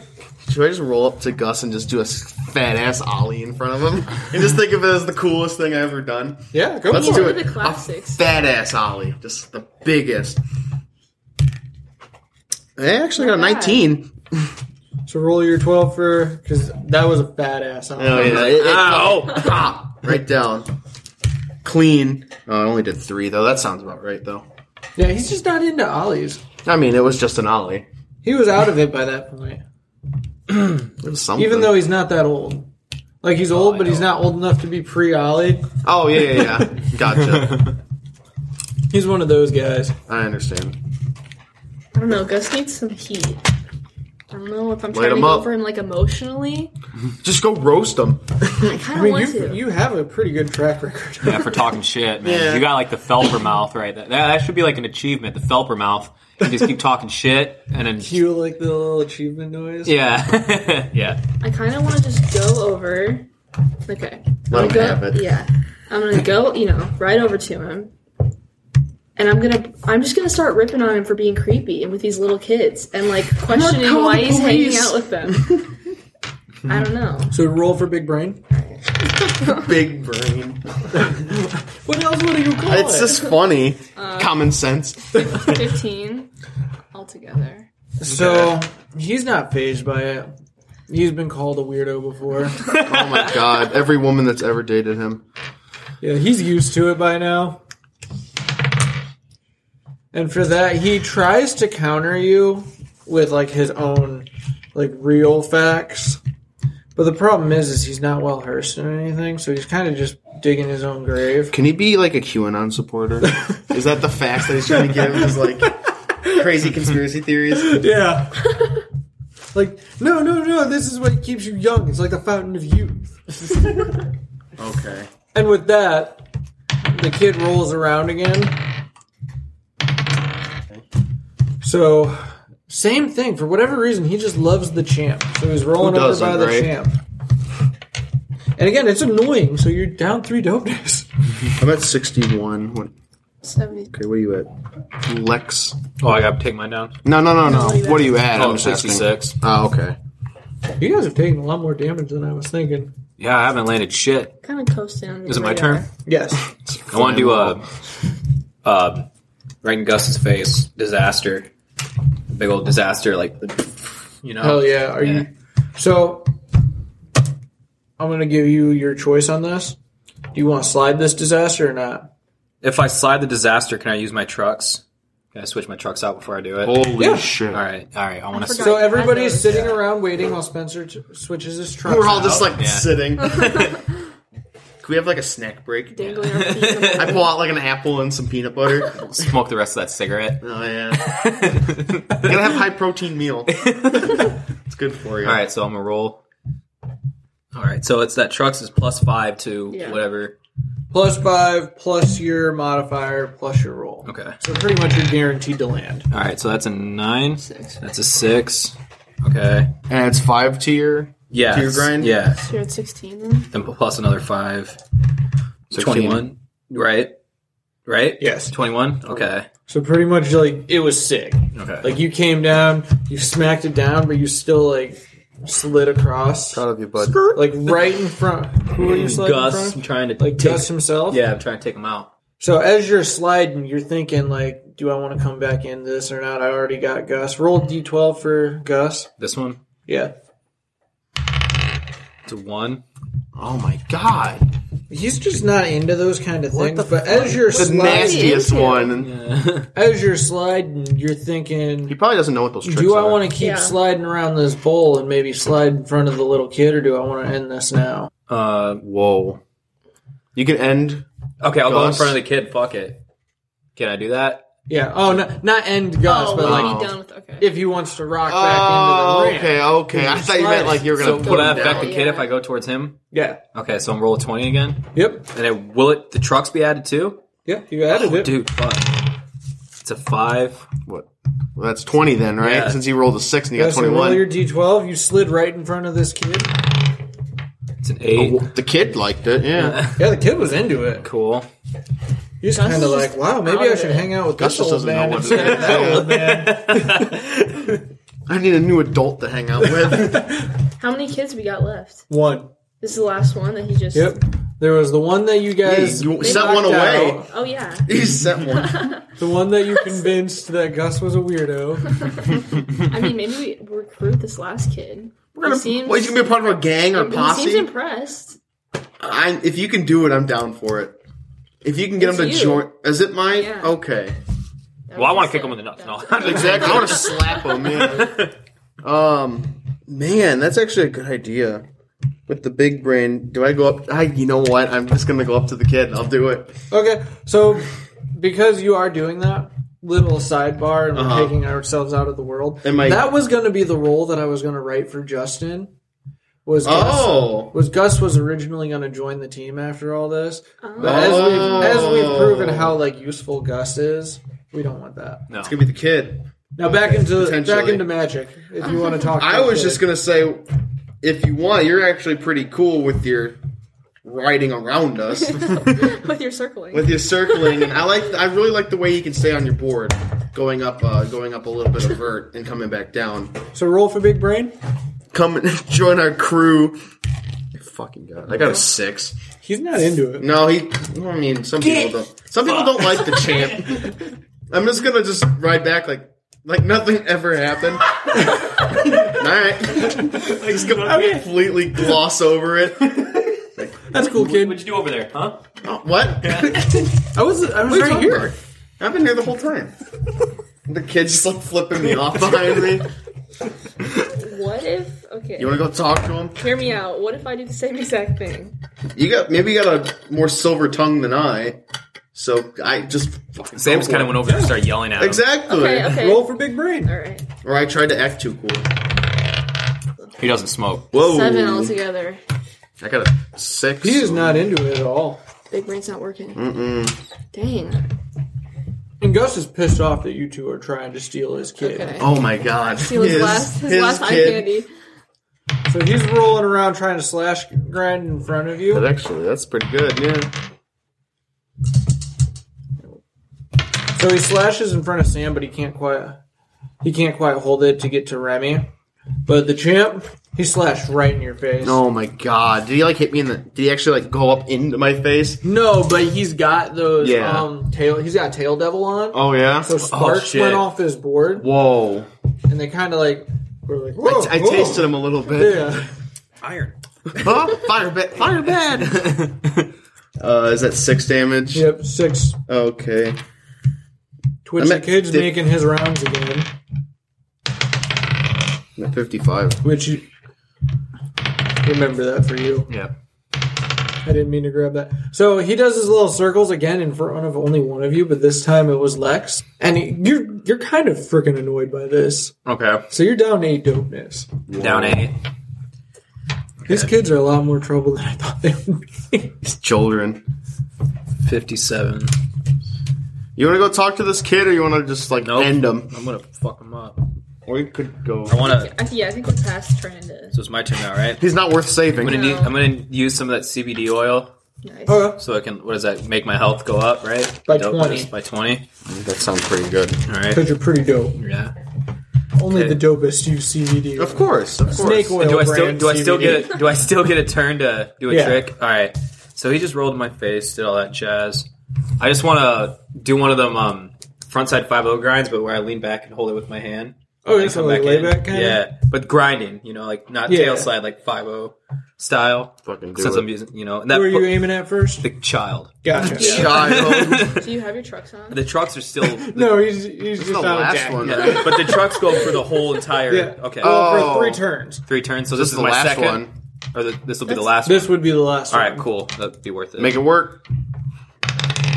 [SPEAKER 5] Should I just roll up to Gus and just do a fat ass ollie in front of him [laughs] and just think of it as the coolest thing I ever done?
[SPEAKER 1] [laughs] yeah, go
[SPEAKER 5] Let's
[SPEAKER 1] for
[SPEAKER 5] do
[SPEAKER 1] it.
[SPEAKER 5] it.
[SPEAKER 3] the classics.
[SPEAKER 5] Fat ass ollie, just the biggest.
[SPEAKER 2] I actually got a
[SPEAKER 3] Not bad.
[SPEAKER 2] 19.
[SPEAKER 1] So roll your twelve for because that was a badass.
[SPEAKER 5] Oh yeah, it- it-
[SPEAKER 2] Ow.
[SPEAKER 5] pop right down, clean. Oh, I only did three though. That sounds about right though.
[SPEAKER 1] yeah, he's just not into ollies.
[SPEAKER 5] I mean, it was just an ollie.
[SPEAKER 1] He was out of it by that point.
[SPEAKER 5] It was something.
[SPEAKER 1] Even though he's not that old. Like he's old, but he's not old enough to be pre ollie
[SPEAKER 5] Oh yeah, yeah, yeah. gotcha.
[SPEAKER 1] [laughs] He's one of those guys.
[SPEAKER 5] I understand.
[SPEAKER 3] I don't know. Gus needs some heat. I don't know if I'm trying
[SPEAKER 5] him
[SPEAKER 3] to go
[SPEAKER 5] up.
[SPEAKER 3] over him like emotionally.
[SPEAKER 5] [laughs] Just go roast them.
[SPEAKER 3] I
[SPEAKER 1] I
[SPEAKER 3] kind of
[SPEAKER 1] mean,
[SPEAKER 3] want
[SPEAKER 1] you
[SPEAKER 3] to.
[SPEAKER 1] you have a pretty good track record.
[SPEAKER 4] [laughs] Yeah, for talking shit, man.
[SPEAKER 5] Yeah.
[SPEAKER 4] You got like the Felper mouth, right? That, that should be like an achievement, the Felper mouth. You just keep talking shit,
[SPEAKER 5] [laughs]
[SPEAKER 4] and then
[SPEAKER 1] [laughs] you like the little achievement noise.
[SPEAKER 4] yeah, [laughs] yeah.
[SPEAKER 3] I kind of want to just go over. Okay.
[SPEAKER 5] Let
[SPEAKER 3] I'm
[SPEAKER 5] him
[SPEAKER 3] gonna go,
[SPEAKER 5] have it.
[SPEAKER 3] Yeah. I'm gonna go, you know, right over to him, and I'm gonna, I'm just gonna start ripping on him for being creepy and with these little kids and like questioning
[SPEAKER 2] calling
[SPEAKER 3] why
[SPEAKER 2] the
[SPEAKER 3] he's hanging
[SPEAKER 2] police.
[SPEAKER 3] out with them.
[SPEAKER 5] [laughs]
[SPEAKER 3] I don't know.
[SPEAKER 1] So roll for big brain.
[SPEAKER 5] Big brain.
[SPEAKER 1] What else would you call
[SPEAKER 5] It's
[SPEAKER 1] it?
[SPEAKER 5] just funny. Common sense.
[SPEAKER 3] Fifteen altogether.
[SPEAKER 1] so he's not phased by it. He's been called a weirdo before.
[SPEAKER 5] Oh my god! Every woman that's ever dated him.
[SPEAKER 1] Yeah, he's used to it by now. And for that, he tries to counter you with like his own like real facts. But the problem is is he's not well versed in anything, so he's kind of just digging his own grave. [laughs]
[SPEAKER 5] Can he be like a QAnon supporter? Is that the facts that he's trying to give? Is like crazy conspiracy theories?
[SPEAKER 1] Yeah. like, no, no, no, this is what keeps you young. It's like the fountain of youth.
[SPEAKER 2] Okay.
[SPEAKER 1] And with that, the kid rolls around again. So, same thing. For whatever reason, he just loves the champ. So he's rolling
[SPEAKER 5] Who
[SPEAKER 1] over
[SPEAKER 5] doesn't,
[SPEAKER 1] by the
[SPEAKER 5] right?
[SPEAKER 1] champ. And again, it's annoying. So you're down three dope days.
[SPEAKER 5] I'm at 61. What,
[SPEAKER 3] Seventy.
[SPEAKER 5] okay, what are you at? Lex.
[SPEAKER 4] Oh, I gotta take mine down.
[SPEAKER 5] No, no, no, no. What are you at?
[SPEAKER 4] Oh,
[SPEAKER 5] I'm just asking.
[SPEAKER 4] 66.
[SPEAKER 5] Oh, okay.
[SPEAKER 1] [laughs] You guys have taken a lot more damage than I was thinking.
[SPEAKER 4] Yeah, I haven't landed shit.
[SPEAKER 3] Kind of coasting. on the
[SPEAKER 4] Is it my
[SPEAKER 3] radar.
[SPEAKER 4] turn?
[SPEAKER 1] Yes.
[SPEAKER 4] I want to do a, uh, right in Gus's face, disaster, big old disaster, like you
[SPEAKER 1] [laughs]
[SPEAKER 4] know.
[SPEAKER 1] Hell yeah. Are you? So, I'm going to give you your choice on this. Do you want to slide this disaster or not?
[SPEAKER 4] If I slide the disaster, can I use my trucks? Can I switch my trucks out before I do it?
[SPEAKER 5] Holy
[SPEAKER 1] Yeah.
[SPEAKER 5] shit.
[SPEAKER 4] All right, all right. I want to.
[SPEAKER 3] forgot.
[SPEAKER 1] So
[SPEAKER 3] Right,
[SPEAKER 1] everybody's
[SPEAKER 3] others.
[SPEAKER 1] sitting around waiting while Spencer t- switches his truck.
[SPEAKER 5] We're all just like [laughs]
[SPEAKER 4] Yeah.
[SPEAKER 5] sitting.
[SPEAKER 2] Can we have like a snack break?
[SPEAKER 3] Dangling our feet.
[SPEAKER 5] [laughs]
[SPEAKER 3] in the
[SPEAKER 5] I pull out like an apple and some peanut butter.
[SPEAKER 4] Smoke the rest of
[SPEAKER 5] [laughs]
[SPEAKER 4] that cigarette.
[SPEAKER 5] oh yeah.
[SPEAKER 4] all
[SPEAKER 5] Gotta
[SPEAKER 4] [laughs]
[SPEAKER 5] have high protein meal. It's good for you.
[SPEAKER 4] right, so I'm gonna roll. All right, so it's that trucks is plus five to
[SPEAKER 3] Yeah.
[SPEAKER 4] whatever.
[SPEAKER 1] plus five, plus your modifier, plus your roll.
[SPEAKER 4] Okay. All
[SPEAKER 1] So pretty much you're guaranteed to land.
[SPEAKER 4] right, so that's a nine.
[SPEAKER 3] Six.
[SPEAKER 4] That's a six. Okay.
[SPEAKER 5] And it's five tier.
[SPEAKER 4] Yeah.
[SPEAKER 5] Tier grind?
[SPEAKER 4] Yeah.
[SPEAKER 3] You're at sixteen. Then.
[SPEAKER 4] Then plus another five.
[SPEAKER 5] 16.
[SPEAKER 4] Twenty-one. Right. Right.
[SPEAKER 1] Yes.
[SPEAKER 4] Twenty-one. Okay.
[SPEAKER 1] So pretty much like it was sick.
[SPEAKER 4] Okay.
[SPEAKER 1] Like you came down, you smacked it down, but you still like slid across,
[SPEAKER 5] Proud of you, bud.
[SPEAKER 1] like right in front. Who are you sliding in
[SPEAKER 4] Gus, I'm
[SPEAKER 1] front?
[SPEAKER 4] trying to
[SPEAKER 1] of? Like
[SPEAKER 4] take,
[SPEAKER 1] Gus himself.
[SPEAKER 4] Yeah, I'm trying to take him out.
[SPEAKER 1] So as you're sliding, you're thinking like, do I want to come back in this or not? I already got Gus. Roll d12 for Gus.
[SPEAKER 4] This one.
[SPEAKER 1] Yeah.
[SPEAKER 4] It's a one.
[SPEAKER 5] Oh my god.
[SPEAKER 1] He's just not into those kind of things.
[SPEAKER 5] the
[SPEAKER 1] But as you're
[SPEAKER 5] The
[SPEAKER 1] sliding,
[SPEAKER 5] nastiest
[SPEAKER 3] into?
[SPEAKER 5] one.
[SPEAKER 4] Yeah.
[SPEAKER 1] as you're sliding, you're
[SPEAKER 5] He
[SPEAKER 1] thinking,
[SPEAKER 5] probably doesn't know what those tricks
[SPEAKER 1] do I
[SPEAKER 5] are.
[SPEAKER 1] want to keep
[SPEAKER 3] Yeah.
[SPEAKER 1] sliding around this bowl and maybe slide in front of the little kid, or do I want to end this now?
[SPEAKER 4] uh,
[SPEAKER 5] Whoa. You can end.
[SPEAKER 4] okay, I'll go in
[SPEAKER 5] Gus.
[SPEAKER 4] front of the kid. Fuck it. Can I do that?
[SPEAKER 1] Yeah. Oh, no, not end Gus,
[SPEAKER 3] oh,
[SPEAKER 1] but
[SPEAKER 3] wow.
[SPEAKER 1] like
[SPEAKER 5] wow.
[SPEAKER 3] done with. Okay.
[SPEAKER 1] if he wants to rock back into the
[SPEAKER 5] Oh,
[SPEAKER 1] ring.
[SPEAKER 5] okay, okay. I
[SPEAKER 1] He's
[SPEAKER 5] thought you meant like you were
[SPEAKER 4] So
[SPEAKER 5] gonna
[SPEAKER 4] would
[SPEAKER 5] put
[SPEAKER 4] I
[SPEAKER 5] him
[SPEAKER 4] affect
[SPEAKER 5] down.
[SPEAKER 4] the kid if I go towards him?
[SPEAKER 1] Yeah.
[SPEAKER 4] Okay, so I'm rolling twenty again,
[SPEAKER 1] Yep.
[SPEAKER 4] and it will it the trucks be added too?
[SPEAKER 1] Yeah. You added
[SPEAKER 4] Oh,
[SPEAKER 1] it.
[SPEAKER 4] dude, fuck. It's a five.
[SPEAKER 5] What? Well, that's twenty then, right?
[SPEAKER 4] Yeah.
[SPEAKER 5] Since he rolled a six and he
[SPEAKER 1] Yeah,
[SPEAKER 5] got
[SPEAKER 1] so
[SPEAKER 5] twenty
[SPEAKER 1] roll
[SPEAKER 5] one.
[SPEAKER 1] your d12. You slid right in front of this kid.
[SPEAKER 4] It's an eight. Oh,
[SPEAKER 5] The kid liked it. Yeah.
[SPEAKER 4] [laughs]
[SPEAKER 1] Yeah, the kid was into it.
[SPEAKER 4] Cool.
[SPEAKER 1] He's
[SPEAKER 3] Gus is
[SPEAKER 1] kind of like,
[SPEAKER 3] just
[SPEAKER 1] wow, maybe
[SPEAKER 3] out
[SPEAKER 1] I
[SPEAKER 3] of
[SPEAKER 1] should
[SPEAKER 3] it.
[SPEAKER 1] hang out with
[SPEAKER 5] Gus
[SPEAKER 1] this
[SPEAKER 5] just
[SPEAKER 1] old
[SPEAKER 5] doesn't know
[SPEAKER 1] man
[SPEAKER 5] what
[SPEAKER 1] instead
[SPEAKER 5] to
[SPEAKER 1] of that
[SPEAKER 4] Oh,
[SPEAKER 1] old man.
[SPEAKER 4] [laughs]
[SPEAKER 5] I need a new adult to hang out with.
[SPEAKER 3] How many kids we got left?
[SPEAKER 1] [laughs] One.
[SPEAKER 3] This is the last one that he just.
[SPEAKER 1] Yep. There was the one that you guys
[SPEAKER 5] Yeah, you
[SPEAKER 2] sent one
[SPEAKER 1] knocked
[SPEAKER 2] away.
[SPEAKER 1] out,
[SPEAKER 3] Oh yeah.
[SPEAKER 5] he sent [laughs] one.
[SPEAKER 1] the one that
[SPEAKER 2] [laughs]
[SPEAKER 1] you convinced that Gus was a weirdo.
[SPEAKER 3] I mean, maybe we recruit this last kid.
[SPEAKER 2] We're gonna,
[SPEAKER 3] he seems,
[SPEAKER 2] well, he's gonna be a part of a gang or
[SPEAKER 3] he
[SPEAKER 2] posse.
[SPEAKER 3] seems impressed.
[SPEAKER 2] I, if you can do it, I'm down for it. If you can get
[SPEAKER 3] It's
[SPEAKER 2] him to
[SPEAKER 3] you.
[SPEAKER 2] join, is it mine?
[SPEAKER 3] Yeah.
[SPEAKER 2] Okay,
[SPEAKER 4] Well, I want to kick him in the nuts.
[SPEAKER 3] [laughs]
[SPEAKER 4] No.
[SPEAKER 2] exactly. I want to slap him. Yeah. Um, man, that's actually a good idea. With the big brain, do I go up? I, you know what? I'm just gonna go up to the kid. I'll do it.
[SPEAKER 1] Okay, so because you are doing that little sidebar and we're
[SPEAKER 2] Uh-huh.
[SPEAKER 1] taking ourselves out of the world,
[SPEAKER 2] Am I-
[SPEAKER 1] that was going to be the role that I was going to write for Justin. Was Gus,
[SPEAKER 2] Oh,
[SPEAKER 1] was Gus was originally going to join the team after all this,
[SPEAKER 3] Oh.
[SPEAKER 1] but as
[SPEAKER 3] [laughs]
[SPEAKER 2] Oh.
[SPEAKER 1] we've as we've proven how like useful Gus is, we don't want that.
[SPEAKER 4] No.
[SPEAKER 2] it's gonna be the kid.
[SPEAKER 1] Now back into back
[SPEAKER 2] Potentially.
[SPEAKER 1] into magic. If you want to talk,
[SPEAKER 2] I
[SPEAKER 1] about
[SPEAKER 2] was
[SPEAKER 1] it.
[SPEAKER 2] just gonna say, if you want, you're actually pretty cool with your riding around us
[SPEAKER 3] with your circling.
[SPEAKER 2] with your circling, and I like. I really like the way you can stay on your board, going up, uh, going up a little bit of vert and coming back down.
[SPEAKER 1] so roll for big brain.
[SPEAKER 2] Come [laughs] and join our crew. Fucking god, I got a six.
[SPEAKER 1] He's not into it.
[SPEAKER 2] No, he. I mean, some people don't. Some people don't like the champ. [laughs] I'm just gonna just ride back like like nothing ever happened. [laughs] All right, just gonna completely gloss over it.
[SPEAKER 1] [laughs] That's cool,
[SPEAKER 4] What'd
[SPEAKER 1] kid.
[SPEAKER 4] you do over there, huh?
[SPEAKER 2] Oh, [laughs] what?
[SPEAKER 1] I was I was
[SPEAKER 2] What are you
[SPEAKER 1] right
[SPEAKER 2] talking
[SPEAKER 1] here.
[SPEAKER 2] about? I've been here the whole time. The kid's just like flipping me off behind me.
[SPEAKER 3] what if? Okay.
[SPEAKER 2] You want to go talk to him?
[SPEAKER 3] Hear me out. What if I do the same exact thing?
[SPEAKER 2] You got maybe you got a more silver tongue than I. So I just fucking
[SPEAKER 4] Sam's
[SPEAKER 2] go
[SPEAKER 4] kind of
[SPEAKER 2] for
[SPEAKER 4] went over there and started yelling at
[SPEAKER 2] it.
[SPEAKER 4] him.
[SPEAKER 2] exactly.
[SPEAKER 3] Okay. Okay.
[SPEAKER 1] Roll for big brain.
[SPEAKER 3] All right.
[SPEAKER 2] Or I tried to act too cool.
[SPEAKER 4] He doesn't smoke.
[SPEAKER 2] Whoa!
[SPEAKER 3] Seven altogether.
[SPEAKER 2] I got a six.
[SPEAKER 1] He is not into it at all.
[SPEAKER 3] Big brain's not working.
[SPEAKER 2] Mm-mm.
[SPEAKER 3] Dang.
[SPEAKER 1] And Gus is pissed off that you two are trying to steal his kid.
[SPEAKER 3] Okay.
[SPEAKER 2] Oh my god!
[SPEAKER 3] He was last. His, last eye candy.
[SPEAKER 1] So he's rolling around trying to slash grind in front of
[SPEAKER 5] But
[SPEAKER 1] you.
[SPEAKER 5] actually, that's pretty good. Yeah.
[SPEAKER 1] So he slashes in front of Sam, but he can't quite he can't quite hold it to get to Remy. But the champ, he slashed right in your face.
[SPEAKER 5] Oh my god! Did he like hit me in the? Did he actually like go up into my face?
[SPEAKER 1] No, but he's got those
[SPEAKER 5] Yeah.
[SPEAKER 1] um tail he's got tail devil on.
[SPEAKER 5] Oh yeah.
[SPEAKER 1] So sparks
[SPEAKER 4] shit.
[SPEAKER 1] went off his board
[SPEAKER 5] Whoa!
[SPEAKER 1] and they kinda like were like Whoa,
[SPEAKER 5] I, I
[SPEAKER 1] whoa."
[SPEAKER 5] tasted him a little bit.
[SPEAKER 1] Yeah.
[SPEAKER 4] Iron.
[SPEAKER 5] Huh? Fire bed. Fire bed.
[SPEAKER 2] [laughs]
[SPEAKER 5] [laughs]
[SPEAKER 2] Uh, is that six damage?
[SPEAKER 1] Yep, six
[SPEAKER 2] Okay.
[SPEAKER 1] Twitch
[SPEAKER 2] I'm
[SPEAKER 1] the
[SPEAKER 2] at
[SPEAKER 1] kid's
[SPEAKER 2] fif-
[SPEAKER 1] making his rounds again.
[SPEAKER 2] I'm at Fifty-five.
[SPEAKER 1] Which you remember that for you.
[SPEAKER 4] Yeah.
[SPEAKER 1] I didn't mean to grab that. So he does his little circles again in front of only one of you, but this time it was Lex. And he- you're you're kind of freaking annoyed by this.
[SPEAKER 5] okay.
[SPEAKER 1] So you're down eight dopeness.
[SPEAKER 4] Down eight.
[SPEAKER 1] These kids are a lot more trouble than I thought they would be.
[SPEAKER 5] These children.
[SPEAKER 4] Fifty-seven.
[SPEAKER 5] You want to go talk to this kid, or you want to just like
[SPEAKER 4] Nope.
[SPEAKER 5] end him?
[SPEAKER 4] I'm gonna fuck him up.
[SPEAKER 5] Or you could go.
[SPEAKER 4] I
[SPEAKER 1] Uh,
[SPEAKER 4] wanna.
[SPEAKER 3] I, yeah, I think we're past trying to.
[SPEAKER 4] So it's my turn now, right?
[SPEAKER 5] He's not worth
[SPEAKER 4] I'm
[SPEAKER 5] saving.
[SPEAKER 4] gonna, need, I'm gonna use some of that CBD oil
[SPEAKER 3] Nice.
[SPEAKER 1] Okay.
[SPEAKER 4] so it can. What does that make my health go up? Right?
[SPEAKER 1] By
[SPEAKER 4] Dope,
[SPEAKER 1] 20.
[SPEAKER 4] just By twenty.
[SPEAKER 5] That sounds pretty good.
[SPEAKER 4] All right.
[SPEAKER 1] Because you're pretty dope.
[SPEAKER 4] Yeah.
[SPEAKER 1] Only
[SPEAKER 4] Okay.
[SPEAKER 1] the dopest you CBD.
[SPEAKER 5] Of course. Of course.
[SPEAKER 1] Snake oil.
[SPEAKER 4] And do I still
[SPEAKER 1] brand
[SPEAKER 4] do I still
[SPEAKER 1] CBD.
[SPEAKER 4] get a, do I still get a turn to do a
[SPEAKER 1] Yeah.
[SPEAKER 4] trick? All right. So he just rolled in my face, did all that jazz. I just want to do one of them um, frontside five zero grinds, but where I lean back and hold it with my hand.
[SPEAKER 1] Oh,
[SPEAKER 4] and
[SPEAKER 1] yeah, so like
[SPEAKER 4] come back in.
[SPEAKER 1] layback kind of?
[SPEAKER 4] Yeah, but grinding, you know, like not
[SPEAKER 1] Yeah.
[SPEAKER 4] tail slide, like five zero style.
[SPEAKER 5] Fucking
[SPEAKER 4] Since
[SPEAKER 5] do
[SPEAKER 4] I'm
[SPEAKER 5] it.
[SPEAKER 4] using, you know, and that
[SPEAKER 1] Where were you
[SPEAKER 4] put-
[SPEAKER 1] aiming at first?
[SPEAKER 4] the child.
[SPEAKER 1] Gotcha.
[SPEAKER 3] Yeah.
[SPEAKER 5] Child.
[SPEAKER 3] Do you have your trucks on?
[SPEAKER 4] [laughs] the trucks
[SPEAKER 1] [laughs]
[SPEAKER 4] are still.
[SPEAKER 1] No, he's, he's just
[SPEAKER 5] the
[SPEAKER 1] out of
[SPEAKER 5] last
[SPEAKER 1] jack.
[SPEAKER 5] [laughs] one.
[SPEAKER 4] [laughs] yeah, but the trucks go for the whole entire.
[SPEAKER 1] Yeah.
[SPEAKER 4] Okay,
[SPEAKER 1] Well,
[SPEAKER 5] Oh.
[SPEAKER 1] for three turns.
[SPEAKER 4] three turns. So this,
[SPEAKER 5] This is
[SPEAKER 4] is
[SPEAKER 5] the
[SPEAKER 4] my
[SPEAKER 5] last
[SPEAKER 4] second,
[SPEAKER 5] one.
[SPEAKER 4] or the, this will be the
[SPEAKER 3] That's-
[SPEAKER 4] last.
[SPEAKER 1] This
[SPEAKER 4] one.
[SPEAKER 1] would be the last
[SPEAKER 4] All
[SPEAKER 1] one.
[SPEAKER 4] right, cool. That'd be worth it.
[SPEAKER 5] Make it work.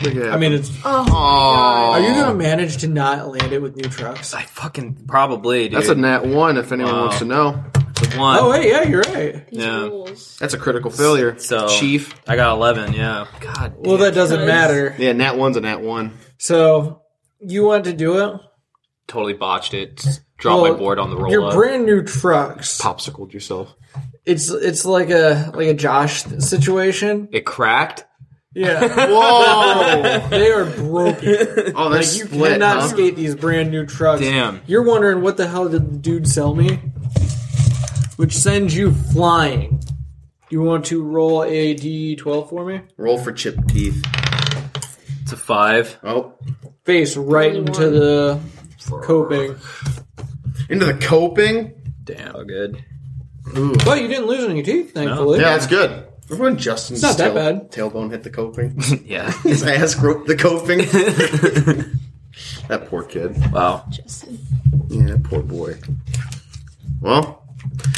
[SPEAKER 5] Make it
[SPEAKER 1] I mean, it's
[SPEAKER 3] Oh, my
[SPEAKER 5] Aw.
[SPEAKER 1] Are you
[SPEAKER 5] Oh.
[SPEAKER 1] gonna manage to not land it with new trucks?
[SPEAKER 4] I fucking probably, dude.
[SPEAKER 5] that's a nat one. If anyone
[SPEAKER 4] Wow.
[SPEAKER 5] wants to know,
[SPEAKER 4] It's a one.
[SPEAKER 1] Oh wait, yeah, you're right.
[SPEAKER 3] These
[SPEAKER 4] Yeah.
[SPEAKER 3] rules.
[SPEAKER 5] that's a critical failure.
[SPEAKER 4] So-
[SPEAKER 5] chief.
[SPEAKER 4] I got eleven. Yeah. God.
[SPEAKER 1] Well, that doesn't
[SPEAKER 3] Because-
[SPEAKER 1] matter.
[SPEAKER 5] Yeah, nat one's a nat one.
[SPEAKER 1] So you want to do it?
[SPEAKER 4] totally botched it. Dropped
[SPEAKER 1] Well,
[SPEAKER 4] my board on the roll
[SPEAKER 1] Your
[SPEAKER 4] up.
[SPEAKER 1] brand new trucks.
[SPEAKER 5] Popsicled yourself.
[SPEAKER 1] It's it's like a like a Josh situation.
[SPEAKER 4] it cracked.
[SPEAKER 1] Yeah,
[SPEAKER 2] Whoa!
[SPEAKER 1] [laughs] they
[SPEAKER 4] [laughs]
[SPEAKER 1] are broken.
[SPEAKER 2] Oh,
[SPEAKER 1] Like
[SPEAKER 2] that's
[SPEAKER 1] you
[SPEAKER 2] split.
[SPEAKER 1] cannot
[SPEAKER 2] huh?
[SPEAKER 1] skate these brand new trucks.
[SPEAKER 4] Damn.
[SPEAKER 1] You're wondering what the hell did the dude sell me? Which sends you flying. You want to roll a d12 for me?
[SPEAKER 2] Roll for chipped teeth.
[SPEAKER 4] It's a five.
[SPEAKER 2] Oh,
[SPEAKER 1] Face right
[SPEAKER 3] Only
[SPEAKER 1] into
[SPEAKER 3] one.
[SPEAKER 1] the coping.
[SPEAKER 2] into the coping.
[SPEAKER 4] Damn. All good.
[SPEAKER 2] Ooh.
[SPEAKER 1] But you didn't lose any teeth, thankfully.
[SPEAKER 2] Yeah, that's good. Remember when Justin's
[SPEAKER 1] It's not that
[SPEAKER 2] tail-
[SPEAKER 1] bad.
[SPEAKER 2] tailbone hit the coping? [laughs]
[SPEAKER 4] [laughs] Yeah.
[SPEAKER 2] His ass groped the coping. [laughs] that poor kid.
[SPEAKER 4] wow.
[SPEAKER 3] Justin.
[SPEAKER 2] Yeah, that poor boy. Well,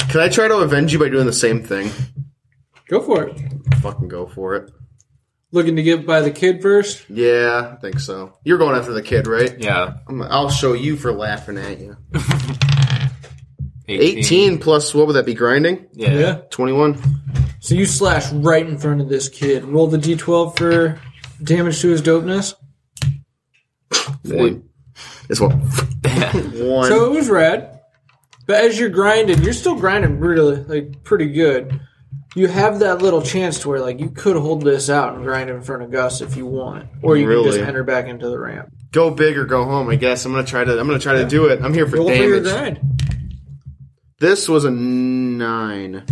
[SPEAKER 2] can I try to avenge you by doing the same thing?
[SPEAKER 1] Go for it.
[SPEAKER 2] Fucking go for it.
[SPEAKER 1] Looking to get by the kid first.
[SPEAKER 2] Yeah, I think so. You're going after the kid, right?
[SPEAKER 4] Yeah.
[SPEAKER 2] I'm, I'll show you for laughing at you.
[SPEAKER 4] 18.
[SPEAKER 2] 18 plus, what would that be, grinding?
[SPEAKER 4] Yeah.
[SPEAKER 1] yeah.
[SPEAKER 2] 21?
[SPEAKER 1] So you slash right in front of this kid. Roll the d12 for damage to his dopeness.
[SPEAKER 2] One.
[SPEAKER 1] [laughs]
[SPEAKER 2] It's what? One.
[SPEAKER 1] So it was rad. But as you're grinding, you're still grinding really like pretty good. You have that little chance to where like you could hold this out and grind in front of Gus if you want. Or you can
[SPEAKER 2] Really?
[SPEAKER 1] just enter back into the ramp.
[SPEAKER 2] go big or go home, I guess. I'm going to try to I'm going to try to do it. I'm here for
[SPEAKER 1] Roll for your
[SPEAKER 2] damage.
[SPEAKER 1] grind.
[SPEAKER 2] this was a 9.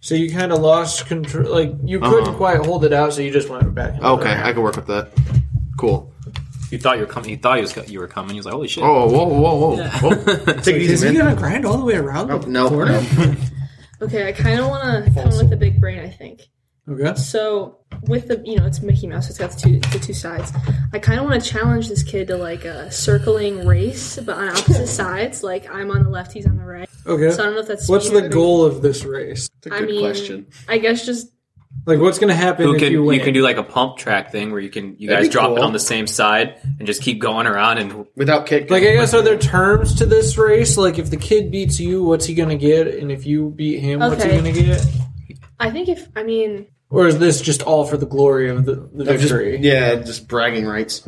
[SPEAKER 1] So you kind of lost control. Like you couldn't
[SPEAKER 2] Uh-huh.
[SPEAKER 1] quite hold it out, so you just went back. Into the
[SPEAKER 2] Okay,
[SPEAKER 1] ramp.
[SPEAKER 2] I can work with that. Cool.
[SPEAKER 4] You thought you were coming. You thought you was co- you were coming. He was like, "Holy shit!"
[SPEAKER 2] Oh, whoa, whoa, whoa. [laughs] whoa. Take it
[SPEAKER 1] Is
[SPEAKER 2] easy,
[SPEAKER 1] he
[SPEAKER 2] man.
[SPEAKER 1] gonna grind all the way around
[SPEAKER 2] Oh,
[SPEAKER 1] the
[SPEAKER 2] no,
[SPEAKER 1] corner?
[SPEAKER 2] no.
[SPEAKER 3] Okay, I kind of want to come with the big brain. I think
[SPEAKER 1] Okay.
[SPEAKER 3] so. With the you know it's Mickey Mouse, it's got the two the two sides. I kind of want to challenge this kid to like a circling race, but
[SPEAKER 1] [laughs]
[SPEAKER 3] on opposite sides. Like I'm on the left, he's on the right. So I
[SPEAKER 1] Okay.
[SPEAKER 3] don't know if that's
[SPEAKER 1] What's the
[SPEAKER 3] speed or-
[SPEAKER 1] goal of this race?
[SPEAKER 2] It's a
[SPEAKER 3] I
[SPEAKER 2] good
[SPEAKER 3] mean,
[SPEAKER 2] question.
[SPEAKER 3] I guess just
[SPEAKER 1] Like, what's gonna happen
[SPEAKER 4] Who
[SPEAKER 1] if
[SPEAKER 4] can
[SPEAKER 1] you
[SPEAKER 4] you,
[SPEAKER 1] win?
[SPEAKER 4] can do like a pump track thing where you can you
[SPEAKER 2] That'd
[SPEAKER 4] guys
[SPEAKER 2] be
[SPEAKER 4] drop it
[SPEAKER 2] cool.
[SPEAKER 4] on the same side and just keep going around and
[SPEAKER 2] Without kick.
[SPEAKER 1] Like, I guess are there terms to this race? Like, if the kid beats you, what's he gonna get? And if you beat him, what's he
[SPEAKER 3] Okay.
[SPEAKER 1] gonna get?
[SPEAKER 3] I think if I mean
[SPEAKER 1] Or is this just all for the glory of the, the
[SPEAKER 2] Of just-
[SPEAKER 1] victory?
[SPEAKER 2] yeah, just bragging rights.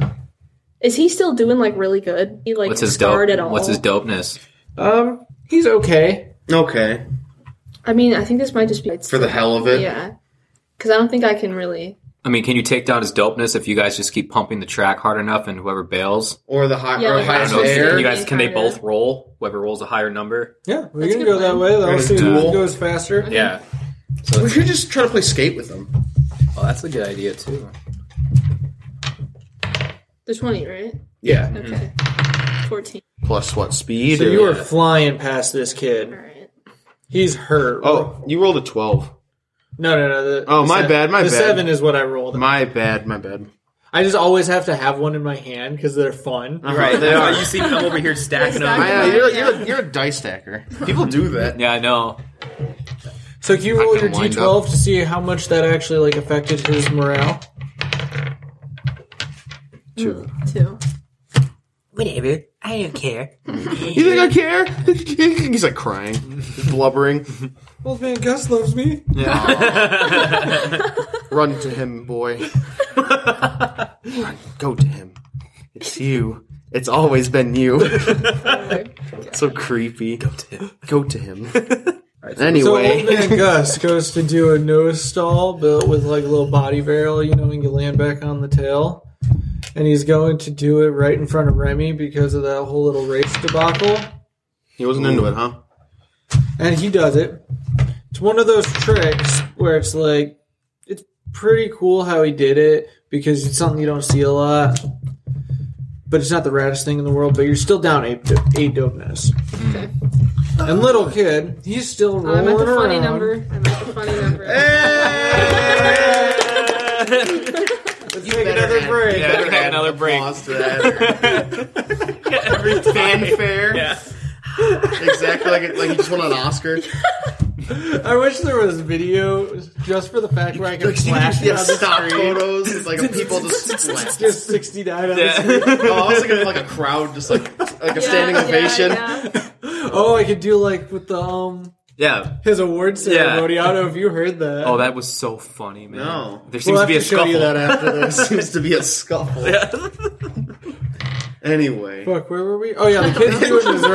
[SPEAKER 3] is he still doing like really good? He like
[SPEAKER 4] what's his
[SPEAKER 3] scarred
[SPEAKER 4] dope?
[SPEAKER 3] at all?
[SPEAKER 4] What's his dopeness?
[SPEAKER 1] Um, he's okay.
[SPEAKER 2] Okay,
[SPEAKER 3] I mean, I think this might just be
[SPEAKER 2] for the hell of it.
[SPEAKER 3] yeah, because I don't think I can really.
[SPEAKER 4] I mean, can you take down his dopeness if you guys just keep pumping the track hard enough and whoever bails?
[SPEAKER 2] Or the high,
[SPEAKER 3] Yeah,
[SPEAKER 2] or
[SPEAKER 3] like,
[SPEAKER 4] I
[SPEAKER 2] highest
[SPEAKER 4] don't know.
[SPEAKER 3] Fair.
[SPEAKER 4] Can
[SPEAKER 2] air.
[SPEAKER 4] you guys can they
[SPEAKER 3] Kinda.
[SPEAKER 4] both roll? Whoever rolls a higher number.
[SPEAKER 1] Yeah, we're
[SPEAKER 3] That's
[SPEAKER 1] gonna
[SPEAKER 3] a good
[SPEAKER 1] go that
[SPEAKER 3] plan.
[SPEAKER 1] way.
[SPEAKER 2] We're
[SPEAKER 1] That'll
[SPEAKER 2] gonna
[SPEAKER 1] see who
[SPEAKER 2] duel.
[SPEAKER 1] goes
[SPEAKER 2] Mm-hmm.
[SPEAKER 1] faster.
[SPEAKER 4] Yeah.
[SPEAKER 2] We should just try to play skate with them.
[SPEAKER 4] Well, Oh, that's a good idea too.
[SPEAKER 3] There's twenty, right?
[SPEAKER 2] Yeah.
[SPEAKER 4] Mm-hmm.
[SPEAKER 3] Okay, fourteen.
[SPEAKER 2] Plus what speed?
[SPEAKER 1] So
[SPEAKER 2] or-
[SPEAKER 1] you are flying past this
[SPEAKER 3] All
[SPEAKER 1] kid.
[SPEAKER 3] right.
[SPEAKER 1] He's hurt.
[SPEAKER 2] oh, you rolled a twelve.
[SPEAKER 1] no, no, no. The,
[SPEAKER 2] Oh,
[SPEAKER 1] the
[SPEAKER 2] my
[SPEAKER 1] se-
[SPEAKER 2] bad, my
[SPEAKER 1] the
[SPEAKER 2] bad.
[SPEAKER 1] seven is what I rolled.
[SPEAKER 2] My bad. My bad.
[SPEAKER 1] I just always have to have one in my hand because they're fun.
[SPEAKER 4] [laughs]
[SPEAKER 2] Right, they are. You
[SPEAKER 4] see them over here stacking
[SPEAKER 2] [laughs]
[SPEAKER 3] them.
[SPEAKER 2] I,
[SPEAKER 3] Stacking
[SPEAKER 2] uh,
[SPEAKER 3] Yeah.
[SPEAKER 2] you're, you're, a, you're a dice stacker. People do that.
[SPEAKER 4] Yeah, I know.
[SPEAKER 1] So can you
[SPEAKER 2] I
[SPEAKER 1] roll your
[SPEAKER 2] can wind
[SPEAKER 1] d12 to see how much that actually like affected his morale?
[SPEAKER 3] Two.
[SPEAKER 4] [laughs]
[SPEAKER 3] Two.
[SPEAKER 4] Whatever. I don't [laughs] care.
[SPEAKER 2] You think I care? [laughs] He's like crying, blubbering.
[SPEAKER 1] Old man Gus loves me.
[SPEAKER 2] Run to him, boy. Run, go to him. It's you. It's always been [laughs] you.
[SPEAKER 4] [laughs]
[SPEAKER 2] so creepy. Go to him. Go to him.
[SPEAKER 1] So old
[SPEAKER 2] Anyway,
[SPEAKER 1] man Gus goes to do a nose stall, but with like a little body barrel, you know, and you land back on the tail. And he's going to do it right in front of Remy because of that whole little race debacle.
[SPEAKER 2] he wasn't into it, huh?
[SPEAKER 1] And he does it. It's one of those tricks where it's like, it's pretty cool how he did it because it's something you don't see a lot. But it's not the raddest thing in the world, but you're still down eight, eight dopeness.
[SPEAKER 3] Okay.
[SPEAKER 1] And little kid, he's still rolling
[SPEAKER 3] I'm at the funny
[SPEAKER 1] around.
[SPEAKER 3] number. I'm at the funny number. [laughs]
[SPEAKER 1] Let's take another break.
[SPEAKER 4] Yeah, we're having another break.
[SPEAKER 2] Applause to that. fanfare.
[SPEAKER 4] [laughs] Yeah.
[SPEAKER 2] Exactly like like he just won an
[SPEAKER 1] [laughs]
[SPEAKER 2] Oscar.
[SPEAKER 1] I wish there was video just for the fact where I
[SPEAKER 2] [laughs]
[SPEAKER 1] can flash it
[SPEAKER 2] yeah,
[SPEAKER 1] on the
[SPEAKER 2] stock
[SPEAKER 1] screen.
[SPEAKER 2] photos.
[SPEAKER 5] [laughs]
[SPEAKER 2] It's like people just
[SPEAKER 1] It's
[SPEAKER 2] flash.
[SPEAKER 1] [laughs] just 69 on the screen.
[SPEAKER 4] [laughs] Yeah.
[SPEAKER 2] [laughs] Oh,
[SPEAKER 5] [laughs]
[SPEAKER 2] I was thinking of like a crowd, just like like a
[SPEAKER 3] Yeah,
[SPEAKER 2] standing
[SPEAKER 3] yeah,
[SPEAKER 2] ovation.
[SPEAKER 3] yeah.
[SPEAKER 1] Oh, I could do like with the um
[SPEAKER 4] yeah.
[SPEAKER 1] his award ceremony. I don't know if you heard that.
[SPEAKER 4] Oh, that was so funny, man.
[SPEAKER 2] No.
[SPEAKER 4] There seems
[SPEAKER 1] We'll
[SPEAKER 4] to
[SPEAKER 1] have to
[SPEAKER 4] be a
[SPEAKER 1] show
[SPEAKER 4] scuffle.
[SPEAKER 1] you that
[SPEAKER 2] [laughs] After there seems to be
[SPEAKER 5] [laughs]
[SPEAKER 2] a scuffle. Anyway,
[SPEAKER 1] Fuck, where were we? Oh yeah, the kids doing his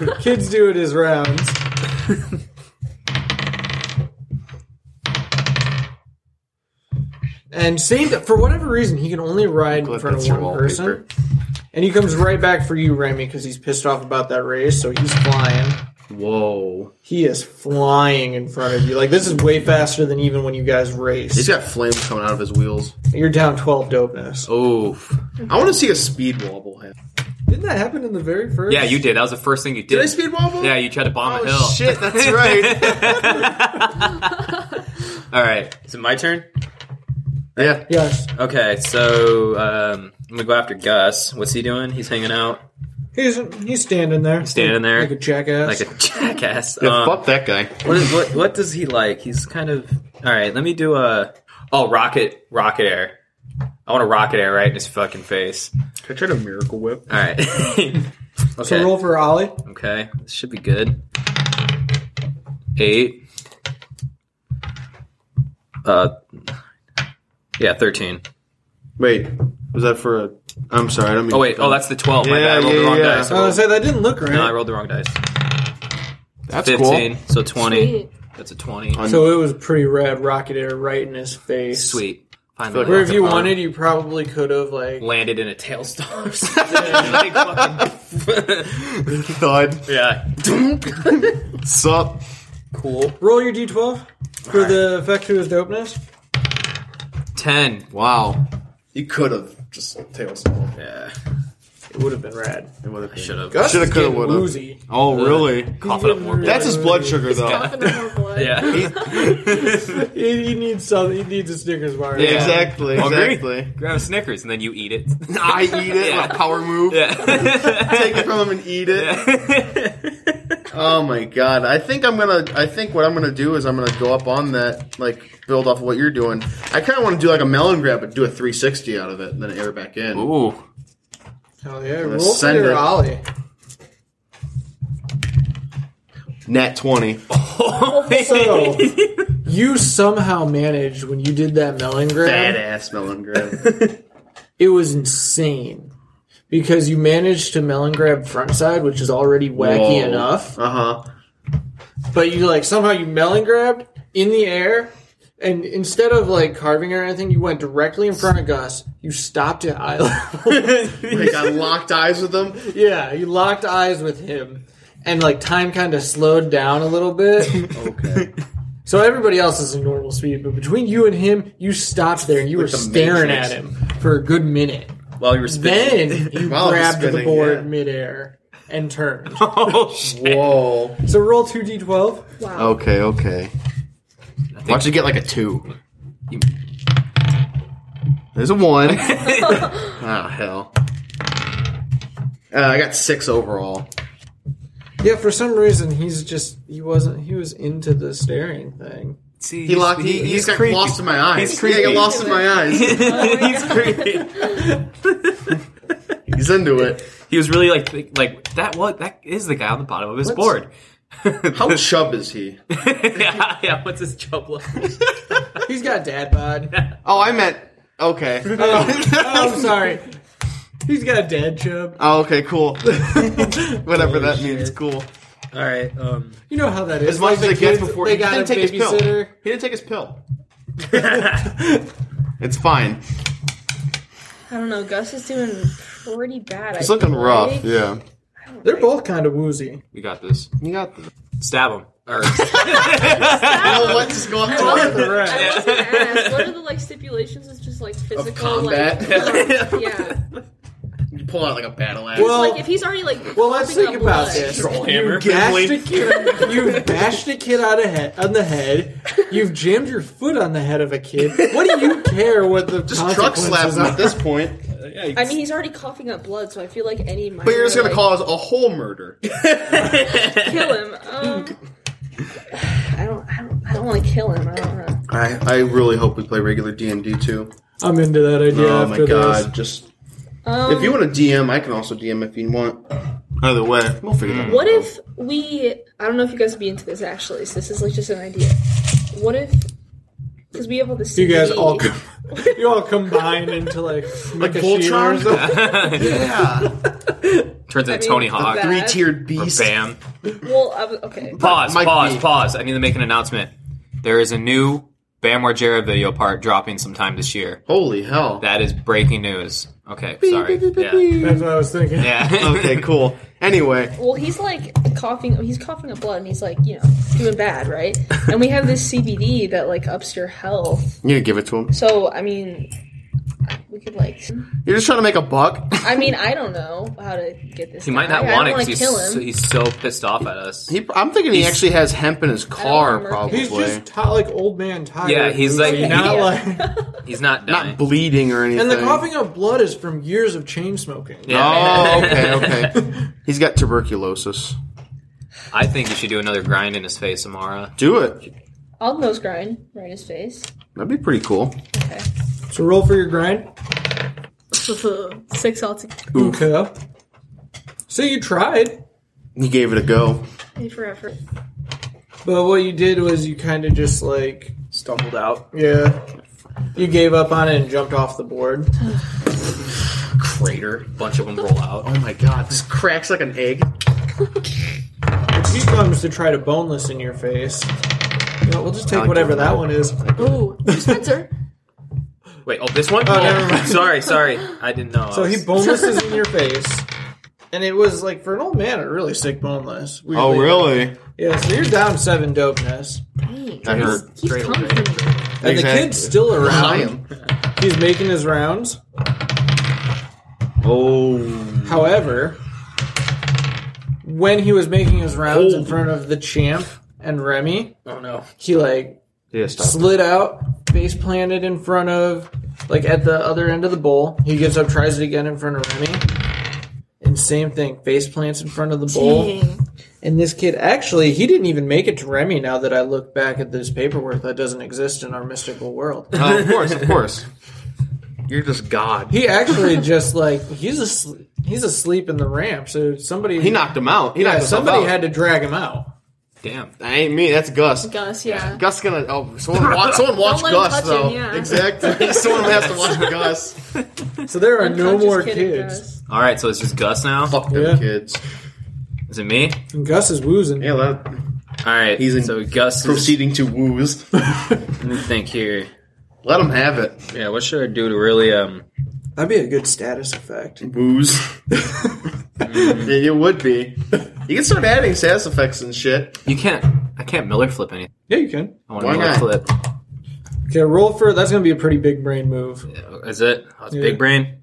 [SPEAKER 1] rounds. Kids doing his rounds. And same for whatever reason, he can only ride in
[SPEAKER 5] Glad
[SPEAKER 1] front
[SPEAKER 5] that's
[SPEAKER 1] of
[SPEAKER 5] your
[SPEAKER 1] one
[SPEAKER 5] wallpaper.
[SPEAKER 1] person. And he comes right back for you, Remy, because he's pissed off about that race. So he's flying.
[SPEAKER 4] Whoa.
[SPEAKER 1] He is flying in front of you. Like this is way faster than even when you guys
[SPEAKER 2] He's
[SPEAKER 1] race.
[SPEAKER 2] got flames coming out of his wheels.
[SPEAKER 1] You're down twelve dopeness.
[SPEAKER 4] Oh. Oof.
[SPEAKER 2] I want to see a speed wobble. happen.
[SPEAKER 1] Didn't that happen in the very first?
[SPEAKER 4] [laughs] Yeah, you did. That was the first thing you did.
[SPEAKER 2] Did I speed wobble?
[SPEAKER 4] Yeah, you tried to bomb
[SPEAKER 2] Oh,
[SPEAKER 4] a hill. [laughs]
[SPEAKER 2] shit, that's
[SPEAKER 4] right. All right. Is it my turn?
[SPEAKER 2] Yeah.
[SPEAKER 1] Yes.
[SPEAKER 4] Okay, so um, I'm gonna go after Gus. What's he doing? He's hanging out
[SPEAKER 1] He's he's standing there.
[SPEAKER 4] standing there.
[SPEAKER 1] like a jackass.
[SPEAKER 4] like a [laughs] jackass.
[SPEAKER 5] Yeah,
[SPEAKER 4] Um,
[SPEAKER 5] fuck that guy.
[SPEAKER 4] what, is, what what does he like? He's kind of all right. Let me do a oh rocket rocket air. I want a rocket air right in his fucking face.
[SPEAKER 2] I tried a miracle whip.
[SPEAKER 4] All right. [laughs]
[SPEAKER 1] so
[SPEAKER 4] okay.
[SPEAKER 1] roll for Ollie.
[SPEAKER 4] Okay. This should be good. Eight. Uh. Yeah, thirteen.
[SPEAKER 2] Wait, was that for a? I'm sorry, I don't mean.
[SPEAKER 4] Oh wait. Oh, that's the twelve. My
[SPEAKER 2] Yeah,
[SPEAKER 4] bad. I rolled
[SPEAKER 2] yeah,
[SPEAKER 4] the wrong
[SPEAKER 2] yeah.
[SPEAKER 4] dice. I
[SPEAKER 1] I
[SPEAKER 4] rolled-
[SPEAKER 1] was gonna say Uh, that didn't look
[SPEAKER 4] no, I
[SPEAKER 1] right.
[SPEAKER 4] rolled the wrong dice.
[SPEAKER 5] That's [laughs]
[SPEAKER 4] Fifteen. So [laughs] twenty.
[SPEAKER 3] Sweet.
[SPEAKER 4] That's a twenty.
[SPEAKER 5] On-
[SPEAKER 1] so it was pretty red rocket air right in his face.
[SPEAKER 4] Sweet. Finally,
[SPEAKER 1] Where
[SPEAKER 5] Where
[SPEAKER 1] if you wanted, you probably could have like
[SPEAKER 4] landed in a tailstorm. [laughs] or something. Big fucking-
[SPEAKER 5] cool. Thud.
[SPEAKER 4] yeah.
[SPEAKER 5] Sup?
[SPEAKER 4] Cool.
[SPEAKER 1] roll your d12 for the effect to his dopeness.
[SPEAKER 4] Ten.
[SPEAKER 5] Wow.
[SPEAKER 2] you could have just tail small.
[SPEAKER 4] Yeah.
[SPEAKER 1] It would have been rad.
[SPEAKER 2] It would have
[SPEAKER 4] I should have.
[SPEAKER 1] Gus
[SPEAKER 5] Shoulda,
[SPEAKER 1] is
[SPEAKER 5] coulda,
[SPEAKER 1] getting
[SPEAKER 5] woulda.
[SPEAKER 1] woozy.
[SPEAKER 5] Oh, really?
[SPEAKER 4] Cough it up more.
[SPEAKER 5] That's his blood sugar, though.
[SPEAKER 3] Coughing more blood.
[SPEAKER 4] Yeah.
[SPEAKER 1] He, he needs something. He needs a Snickers bar.
[SPEAKER 4] Yeah.
[SPEAKER 5] Exactly.
[SPEAKER 4] Hungry? [laughs]
[SPEAKER 5] Exactly.
[SPEAKER 4] Grab a Snickers and then you eat it.
[SPEAKER 5] I eat it.
[SPEAKER 4] Yeah.
[SPEAKER 5] my power move.
[SPEAKER 2] Take
[SPEAKER 4] Yeah.
[SPEAKER 2] it from him and eat it.
[SPEAKER 4] [laughs] Yeah.
[SPEAKER 2] Oh my god! I think I'm gonna. I think what I'm gonna do is I'm gonna go up on that, like build off of what you're doing. I kind of want to do like a melon grab, but do a 360 out of it, and then air back in.
[SPEAKER 4] Ooh.
[SPEAKER 1] Hell yeah! Roll for
[SPEAKER 2] send
[SPEAKER 1] your
[SPEAKER 2] it.
[SPEAKER 1] ollie.
[SPEAKER 5] Nat 20.
[SPEAKER 4] [laughs]
[SPEAKER 1] So- You somehow managed when you did that melon grab.
[SPEAKER 2] Badass
[SPEAKER 5] [laughs]
[SPEAKER 2] melon grab.
[SPEAKER 1] It was insane because you managed to melon grab front side, which is already wacky
[SPEAKER 5] Whoa.
[SPEAKER 1] enough.
[SPEAKER 2] Uh huh.
[SPEAKER 1] But you like somehow you melon grabbed in the air, and instead of like carving or anything, you went directly in front of Gus. You stopped at eye level.
[SPEAKER 2] Like I locked eyes with them.
[SPEAKER 1] [laughs] yeah, you locked eyes with him, and like time kind of slowed down a little
[SPEAKER 2] [laughs]
[SPEAKER 1] bit.
[SPEAKER 2] Okay.
[SPEAKER 1] So everybody else is in normal speed, but between you and him, you stopped there and you
[SPEAKER 2] Like
[SPEAKER 1] were
[SPEAKER 2] the
[SPEAKER 1] staring
[SPEAKER 2] Matrix.
[SPEAKER 1] at him for a good minute.
[SPEAKER 4] While you were spinning.
[SPEAKER 1] Then you
[SPEAKER 2] [laughs] While I was
[SPEAKER 1] grabbed the
[SPEAKER 2] spinning,
[SPEAKER 1] board
[SPEAKER 2] yeah.
[SPEAKER 1] midair and turned.
[SPEAKER 4] [laughs] Oh shit.
[SPEAKER 2] Whoa.
[SPEAKER 1] So roll two d twelve.
[SPEAKER 3] Wow.
[SPEAKER 2] Oh.
[SPEAKER 5] Okay, okay.
[SPEAKER 4] I
[SPEAKER 5] Watch
[SPEAKER 4] think-
[SPEAKER 5] it get like a 2. There's a 1.
[SPEAKER 2] [laughs] Ah hell. Uh, I got six overall.
[SPEAKER 1] Yeah, for some reason he's just he wasn't he was into the staring thing.
[SPEAKER 4] See,
[SPEAKER 2] He locked. He, he's got
[SPEAKER 4] creepy.
[SPEAKER 2] lost in my eyes. [laughs]
[SPEAKER 4] He's
[SPEAKER 2] yeah, he got
[SPEAKER 4] creepy.
[SPEAKER 2] lost in my eyes.
[SPEAKER 3] Oh,
[SPEAKER 4] [laughs] he's creepy.
[SPEAKER 2] He's into it.
[SPEAKER 4] He was really like th- like that. What that is the guy on the bottom of his
[SPEAKER 2] What's-
[SPEAKER 4] board. [laughs]
[SPEAKER 2] How chub is he?
[SPEAKER 4] yeah, yeah. What's his job like?
[SPEAKER 1] He's got dad
[SPEAKER 5] [laughs]
[SPEAKER 1] bod.
[SPEAKER 5] Oh, I meant. Okay.
[SPEAKER 1] Oh, oh, I'm sorry. He's got a dad chub.
[SPEAKER 5] Oh, okay,
[SPEAKER 2] [laughs]
[SPEAKER 5] cool. Whatever that
[SPEAKER 4] Holy
[SPEAKER 5] means,
[SPEAKER 4] shit.
[SPEAKER 5] cool.
[SPEAKER 4] [laughs] All right. Um.
[SPEAKER 1] You know how that is.
[SPEAKER 5] As much as
[SPEAKER 1] the
[SPEAKER 5] it gets
[SPEAKER 1] kids,
[SPEAKER 5] before
[SPEAKER 1] they
[SPEAKER 5] he
[SPEAKER 1] got
[SPEAKER 5] didn't
[SPEAKER 1] a
[SPEAKER 5] take his pill.
[SPEAKER 1] babysitter.
[SPEAKER 5] He didn't take his
[SPEAKER 2] [laughs]
[SPEAKER 5] pill.
[SPEAKER 4] yeah.
[SPEAKER 5] It's fine.
[SPEAKER 3] I don't know. Gus is doing pretty bad.
[SPEAKER 5] It's
[SPEAKER 3] I
[SPEAKER 5] looking
[SPEAKER 3] feel
[SPEAKER 5] rough.
[SPEAKER 3] like.
[SPEAKER 5] Yeah.
[SPEAKER 3] I don't
[SPEAKER 1] They're
[SPEAKER 2] [laughs]
[SPEAKER 3] like-
[SPEAKER 1] both kind of woozy.
[SPEAKER 4] We got this.
[SPEAKER 5] You got this.
[SPEAKER 4] Stab him. Or,
[SPEAKER 2] Oh, what just [laughs] going
[SPEAKER 3] I
[SPEAKER 2] on?
[SPEAKER 3] wasn't-
[SPEAKER 1] the right.
[SPEAKER 3] I was gonna ask, what are the like stipulations? It's just like physical,
[SPEAKER 2] combat?
[SPEAKER 3] like [laughs] yeah.
[SPEAKER 2] You pull out like a battle axe.
[SPEAKER 1] Well-
[SPEAKER 3] like if he's already like
[SPEAKER 1] Well, let's
[SPEAKER 3] coughing
[SPEAKER 1] think
[SPEAKER 3] up
[SPEAKER 1] about
[SPEAKER 3] blood.
[SPEAKER 1] this.
[SPEAKER 4] Troll hammer.
[SPEAKER 1] You bashed a kid. You bashed a kid on the head. On the head. You've jammed your foot on the head of a kid. What do you care what the
[SPEAKER 2] just truck slap
[SPEAKER 1] consequences
[SPEAKER 2] him at
[SPEAKER 1] are?
[SPEAKER 2] this point.
[SPEAKER 3] I mean, he's already coughing up blood, so I feel like any. Minor,
[SPEAKER 2] But you're just gonna
[SPEAKER 3] like,
[SPEAKER 2] cause a whole murder.
[SPEAKER 3] kill him. Um, I don't. I don't. I don't want to kill him. I don't know.
[SPEAKER 2] I, I really hope we play regular D and D too.
[SPEAKER 1] I'm into that idea.
[SPEAKER 2] oh
[SPEAKER 1] after
[SPEAKER 2] my god!
[SPEAKER 1] This.
[SPEAKER 2] Just
[SPEAKER 3] Um,
[SPEAKER 2] if you want to DM, I can also DM if you want.
[SPEAKER 5] Either way, we'll figure that out.
[SPEAKER 3] What if we? I don't know if you guys would be into this actually. So this is like just an idea. What if? Because we have all this.
[SPEAKER 1] You guys
[SPEAKER 3] CBD. [laughs]
[SPEAKER 1] all com- you all combine into like like
[SPEAKER 2] Voltron?
[SPEAKER 1] [laughs]
[SPEAKER 5] Yeah.
[SPEAKER 4] [laughs] Turns
[SPEAKER 3] I
[SPEAKER 4] into
[SPEAKER 3] mean,
[SPEAKER 4] Tony Hawk.
[SPEAKER 3] that-
[SPEAKER 2] Three tiered
[SPEAKER 4] Or
[SPEAKER 2] beast.
[SPEAKER 4] Bam.
[SPEAKER 3] Well, I was, okay.
[SPEAKER 4] Pause.
[SPEAKER 5] Might
[SPEAKER 4] pause.
[SPEAKER 5] be.
[SPEAKER 4] Pause. I need to make an announcement. There is a new Bam Margera video part dropping sometime this year.
[SPEAKER 2] Holy hell.
[SPEAKER 4] That is breaking news. Okay, sorry. yeah.
[SPEAKER 1] That's what I was thinking.
[SPEAKER 4] [laughs] yeah.
[SPEAKER 2] okay, cool. Anyway,
[SPEAKER 3] Well, he's like coughing. He's coughing up blood, and he's like, you know, doing bad, right? and we have this CBD that like ups your health.
[SPEAKER 2] you gonna give it to him.
[SPEAKER 3] So I mean, we could like.
[SPEAKER 2] You're just trying to make a buck.
[SPEAKER 3] I mean, I don't know how to get this.
[SPEAKER 4] He might not
[SPEAKER 3] guy.
[SPEAKER 4] want
[SPEAKER 3] I
[SPEAKER 4] it
[SPEAKER 3] don't
[SPEAKER 4] because
[SPEAKER 3] to kill
[SPEAKER 4] he's,
[SPEAKER 3] him.
[SPEAKER 4] so- he's so pissed off at us.
[SPEAKER 2] He, I'm thinking he
[SPEAKER 4] He's-
[SPEAKER 2] actually has hemp in his car,
[SPEAKER 3] remember.
[SPEAKER 2] probably.
[SPEAKER 1] He's just ti like old man tired.
[SPEAKER 4] Yeah, he's like-
[SPEAKER 1] not
[SPEAKER 3] Yeah.
[SPEAKER 1] like.
[SPEAKER 4] He's not dying.
[SPEAKER 2] not bleeding or anything.
[SPEAKER 1] And the coughing of blood is from years of chain smoking.
[SPEAKER 4] [laughs] Yeah.
[SPEAKER 2] Oh, okay, okay. He's got tuberculosis.
[SPEAKER 4] [laughs] I think you should do another grind in his face, Amara.
[SPEAKER 2] Do it.
[SPEAKER 3] [laughs] I'll nose grind right his face.
[SPEAKER 2] That'd be pretty cool.
[SPEAKER 3] Okay.
[SPEAKER 1] [laughs] So roll for your grind.
[SPEAKER 3] [laughs] Six altogether.
[SPEAKER 1] Okay. So you tried,
[SPEAKER 2] He gave it a go.
[SPEAKER 3] For [laughs] effort.
[SPEAKER 1] but what you did was you kind of just like,
[SPEAKER 4] Stumbled out.
[SPEAKER 1] yeah, you gave up on it and jumped off the board.
[SPEAKER 4] Crater. Bunch of them roll out.
[SPEAKER 2] Oh my god, this cracks like an egg.
[SPEAKER 1] Which he comes to try to boneless in your face. You know, we'll just take
[SPEAKER 2] like
[SPEAKER 1] whatever
[SPEAKER 2] that.
[SPEAKER 1] that one is.
[SPEAKER 3] Ooh, Spencer.
[SPEAKER 4] Wait, oh, this one?
[SPEAKER 1] Oh,
[SPEAKER 4] Oh,
[SPEAKER 1] never mind.
[SPEAKER 4] sorry, sorry. I didn't know. I
[SPEAKER 1] So he
[SPEAKER 4] was-
[SPEAKER 1] bonelesses
[SPEAKER 4] [laughs]
[SPEAKER 1] in your face. And it was like for an old man, a really sick boneless.
[SPEAKER 2] Oh,
[SPEAKER 1] weirdly.
[SPEAKER 2] really?
[SPEAKER 1] Yeah. So you're down seven dopeness,
[SPEAKER 3] Dang.
[SPEAKER 2] I
[SPEAKER 3] he's,
[SPEAKER 2] heard
[SPEAKER 3] he's
[SPEAKER 4] straight
[SPEAKER 3] coming for me.
[SPEAKER 1] and the
[SPEAKER 2] Exactly.
[SPEAKER 1] kid's
[SPEAKER 2] [laughs]
[SPEAKER 1] still
[SPEAKER 2] I
[SPEAKER 1] around.
[SPEAKER 2] am.
[SPEAKER 1] He's making his rounds.
[SPEAKER 2] Oh.
[SPEAKER 1] However, when he was making his rounds
[SPEAKER 2] Oh.
[SPEAKER 1] in front of the champ and Remy,
[SPEAKER 4] Oh, no.
[SPEAKER 1] he like
[SPEAKER 2] Yeah, stop.
[SPEAKER 1] slid out, face planted in front of, like at the other end of the bowl. He gives up, tries it again in front of Remy. And same thing, face plants in front of the bowl.
[SPEAKER 3] Dang.
[SPEAKER 1] And this kid, actually, he didn't even make it to Remy now that I look back at this paperwork that doesn't exist in our mystical world.
[SPEAKER 2] Oh, of course, of course. You're just God.
[SPEAKER 1] He actually just like, he's, asleep, he's asleep in the ramp, so somebody.
[SPEAKER 2] He knocked him out. He
[SPEAKER 1] Yeah,
[SPEAKER 2] knocked himself
[SPEAKER 1] somebody
[SPEAKER 2] out.
[SPEAKER 1] had to drag him out.
[SPEAKER 4] Damn.
[SPEAKER 2] That ain't me. That's Gus.
[SPEAKER 3] Gus, yeah.
[SPEAKER 2] Gus gonna. Oh, someone watch. Someone watch
[SPEAKER 3] let him
[SPEAKER 2] Gus
[SPEAKER 3] touch
[SPEAKER 2] though.
[SPEAKER 3] him, yeah.
[SPEAKER 2] Exactly. [laughs] someone has to watch Gus.
[SPEAKER 1] So there are no
[SPEAKER 3] Unconscious
[SPEAKER 1] more
[SPEAKER 3] kid
[SPEAKER 1] kids.
[SPEAKER 3] Gus.
[SPEAKER 4] All right, so it's just Gus now?
[SPEAKER 2] Fuck them
[SPEAKER 1] Yeah.
[SPEAKER 2] kids.
[SPEAKER 4] Is it me?
[SPEAKER 1] And Gus is woozing.
[SPEAKER 2] Yeah, that
[SPEAKER 4] All right.
[SPEAKER 2] He's in-
[SPEAKER 4] so Gus is.
[SPEAKER 2] proceeding to [laughs] woos.
[SPEAKER 4] Let me think here.
[SPEAKER 2] Let him have it.
[SPEAKER 4] Yeah, what should I do to really. um?
[SPEAKER 1] That'd be a good status
[SPEAKER 2] [laughs]
[SPEAKER 1] effect.
[SPEAKER 2] Woos. it, it would be. You can start adding sass effects and shit.
[SPEAKER 4] You can't. I can't Miller flip anything.
[SPEAKER 1] Yeah, you can.
[SPEAKER 4] I want to
[SPEAKER 2] Why
[SPEAKER 4] Miller
[SPEAKER 2] not?
[SPEAKER 4] flip.
[SPEAKER 1] Okay, roll for that's gonna be a pretty big brain move.
[SPEAKER 4] Is it? Oh, it's
[SPEAKER 1] Yeah.
[SPEAKER 4] big brain.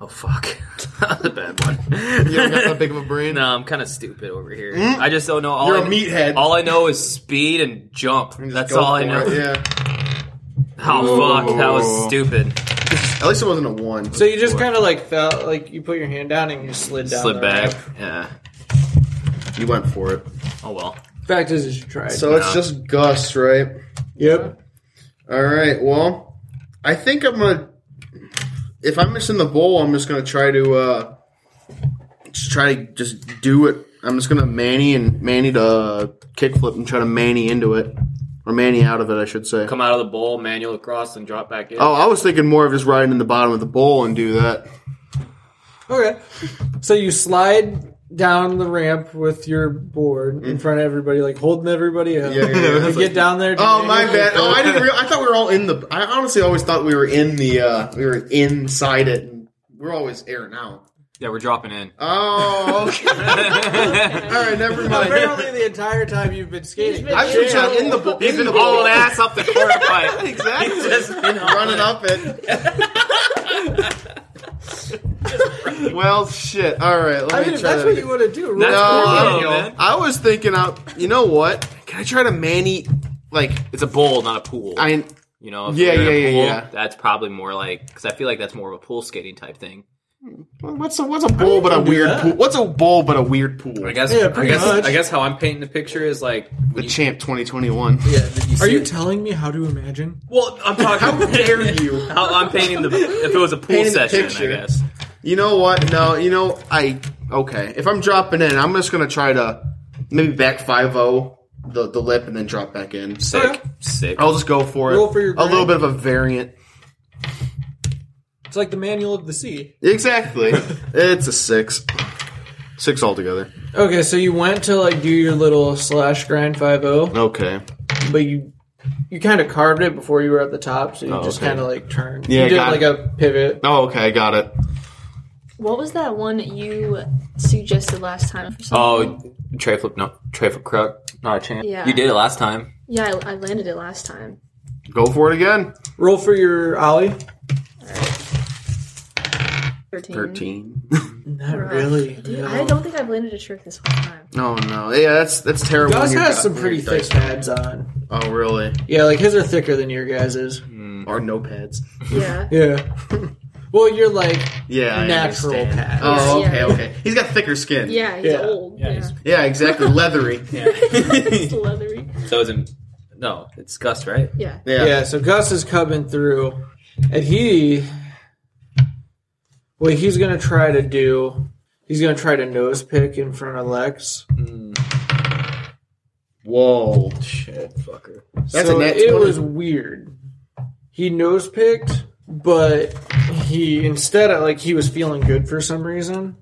[SPEAKER 4] Oh fuck, [laughs] that's a bad one.
[SPEAKER 2] [laughs] You don't got that
[SPEAKER 4] [laughs]
[SPEAKER 2] big of a brain.
[SPEAKER 4] no, I'm kind of stupid over here. I just don't know. All
[SPEAKER 2] You're
[SPEAKER 4] I,
[SPEAKER 2] a meathead.
[SPEAKER 4] All I know is speed and jump.
[SPEAKER 2] You can just
[SPEAKER 4] That's
[SPEAKER 2] go
[SPEAKER 4] all I
[SPEAKER 2] for
[SPEAKER 4] know.
[SPEAKER 2] it, Yeah.
[SPEAKER 4] [laughs] Oh fuck, that was stupid.
[SPEAKER 2] At least it wasn't a one.
[SPEAKER 1] So you just kind of like fell, like you put your hand down and you slid down.
[SPEAKER 4] Slip
[SPEAKER 1] the
[SPEAKER 4] back.
[SPEAKER 1] ramp.
[SPEAKER 4] Yeah.
[SPEAKER 2] You went for it.
[SPEAKER 4] Oh well.
[SPEAKER 1] Fact is, is you tried.
[SPEAKER 2] So it's
[SPEAKER 4] No.
[SPEAKER 2] just Gus, right?
[SPEAKER 1] yep.
[SPEAKER 2] All right. Well, I think I'm gonna. If I'm missing the bowl, I'm just gonna try to uh, just try to just do it. I'm just gonna manny and manny to uh, kickflip and try to manny into it or manny out of it, I should say.
[SPEAKER 4] Come out of the bowl, manual across, and drop back in.
[SPEAKER 2] Oh, I was thinking more of just riding in the bottom of the bowl and do that.
[SPEAKER 1] Okay. So you slide down the ramp with your board in front of everybody, like holding everybody up.
[SPEAKER 2] Mm. Yeah, yeah, yeah.
[SPEAKER 1] You
[SPEAKER 2] That's
[SPEAKER 1] get down there.
[SPEAKER 2] Oh my bad. Oh, I didn't. Real- I thought we were all in the. I honestly always thought we were in the. Uh, we were inside it, and we're always airing out.
[SPEAKER 4] Yeah, we're
[SPEAKER 2] [laughs]
[SPEAKER 4] dropping in.
[SPEAKER 2] Oh, okay. all right, never
[SPEAKER 1] [laughs]
[SPEAKER 2] mind.
[SPEAKER 1] Apparently, the entire time you've been skating,
[SPEAKER 3] been-
[SPEAKER 2] I'm just trying in the bowl.
[SPEAKER 4] He's
[SPEAKER 2] in
[SPEAKER 4] been
[SPEAKER 2] the
[SPEAKER 4] hauling
[SPEAKER 2] bowl.
[SPEAKER 4] ass up the corner pipe.
[SPEAKER 2] [laughs] Exactly.
[SPEAKER 4] He's just been
[SPEAKER 2] running up it. well, shit. All right, let
[SPEAKER 1] I
[SPEAKER 2] me
[SPEAKER 1] mean, if
[SPEAKER 2] try
[SPEAKER 1] that's
[SPEAKER 2] that
[SPEAKER 1] what
[SPEAKER 2] again.
[SPEAKER 1] you want to do,
[SPEAKER 4] That's
[SPEAKER 1] roll-
[SPEAKER 4] cool.
[SPEAKER 2] No,
[SPEAKER 4] There you go.
[SPEAKER 2] I was thinking out. You know what? Can I try to manny? Like
[SPEAKER 4] It's a bowl, not a pool.
[SPEAKER 2] I.
[SPEAKER 4] You know, if
[SPEAKER 2] Yeah,
[SPEAKER 4] we're in a
[SPEAKER 2] yeah, yeah,
[SPEAKER 4] pool,
[SPEAKER 2] yeah.
[SPEAKER 4] That's probably more like because I feel like that's more of a pool skating type thing.
[SPEAKER 2] What's a what's a bowl but a
[SPEAKER 1] gonna do
[SPEAKER 2] weird
[SPEAKER 1] that?
[SPEAKER 2] pool? What's a bowl but a weird pool?
[SPEAKER 4] I guess.
[SPEAKER 1] Yeah,
[SPEAKER 4] I
[SPEAKER 1] pretty
[SPEAKER 4] guess.
[SPEAKER 1] much.
[SPEAKER 4] I guess how I'm painting the picture is like.
[SPEAKER 2] the champ 2021.
[SPEAKER 4] Yeah,
[SPEAKER 1] Are you telling me how to imagine?
[SPEAKER 4] well, I'm talking.
[SPEAKER 2] How
[SPEAKER 4] [laughs]
[SPEAKER 2] dare you?
[SPEAKER 4] How I'm painting the. If it was a pool
[SPEAKER 2] Painting the
[SPEAKER 4] session, I
[SPEAKER 2] picture.
[SPEAKER 4] guess.
[SPEAKER 2] You know what? No, you know I. Okay, if I'm dropping in, I'm just gonna try to maybe back five zero the the lip and then drop back in.
[SPEAKER 4] Sick.
[SPEAKER 1] Okay.
[SPEAKER 4] Sick.
[SPEAKER 6] Oh,
[SPEAKER 2] I'll just go for it.
[SPEAKER 1] Roll for your
[SPEAKER 2] a
[SPEAKER 1] grind.
[SPEAKER 2] little bit of a variant.
[SPEAKER 1] It's like the manual of the sea.
[SPEAKER 5] [laughs]
[SPEAKER 2] Exactly. it's a six. Six altogether.
[SPEAKER 1] Okay, so you went to like do your little slash grind five zero,
[SPEAKER 2] Okay.
[SPEAKER 1] oh, but you you kind of carved it before you were at the top, so you
[SPEAKER 5] Oh,
[SPEAKER 1] just
[SPEAKER 5] okay.
[SPEAKER 1] kind of like turned.
[SPEAKER 5] Yeah,
[SPEAKER 1] you did
[SPEAKER 5] got
[SPEAKER 1] like a pivot.
[SPEAKER 5] Oh, okay, I got it.
[SPEAKER 3] What was that one that you suggested last time? For something?
[SPEAKER 6] Oh, tray flip, no, tray flip crook. Not a chance.
[SPEAKER 3] Yeah.
[SPEAKER 6] You did it last time.
[SPEAKER 3] yeah, I, I landed it last time.
[SPEAKER 5] Go for it again.
[SPEAKER 1] Roll for your ollie.
[SPEAKER 3] Thirteen.
[SPEAKER 5] Thirteen.
[SPEAKER 1] Not
[SPEAKER 3] Rough.
[SPEAKER 1] really.
[SPEAKER 3] Dude,
[SPEAKER 1] no.
[SPEAKER 3] I don't think I've landed a trick this whole time.
[SPEAKER 5] Oh no. Yeah, that's that's terrible.
[SPEAKER 1] Gus
[SPEAKER 5] when your
[SPEAKER 1] has
[SPEAKER 5] di-
[SPEAKER 1] some
[SPEAKER 5] when
[SPEAKER 1] pretty
[SPEAKER 5] your
[SPEAKER 1] thick
[SPEAKER 5] dice-
[SPEAKER 1] pads on.
[SPEAKER 5] Oh really?
[SPEAKER 1] Yeah, like his are thicker than your guys's.
[SPEAKER 5] Or notepads.
[SPEAKER 3] Yeah.
[SPEAKER 1] Yeah. [laughs] well, you're like
[SPEAKER 5] Yeah. I
[SPEAKER 1] natural
[SPEAKER 5] understand.
[SPEAKER 1] pads.
[SPEAKER 5] Oh,
[SPEAKER 3] Yeah.
[SPEAKER 5] okay, okay. He's got thicker
[SPEAKER 2] [laughs]
[SPEAKER 5] skin.
[SPEAKER 3] Yeah, he's
[SPEAKER 1] Yeah.
[SPEAKER 3] old.
[SPEAKER 4] Yeah,
[SPEAKER 3] Yeah.
[SPEAKER 4] he's-
[SPEAKER 5] Yeah,
[SPEAKER 1] [laughs]
[SPEAKER 5] exactly. Leathery.
[SPEAKER 3] [laughs] it's leathery.
[SPEAKER 4] So it's in. No, it's Gus, right?
[SPEAKER 3] Yeah.
[SPEAKER 1] yeah.
[SPEAKER 5] Yeah.
[SPEAKER 1] So Gus is coming through, and he, what he's gonna try to do, he's gonna try to nose pick in front of Lex.
[SPEAKER 5] Whoa.
[SPEAKER 4] Shit, fucker.
[SPEAKER 5] That's
[SPEAKER 1] so
[SPEAKER 5] a nat
[SPEAKER 1] it
[SPEAKER 5] 20.
[SPEAKER 1] was weird. He nose picked, but he instead of like he was feeling good for some reason.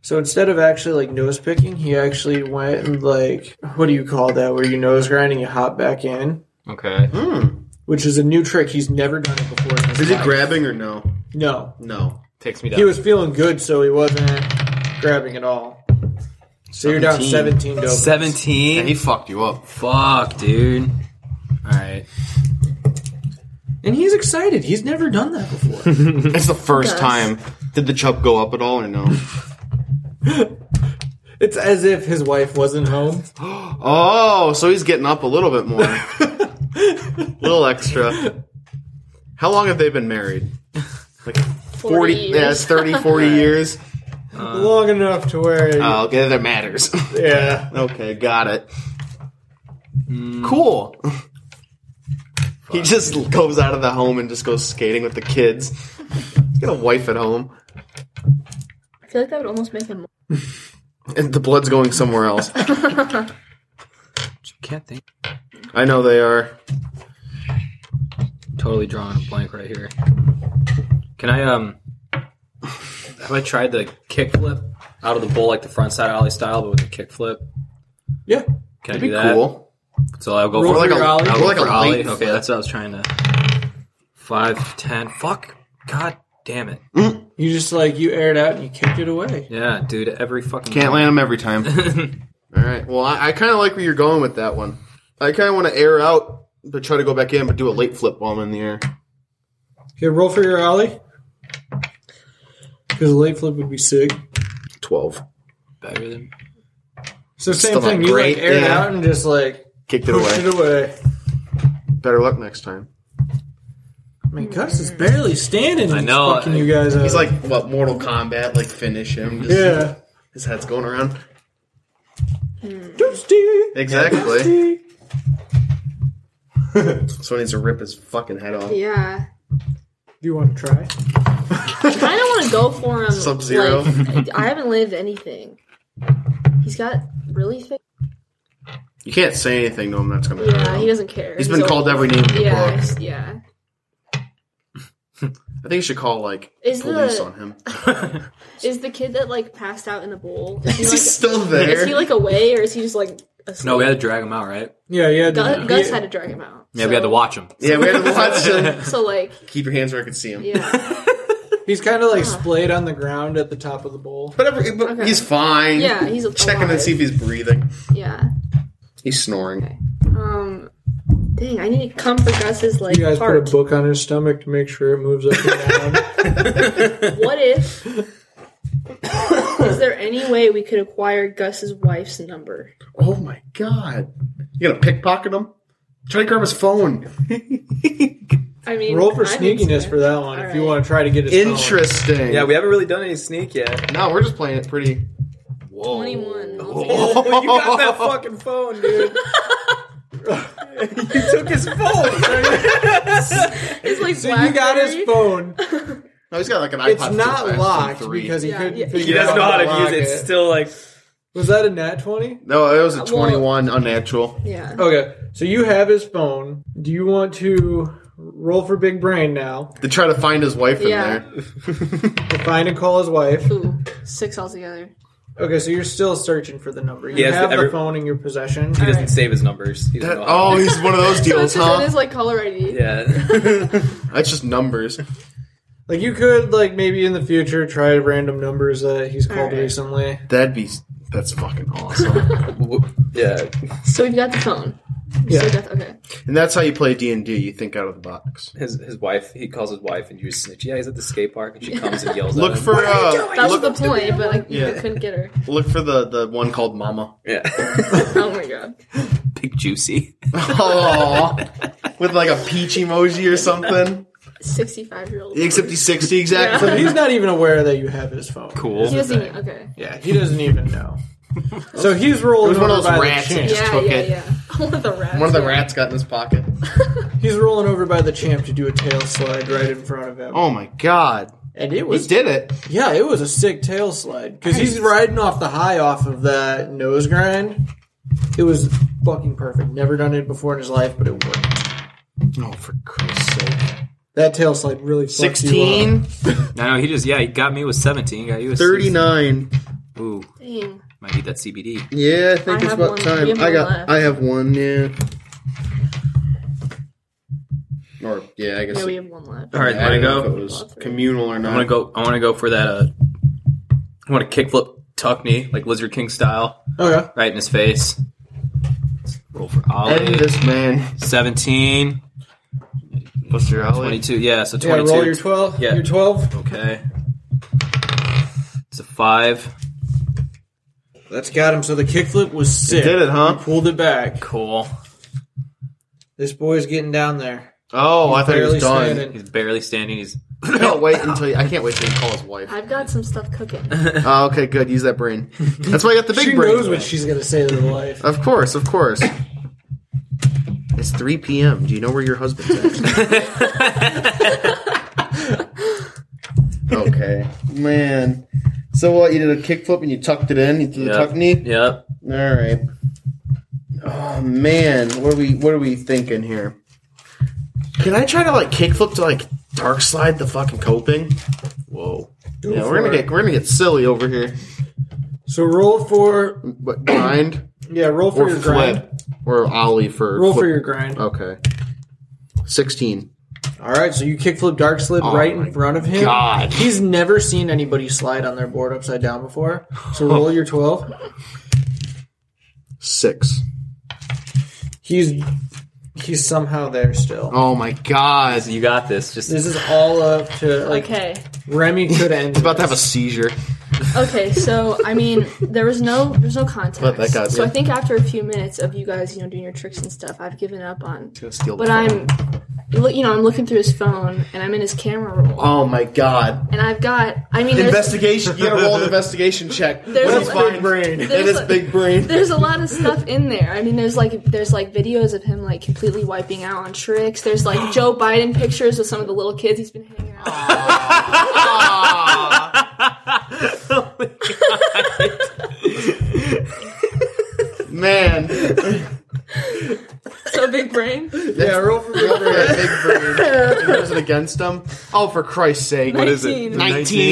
[SPEAKER 1] So instead of actually like nose picking, he actually went and like what do you call that where you nose grind and you hop back in,
[SPEAKER 6] Okay.
[SPEAKER 5] Mm.
[SPEAKER 1] which is a new trick he's never done it before. in his
[SPEAKER 5] Is he
[SPEAKER 1] life.
[SPEAKER 5] grabbing or no?
[SPEAKER 1] No,
[SPEAKER 5] No.
[SPEAKER 6] Takes me down.
[SPEAKER 1] he was feeling good, so he wasn't grabbing at all. So you're down 17 dope.
[SPEAKER 6] 17.
[SPEAKER 5] And he fucked you up.
[SPEAKER 6] Fuck, dude. All right.
[SPEAKER 1] And he's excited. He's never done that before.
[SPEAKER 5] That's the first
[SPEAKER 3] Gus.
[SPEAKER 5] time. Did the chub go up at all or Oh, no? [laughs]
[SPEAKER 1] it's as if his wife wasn't home.
[SPEAKER 5] Oh, so he's getting up a little bit more. a little [laughs] extra. How long have they been married? Like 40, yeah, it's 30,
[SPEAKER 3] [laughs]
[SPEAKER 5] 40 years.
[SPEAKER 1] [laughs] Long enough to where.
[SPEAKER 5] Oh, okay, that matters.
[SPEAKER 1] yeah.
[SPEAKER 5] okay, got it. Cool. He just goes out of the home and just goes skating with the kids. He's got a wife at home.
[SPEAKER 3] I feel like that would almost make him.
[SPEAKER 5] And the blood's going somewhere [laughs] else.
[SPEAKER 4] Can't think.
[SPEAKER 5] I know they are.
[SPEAKER 4] Totally drawing a blank right here. Can I um? Have I tried the kickflip out of the bowl like the front side ollie style, but with a kickflip?
[SPEAKER 1] Yeah.
[SPEAKER 4] Can I
[SPEAKER 5] That'd
[SPEAKER 4] do
[SPEAKER 5] be
[SPEAKER 4] that?
[SPEAKER 5] cool.
[SPEAKER 4] So I'll go
[SPEAKER 1] Roll
[SPEAKER 4] for
[SPEAKER 1] for
[SPEAKER 4] like
[SPEAKER 1] your
[SPEAKER 4] a,
[SPEAKER 1] ollie.
[SPEAKER 4] I'll
[SPEAKER 5] Roll
[SPEAKER 4] go
[SPEAKER 5] like
[SPEAKER 4] for
[SPEAKER 5] a
[SPEAKER 4] ollie.
[SPEAKER 5] late
[SPEAKER 4] Okay,
[SPEAKER 5] flip.
[SPEAKER 4] that's what I was trying to. Five, ten. Fuck. God damn it.
[SPEAKER 1] You just like, you aired out and you kicked it away.
[SPEAKER 4] Yeah, dude. Every fucking
[SPEAKER 5] Can't land them every time.
[SPEAKER 4] [laughs]
[SPEAKER 5] All right. Well, I, I kind of like where you're going with that one. I kind of want to air out, but try to go back in, but do a late flip while I'm in the air.
[SPEAKER 1] Okay, roll for your alley. Because a late flip would be sick.
[SPEAKER 5] Twelve.
[SPEAKER 4] better than.
[SPEAKER 1] So, same
[SPEAKER 5] Still not
[SPEAKER 1] thing. You
[SPEAKER 5] great,
[SPEAKER 1] like aired
[SPEAKER 5] yeah.
[SPEAKER 1] out and just like
[SPEAKER 5] Kicked it
[SPEAKER 1] pushed
[SPEAKER 5] away.
[SPEAKER 1] it away.
[SPEAKER 5] [laughs] Better luck next time.
[SPEAKER 1] I mean, Gus is barely standing.
[SPEAKER 4] I
[SPEAKER 1] He's
[SPEAKER 4] know,
[SPEAKER 1] Fucking
[SPEAKER 4] I-
[SPEAKER 1] you guys
[SPEAKER 5] He's
[SPEAKER 1] up.
[SPEAKER 5] like what Mortal Kombat, like finish him. Just,
[SPEAKER 1] yeah.
[SPEAKER 5] His head's going around.
[SPEAKER 1] Dusty.
[SPEAKER 5] [laughs] [laughs] Exactly.
[SPEAKER 1] Dusty.
[SPEAKER 5] Someone needs to rip his fucking head off.
[SPEAKER 3] [laughs] Yeah.
[SPEAKER 1] [laughs] Do you want to try?
[SPEAKER 3] I kind of want to go for him.
[SPEAKER 5] Sub-Zero.
[SPEAKER 3] Like, I haven't lived anything. He's got really thick.
[SPEAKER 5] You can't say anything to him. That's gonna. hurt
[SPEAKER 3] Yeah,
[SPEAKER 5] him.
[SPEAKER 3] he doesn't care.
[SPEAKER 5] He's been
[SPEAKER 3] old.
[SPEAKER 5] called every name in the
[SPEAKER 3] Yeah,
[SPEAKER 5] book.
[SPEAKER 3] he's- yeah.
[SPEAKER 5] I think you should call like
[SPEAKER 3] Is
[SPEAKER 5] police
[SPEAKER 3] the-
[SPEAKER 5] on him.
[SPEAKER 3] Is the kid that like passed out in the bowl?
[SPEAKER 5] [laughs] Is
[SPEAKER 3] Is he,
[SPEAKER 5] he
[SPEAKER 3] like,
[SPEAKER 5] still
[SPEAKER 3] is
[SPEAKER 5] there?
[SPEAKER 3] he like away or is he just like asleep?
[SPEAKER 4] No, we had to drag him out, right?
[SPEAKER 1] Yeah, yeah.
[SPEAKER 3] Gus, Gus had to drag him out.
[SPEAKER 4] Yeah, we had to watch him.
[SPEAKER 5] yeah, we had
[SPEAKER 4] [laughs]
[SPEAKER 5] to [laughs] watch him.
[SPEAKER 3] So like,
[SPEAKER 5] Keep your hands where I can see him. [laughs]
[SPEAKER 3] yeah,
[SPEAKER 1] He's kind of
[SPEAKER 3] Uh-huh.
[SPEAKER 1] like splayed on the ground at the top of the bowl.
[SPEAKER 5] But, every, but
[SPEAKER 3] Okay.
[SPEAKER 5] he's fine.
[SPEAKER 3] Yeah, he's
[SPEAKER 5] checking
[SPEAKER 3] alive.
[SPEAKER 5] to see if he's breathing.
[SPEAKER 3] yeah.
[SPEAKER 5] He's snoring.
[SPEAKER 3] Um, dang, I need to come for Gus's like
[SPEAKER 1] You guys
[SPEAKER 3] heart.
[SPEAKER 1] put a book on his stomach to make sure it moves up
[SPEAKER 3] [laughs]
[SPEAKER 1] and down.
[SPEAKER 3] What if? is there any way we could acquire Gus's wife's number?
[SPEAKER 5] Oh my god! You gonna pickpocket him? Try to grab his phone.
[SPEAKER 3] I mean,
[SPEAKER 1] Roll for
[SPEAKER 3] I'm
[SPEAKER 1] sneakiness
[SPEAKER 3] into
[SPEAKER 1] for
[SPEAKER 3] it.
[SPEAKER 1] that one if you
[SPEAKER 3] Alright.
[SPEAKER 1] want to try to get his phone.
[SPEAKER 5] Interesting.
[SPEAKER 4] Yeah, we haven't really done any
[SPEAKER 1] [laughs]
[SPEAKER 4] sneak yet.
[SPEAKER 5] no, we're just playing it pretty.
[SPEAKER 4] Whoa.
[SPEAKER 3] 21. I'll take it.
[SPEAKER 5] [laughs]
[SPEAKER 4] Oh, you got that fucking phone, dude.
[SPEAKER 5] Oh,
[SPEAKER 4] you took [laughs] his phone.
[SPEAKER 3] [laughs] It's like
[SPEAKER 1] So you got his
[SPEAKER 3] Blackberry.
[SPEAKER 1] phone.
[SPEAKER 3] [laughs]
[SPEAKER 5] No, he's got like an iPod.
[SPEAKER 1] It's not locked because he
[SPEAKER 3] Yeah,
[SPEAKER 1] couldn't
[SPEAKER 3] yeah.
[SPEAKER 1] figure
[SPEAKER 4] He doesn't know how to use
[SPEAKER 1] lock
[SPEAKER 4] it. It's still like
[SPEAKER 1] Was that a nat 20?
[SPEAKER 5] no, it was a
[SPEAKER 3] Well-
[SPEAKER 5] twenty-one unnatural.
[SPEAKER 3] Yeah.
[SPEAKER 1] Okay, so you have his phone. Do you want to roll for big brain now
[SPEAKER 5] To try to find his wife
[SPEAKER 3] Yeah.
[SPEAKER 5] in there. [laughs]
[SPEAKER 1] to find and call his wife?
[SPEAKER 3] Ooh, six altogether.
[SPEAKER 1] Okay, so you're still searching for the number. You
[SPEAKER 4] Yeah, it's
[SPEAKER 1] have
[SPEAKER 4] every-
[SPEAKER 1] the phone in your possession.
[SPEAKER 4] He doesn't
[SPEAKER 3] Alright.
[SPEAKER 4] save his numbers. He doesn't know how
[SPEAKER 5] oh,
[SPEAKER 4] to-
[SPEAKER 5] he's one of those
[SPEAKER 3] [laughs] So
[SPEAKER 5] deals,
[SPEAKER 3] it's just on
[SPEAKER 5] huh?
[SPEAKER 3] his like color ID.
[SPEAKER 4] yeah. [laughs]
[SPEAKER 5] That's just numbers.
[SPEAKER 1] Like you could like maybe in the future try random numbers that he's called
[SPEAKER 3] Alright.
[SPEAKER 1] recently.
[SPEAKER 5] That'd be that's fucking awesome.
[SPEAKER 4] yeah.
[SPEAKER 3] [laughs] So we've got the phone.
[SPEAKER 1] Yeah.
[SPEAKER 3] So we got the, okay.
[SPEAKER 5] and that's how you play D and D. You think out of the box.
[SPEAKER 4] His his wife. He calls his wife and he's snitch. Yeah, he's at the skate park and she comes and yells.
[SPEAKER 5] Look
[SPEAKER 4] at him.
[SPEAKER 5] for uh,
[SPEAKER 3] That was
[SPEAKER 5] look,
[SPEAKER 3] the point, but like
[SPEAKER 5] Yeah.
[SPEAKER 3] I couldn't get her.
[SPEAKER 5] look for the the one called Mama.
[SPEAKER 4] Yeah.
[SPEAKER 3] Oh my god.
[SPEAKER 6] Big juicy.
[SPEAKER 5] Aww. with like a peach emoji or something. [laughs]
[SPEAKER 3] Sixty-five year old.
[SPEAKER 5] Except he's sixty exactly.
[SPEAKER 1] So he's not even aware that you have his phone.
[SPEAKER 5] [laughs]
[SPEAKER 6] Cool.
[SPEAKER 3] He doesn't. even- Okay.
[SPEAKER 1] Yeah, he doesn't even [laughs] know. So he's rolling
[SPEAKER 5] It was one of
[SPEAKER 1] over by
[SPEAKER 5] those rats.
[SPEAKER 1] the champ.
[SPEAKER 5] Just
[SPEAKER 3] Yeah,
[SPEAKER 5] took
[SPEAKER 3] yeah,
[SPEAKER 5] it.
[SPEAKER 3] yeah. [laughs] One of the rats.
[SPEAKER 5] One of the rats got in his pocket.
[SPEAKER 1] He's rolling over by the champ to do a tail slide right in front of him.
[SPEAKER 5] Oh my god.
[SPEAKER 1] and it
[SPEAKER 5] He
[SPEAKER 1] was
[SPEAKER 5] did it.
[SPEAKER 1] yeah, it was a sick tail slide because he's riding off the high off of that nose grind. It was fucking perfect. Never done it before in his life, but it worked.
[SPEAKER 5] No, Oh, for Christ's sake.
[SPEAKER 1] That tail slide really fucked you up.
[SPEAKER 5] 16,
[SPEAKER 6] No, no, he just yeah, he got me with seventeen. Got you with
[SPEAKER 5] 39.
[SPEAKER 6] 16. Ooh,
[SPEAKER 3] [laughs] Dang.
[SPEAKER 6] might need that CBD.
[SPEAKER 5] Yeah, I think
[SPEAKER 3] I
[SPEAKER 5] it's
[SPEAKER 3] have
[SPEAKER 5] about
[SPEAKER 3] one.
[SPEAKER 5] time.
[SPEAKER 3] You have
[SPEAKER 5] I got
[SPEAKER 3] one left.
[SPEAKER 5] I have one, yeah. Or yeah, I guess
[SPEAKER 3] Yeah,
[SPEAKER 5] it-
[SPEAKER 3] we have one left.
[SPEAKER 6] All right,
[SPEAKER 5] I
[SPEAKER 6] I
[SPEAKER 5] don't know
[SPEAKER 6] go.
[SPEAKER 5] if it was communal or
[SPEAKER 6] I
[SPEAKER 5] not.
[SPEAKER 6] want to go. I want to go for that. Uh, I want to kickflip tuck knee like Lizard King style,
[SPEAKER 1] Okay,
[SPEAKER 6] right in his face. Let's roll for
[SPEAKER 5] End
[SPEAKER 6] Ollie.
[SPEAKER 5] this man.
[SPEAKER 6] 17,
[SPEAKER 5] What's your alley?
[SPEAKER 6] 22. Yeah, so
[SPEAKER 1] yeah,
[SPEAKER 6] 22.
[SPEAKER 1] roll your twelve.
[SPEAKER 6] Yeah.
[SPEAKER 1] your twelve.
[SPEAKER 6] okay. It's a five.
[SPEAKER 1] That's got him. So the kickflip was sick.
[SPEAKER 5] Did it, huh?
[SPEAKER 1] He pulled it back.
[SPEAKER 6] Cool.
[SPEAKER 1] This boy's getting down there.
[SPEAKER 5] Oh, I thought he
[SPEAKER 1] Barely
[SPEAKER 5] was done.
[SPEAKER 1] standing.
[SPEAKER 6] He's barely standing. He's
[SPEAKER 5] No, wait until you, I can't wait till you call his wife.
[SPEAKER 3] I've got some
[SPEAKER 5] [laughs]
[SPEAKER 3] stuff cooking. [laughs]
[SPEAKER 6] [laughs]
[SPEAKER 5] Oh, okay, good. Use that brain. That's why I got the big
[SPEAKER 1] She
[SPEAKER 5] brain.
[SPEAKER 1] knows what she's gonna say
[SPEAKER 5] [laughs]
[SPEAKER 1] to the wife.
[SPEAKER 5] Of course, of course. It's 3 p.m. Do you know where your husband's at? [laughs] okay. [laughs] Man. So what? You did a kickflip and you tucked it in? You did
[SPEAKER 6] Yep.
[SPEAKER 5] the tuck knee?
[SPEAKER 6] yep.
[SPEAKER 5] All right. Oh man, what are we what are we thinking here? Can I try to like kickflip to like dark slide the fucking coping? Whoa.
[SPEAKER 1] Go
[SPEAKER 5] yeah,
[SPEAKER 1] for
[SPEAKER 5] we're gonna
[SPEAKER 1] it.
[SPEAKER 5] get we're gonna get silly over here.
[SPEAKER 1] So roll for
[SPEAKER 5] But grind
[SPEAKER 1] yeah, roll for
[SPEAKER 5] or
[SPEAKER 1] your
[SPEAKER 5] flip
[SPEAKER 1] grind.
[SPEAKER 5] or ollie for
[SPEAKER 1] Roll for
[SPEAKER 5] flip. Uh.
[SPEAKER 1] your grind.
[SPEAKER 5] Okay. 16.
[SPEAKER 1] All right, so you kickflip dark slid
[SPEAKER 5] Oh
[SPEAKER 1] right
[SPEAKER 5] my
[SPEAKER 1] in front of him.
[SPEAKER 5] God.
[SPEAKER 1] He's never seen anybody slide on their board upside down before. So roll your twelve.
[SPEAKER 5] 6.
[SPEAKER 1] He's he's somehow there still.
[SPEAKER 5] Oh my god.
[SPEAKER 6] You got this. Just
[SPEAKER 1] This is all up to like
[SPEAKER 3] Okay.
[SPEAKER 1] Remy could end.
[SPEAKER 5] He's about to have a seizure.
[SPEAKER 3] Okay, so I mean, there was no, there's no context.
[SPEAKER 5] But that got-
[SPEAKER 3] so I
[SPEAKER 5] yeah.
[SPEAKER 3] think after a few minutes of you guys, you know, doing your tricks and stuff, I've given up on.
[SPEAKER 5] He's gonna steal the
[SPEAKER 3] But
[SPEAKER 5] phone.
[SPEAKER 3] I'm, look, you know, I'm looking through his phone and I'm in his camera roll,
[SPEAKER 5] Oh my [laughs] god.
[SPEAKER 3] and I've got. I mean, there's,
[SPEAKER 5] Investigation. You gotta roll an investigation check.
[SPEAKER 3] [laughs] There's
[SPEAKER 5] What is
[SPEAKER 3] a-
[SPEAKER 5] fine?
[SPEAKER 1] brain.
[SPEAKER 5] It is big brain.
[SPEAKER 3] there's a lot of stuff in there. I mean, there's like there's like videos of him like completely wiping out on tricks. There's
[SPEAKER 5] [gasps]
[SPEAKER 3] like Joe Biden pictures with some of the little kids he's been hanging out. with.
[SPEAKER 5] [laughs] [laughs]
[SPEAKER 3] [laughs]
[SPEAKER 5] Man.
[SPEAKER 3] So big brain.
[SPEAKER 1] Yeah, roll for
[SPEAKER 5] Go
[SPEAKER 1] your
[SPEAKER 5] for
[SPEAKER 1] brain.
[SPEAKER 5] that
[SPEAKER 3] [laughs]
[SPEAKER 5] big brain. And Was it against him? Oh, for Christ's sake.
[SPEAKER 3] What is it? 19.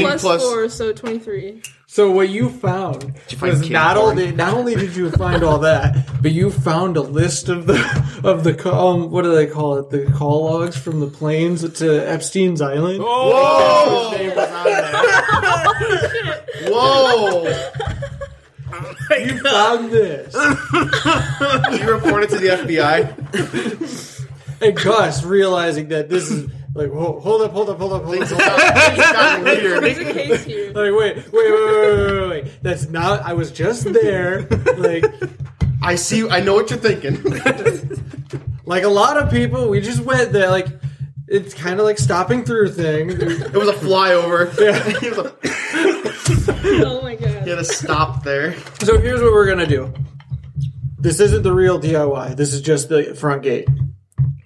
[SPEAKER 5] 19
[SPEAKER 3] Plus
[SPEAKER 5] plus-
[SPEAKER 3] four, so twenty three.
[SPEAKER 1] So what you
[SPEAKER 5] [laughs]
[SPEAKER 1] found
[SPEAKER 5] you find
[SPEAKER 1] was
[SPEAKER 5] kid
[SPEAKER 1] not
[SPEAKER 5] porn?
[SPEAKER 1] only not only did you find all that, but you found a list of the of the ca- um, what do they call it? The call logs from the planes to Epstein's island.
[SPEAKER 5] Whoa! [laughs]
[SPEAKER 3] [laughs]
[SPEAKER 5] Whoa!
[SPEAKER 1] you found this.
[SPEAKER 5] Did you report [laughs] it to the FBI?
[SPEAKER 1] And Gus realizing that this is like, whoa, hold up, hold up, hold up, hold up.
[SPEAKER 5] Things
[SPEAKER 1] Hold
[SPEAKER 2] [laughs]
[SPEAKER 1] up.
[SPEAKER 5] got weird.
[SPEAKER 3] There's a case here.
[SPEAKER 1] Like, wait, wait, wait, wait, wait, wait, wait. That's not. I was just there. Like,
[SPEAKER 5] I see. I know what you're thinking. [laughs]
[SPEAKER 1] like a lot of people, we just went there. Like, it's kind of like stopping through thing.
[SPEAKER 5] It was a flyover.
[SPEAKER 1] Yeah.
[SPEAKER 5] [laughs] He was a-
[SPEAKER 3] [laughs] Oh my god.
[SPEAKER 5] he had to stop
[SPEAKER 2] [laughs]
[SPEAKER 5] there.
[SPEAKER 1] So here's what we're gonna do. This isn't the real DIY. This is just the front gate.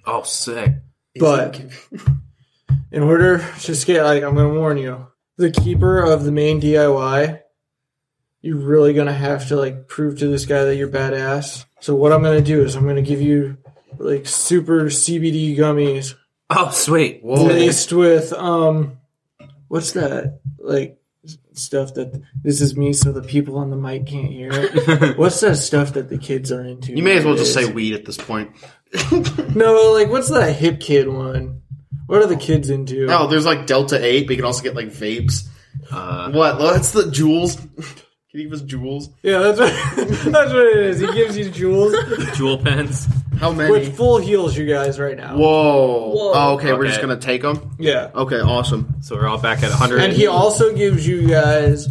[SPEAKER 6] oh sick.
[SPEAKER 1] But [laughs] in order to scale, like I'm gonna warn you, the keeper of the main DIY, you're really gonna have to like prove to this guy that you're badass. So what I'm gonna do is I'm gonna give you like super CBD gummies
[SPEAKER 6] Oh sweet.
[SPEAKER 5] Whoa.
[SPEAKER 1] laced with um, what's that? Like stuff that this is me, so the people on the mic can't hear
[SPEAKER 5] [laughs]
[SPEAKER 1] it? what's that stuff that the kids are into?
[SPEAKER 5] You may as well just say weed at this point.
[SPEAKER 1] no. Like, what's that hip kid one? What are the kids into?
[SPEAKER 2] [laughs] Oh, there's like Delta 8, but you can also get like vapes.
[SPEAKER 6] Uh,
[SPEAKER 2] what? That's the jewels. [laughs] Can you give us jewels?
[SPEAKER 1] Yeah, that's what, [laughs] that's what it is. He gives you jewels
[SPEAKER 6] Jewel pens.
[SPEAKER 2] How many?
[SPEAKER 1] with full heels, you guys, right now.
[SPEAKER 2] Whoa.
[SPEAKER 3] Whoa.
[SPEAKER 2] Oh,
[SPEAKER 3] [laughs]
[SPEAKER 2] okay, we're
[SPEAKER 6] Okay.
[SPEAKER 2] just going to take them?
[SPEAKER 1] Yeah.
[SPEAKER 2] Okay, awesome.
[SPEAKER 6] So we're all back at 100.
[SPEAKER 1] And he also gives you guys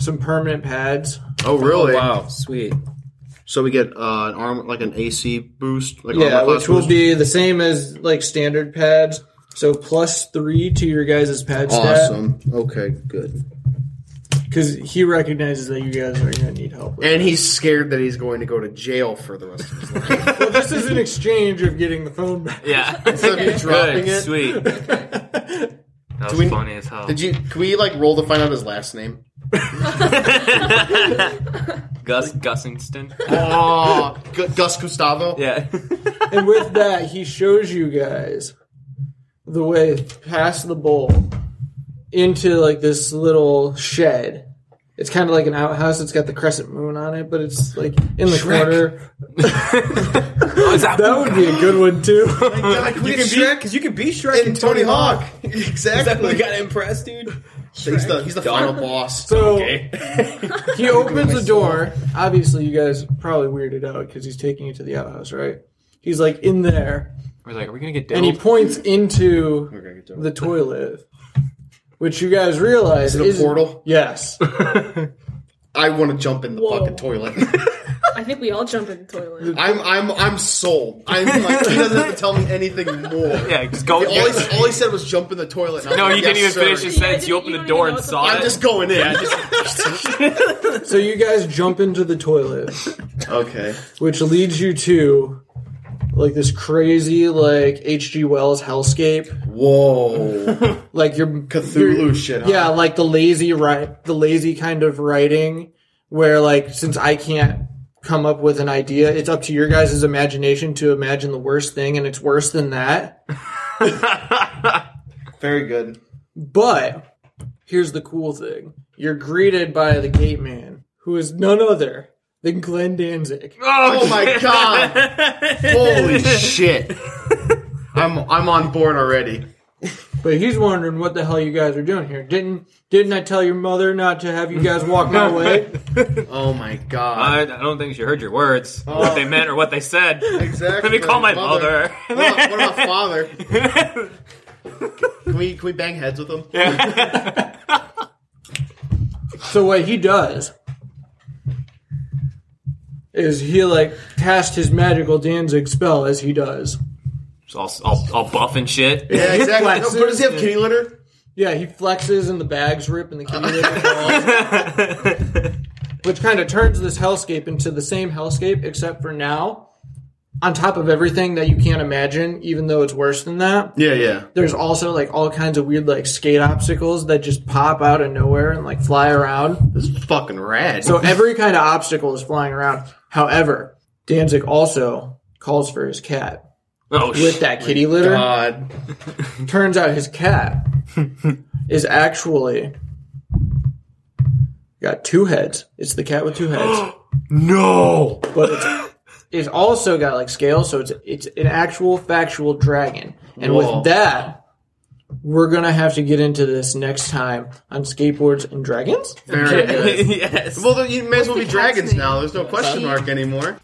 [SPEAKER 1] some permanent pads.
[SPEAKER 2] Oh, really?
[SPEAKER 6] wow, sweet.
[SPEAKER 5] So we get uh, an arm like an AC boost, like
[SPEAKER 1] Yeah,
[SPEAKER 5] armor class
[SPEAKER 1] which will
[SPEAKER 5] boost.
[SPEAKER 1] be the same as like standard pads. So plus three to your guys' pad stat
[SPEAKER 2] Awesome. Okay, good.
[SPEAKER 1] because he recognizes that you guys are going to need help. With.
[SPEAKER 2] And he's scared that he's going to go to jail for the rest of his life.
[SPEAKER 1] well,
[SPEAKER 5] [laughs]
[SPEAKER 1] this is an exchange of getting the phone back.
[SPEAKER 6] Yeah.
[SPEAKER 2] Instead of you
[SPEAKER 6] [laughs]
[SPEAKER 2] dropping
[SPEAKER 6] Good,
[SPEAKER 2] it.
[SPEAKER 6] sweet. That was
[SPEAKER 2] Do we-
[SPEAKER 6] funny as hell.
[SPEAKER 2] Did you? Can we like roll to find out his last [laughs] name?
[SPEAKER 6] Gus Gussingston?
[SPEAKER 2] Oh, Gu- Gus Gustavo.
[SPEAKER 6] Yeah.
[SPEAKER 1] [laughs] and with that, he shows you guys the way past the bowl into like this little shed. It's kind of like an outhouse. It's got the crescent moon on it, but it's like in the corner. That would be a good one too.
[SPEAKER 2] [laughs] Like, we can Shrek
[SPEAKER 4] because [laughs] you can be Shrek
[SPEAKER 2] and Tony Hawk. Exactly.
[SPEAKER 4] Exactly. Got impressed, dude.
[SPEAKER 2] He's the he's the final boss.
[SPEAKER 1] So
[SPEAKER 4] Okay.
[SPEAKER 1] [laughs] he opens the door. Obviously, you guys probably weirded out because he's taking you to the outhouse, right? He's like in there,
[SPEAKER 6] [laughs] We're like, are we gonna get
[SPEAKER 1] and he
[SPEAKER 6] dope?
[SPEAKER 2] [laughs]
[SPEAKER 1] points into
[SPEAKER 2] Okay, good job.
[SPEAKER 1] the toilet, which you guys realize
[SPEAKER 2] Is it a portal?
[SPEAKER 1] Yes.
[SPEAKER 2] I want to jump in the
[SPEAKER 3] Whoa.
[SPEAKER 2] fucking toilet.
[SPEAKER 3] I think we all jump in the toilet.
[SPEAKER 2] I'm I'm I'm sold. I'm like he doesn't have to tell me anything more.
[SPEAKER 6] [laughs] Yeah, just go.
[SPEAKER 2] All he, all he said was jump in the toilet. and I
[SPEAKER 6] No,
[SPEAKER 2] was
[SPEAKER 6] you
[SPEAKER 2] like,
[SPEAKER 6] didn't even
[SPEAKER 2] "Yes,
[SPEAKER 6] finish
[SPEAKER 2] sir."
[SPEAKER 6] your
[SPEAKER 3] Yeah,
[SPEAKER 6] sentence.
[SPEAKER 3] you
[SPEAKER 6] You opened the
[SPEAKER 3] don't
[SPEAKER 6] door
[SPEAKER 3] even
[SPEAKER 6] and
[SPEAKER 3] know
[SPEAKER 6] saw
[SPEAKER 3] what
[SPEAKER 6] it.
[SPEAKER 2] I'm just going in.
[SPEAKER 1] So you guys jump into the toilet,
[SPEAKER 2] okay.
[SPEAKER 1] which leads you to like this crazy like H.G. Wells hellscape,
[SPEAKER 2] Whoa.
[SPEAKER 1] like your your-
[SPEAKER 2] Cthulhu shit. Huh?
[SPEAKER 1] Yeah, like the lazy right, the lazy kind of writing where like since I can't come up with an idea, it's up to your guys' imagination to imagine the worst thing and it's worse than that.
[SPEAKER 2] [laughs] Very good.
[SPEAKER 1] But here's the cool thing. You're greeted by the gate man, who is none other than Glenn Danzig.
[SPEAKER 2] Oh my god.
[SPEAKER 6] [laughs]
[SPEAKER 2] Holy
[SPEAKER 5] [laughs]
[SPEAKER 2] shit. I'm I'm on board already.
[SPEAKER 1] But he's wondering what the hell you guys are doing here. Didn't didn't I tell your mother not to have you guys walk
[SPEAKER 2] [laughs]
[SPEAKER 1] my way?
[SPEAKER 2] Oh my god.
[SPEAKER 6] I, I don't think she heard your words,
[SPEAKER 2] Oh.
[SPEAKER 6] what they meant or what they
[SPEAKER 2] [laughs]
[SPEAKER 6] said.
[SPEAKER 2] Exactly.
[SPEAKER 6] Let me call my mother.
[SPEAKER 2] What about, what about
[SPEAKER 6] [laughs]
[SPEAKER 2] father? Can we can we bang heads with him?
[SPEAKER 1] So what he does is he like cast his magical Danzig spell as he does.
[SPEAKER 6] Just all, all, all buff and shit.
[SPEAKER 2] Yeah, exactly.
[SPEAKER 1] Flexes.
[SPEAKER 2] but does he have kitty litter?
[SPEAKER 1] Yeah, he flexes and the bags rip and the key litter falls, which kind of turns this hellscape into the same hellscape, except for now, on top of everything that you can't imagine, even though it's worse than that.
[SPEAKER 2] Yeah, yeah.
[SPEAKER 1] There's also like all kinds of weird like skate obstacles that just pop out of nowhere and like fly around.
[SPEAKER 2] This is fucking rad.
[SPEAKER 1] So every kind of obstacle is flying around. However, Danzig also calls for his cat.
[SPEAKER 6] [laughs] Oh
[SPEAKER 1] With
[SPEAKER 6] shit.
[SPEAKER 1] that kitty litter,
[SPEAKER 2] God.
[SPEAKER 1] turns out his cat is actually got two heads. It's the cat with two heads,
[SPEAKER 6] No.
[SPEAKER 1] but it's, it's also got like scales, so it's it's an actual factual dragon. And
[SPEAKER 2] Whoa.
[SPEAKER 1] with that, we're gonna have to get into this next time on skateboards and dragons.
[SPEAKER 2] Very good.
[SPEAKER 6] [laughs] yes.
[SPEAKER 2] Well, then you may as well be
[SPEAKER 3] the cat's
[SPEAKER 2] dragons
[SPEAKER 3] name?
[SPEAKER 2] now. There's no question mark anymore.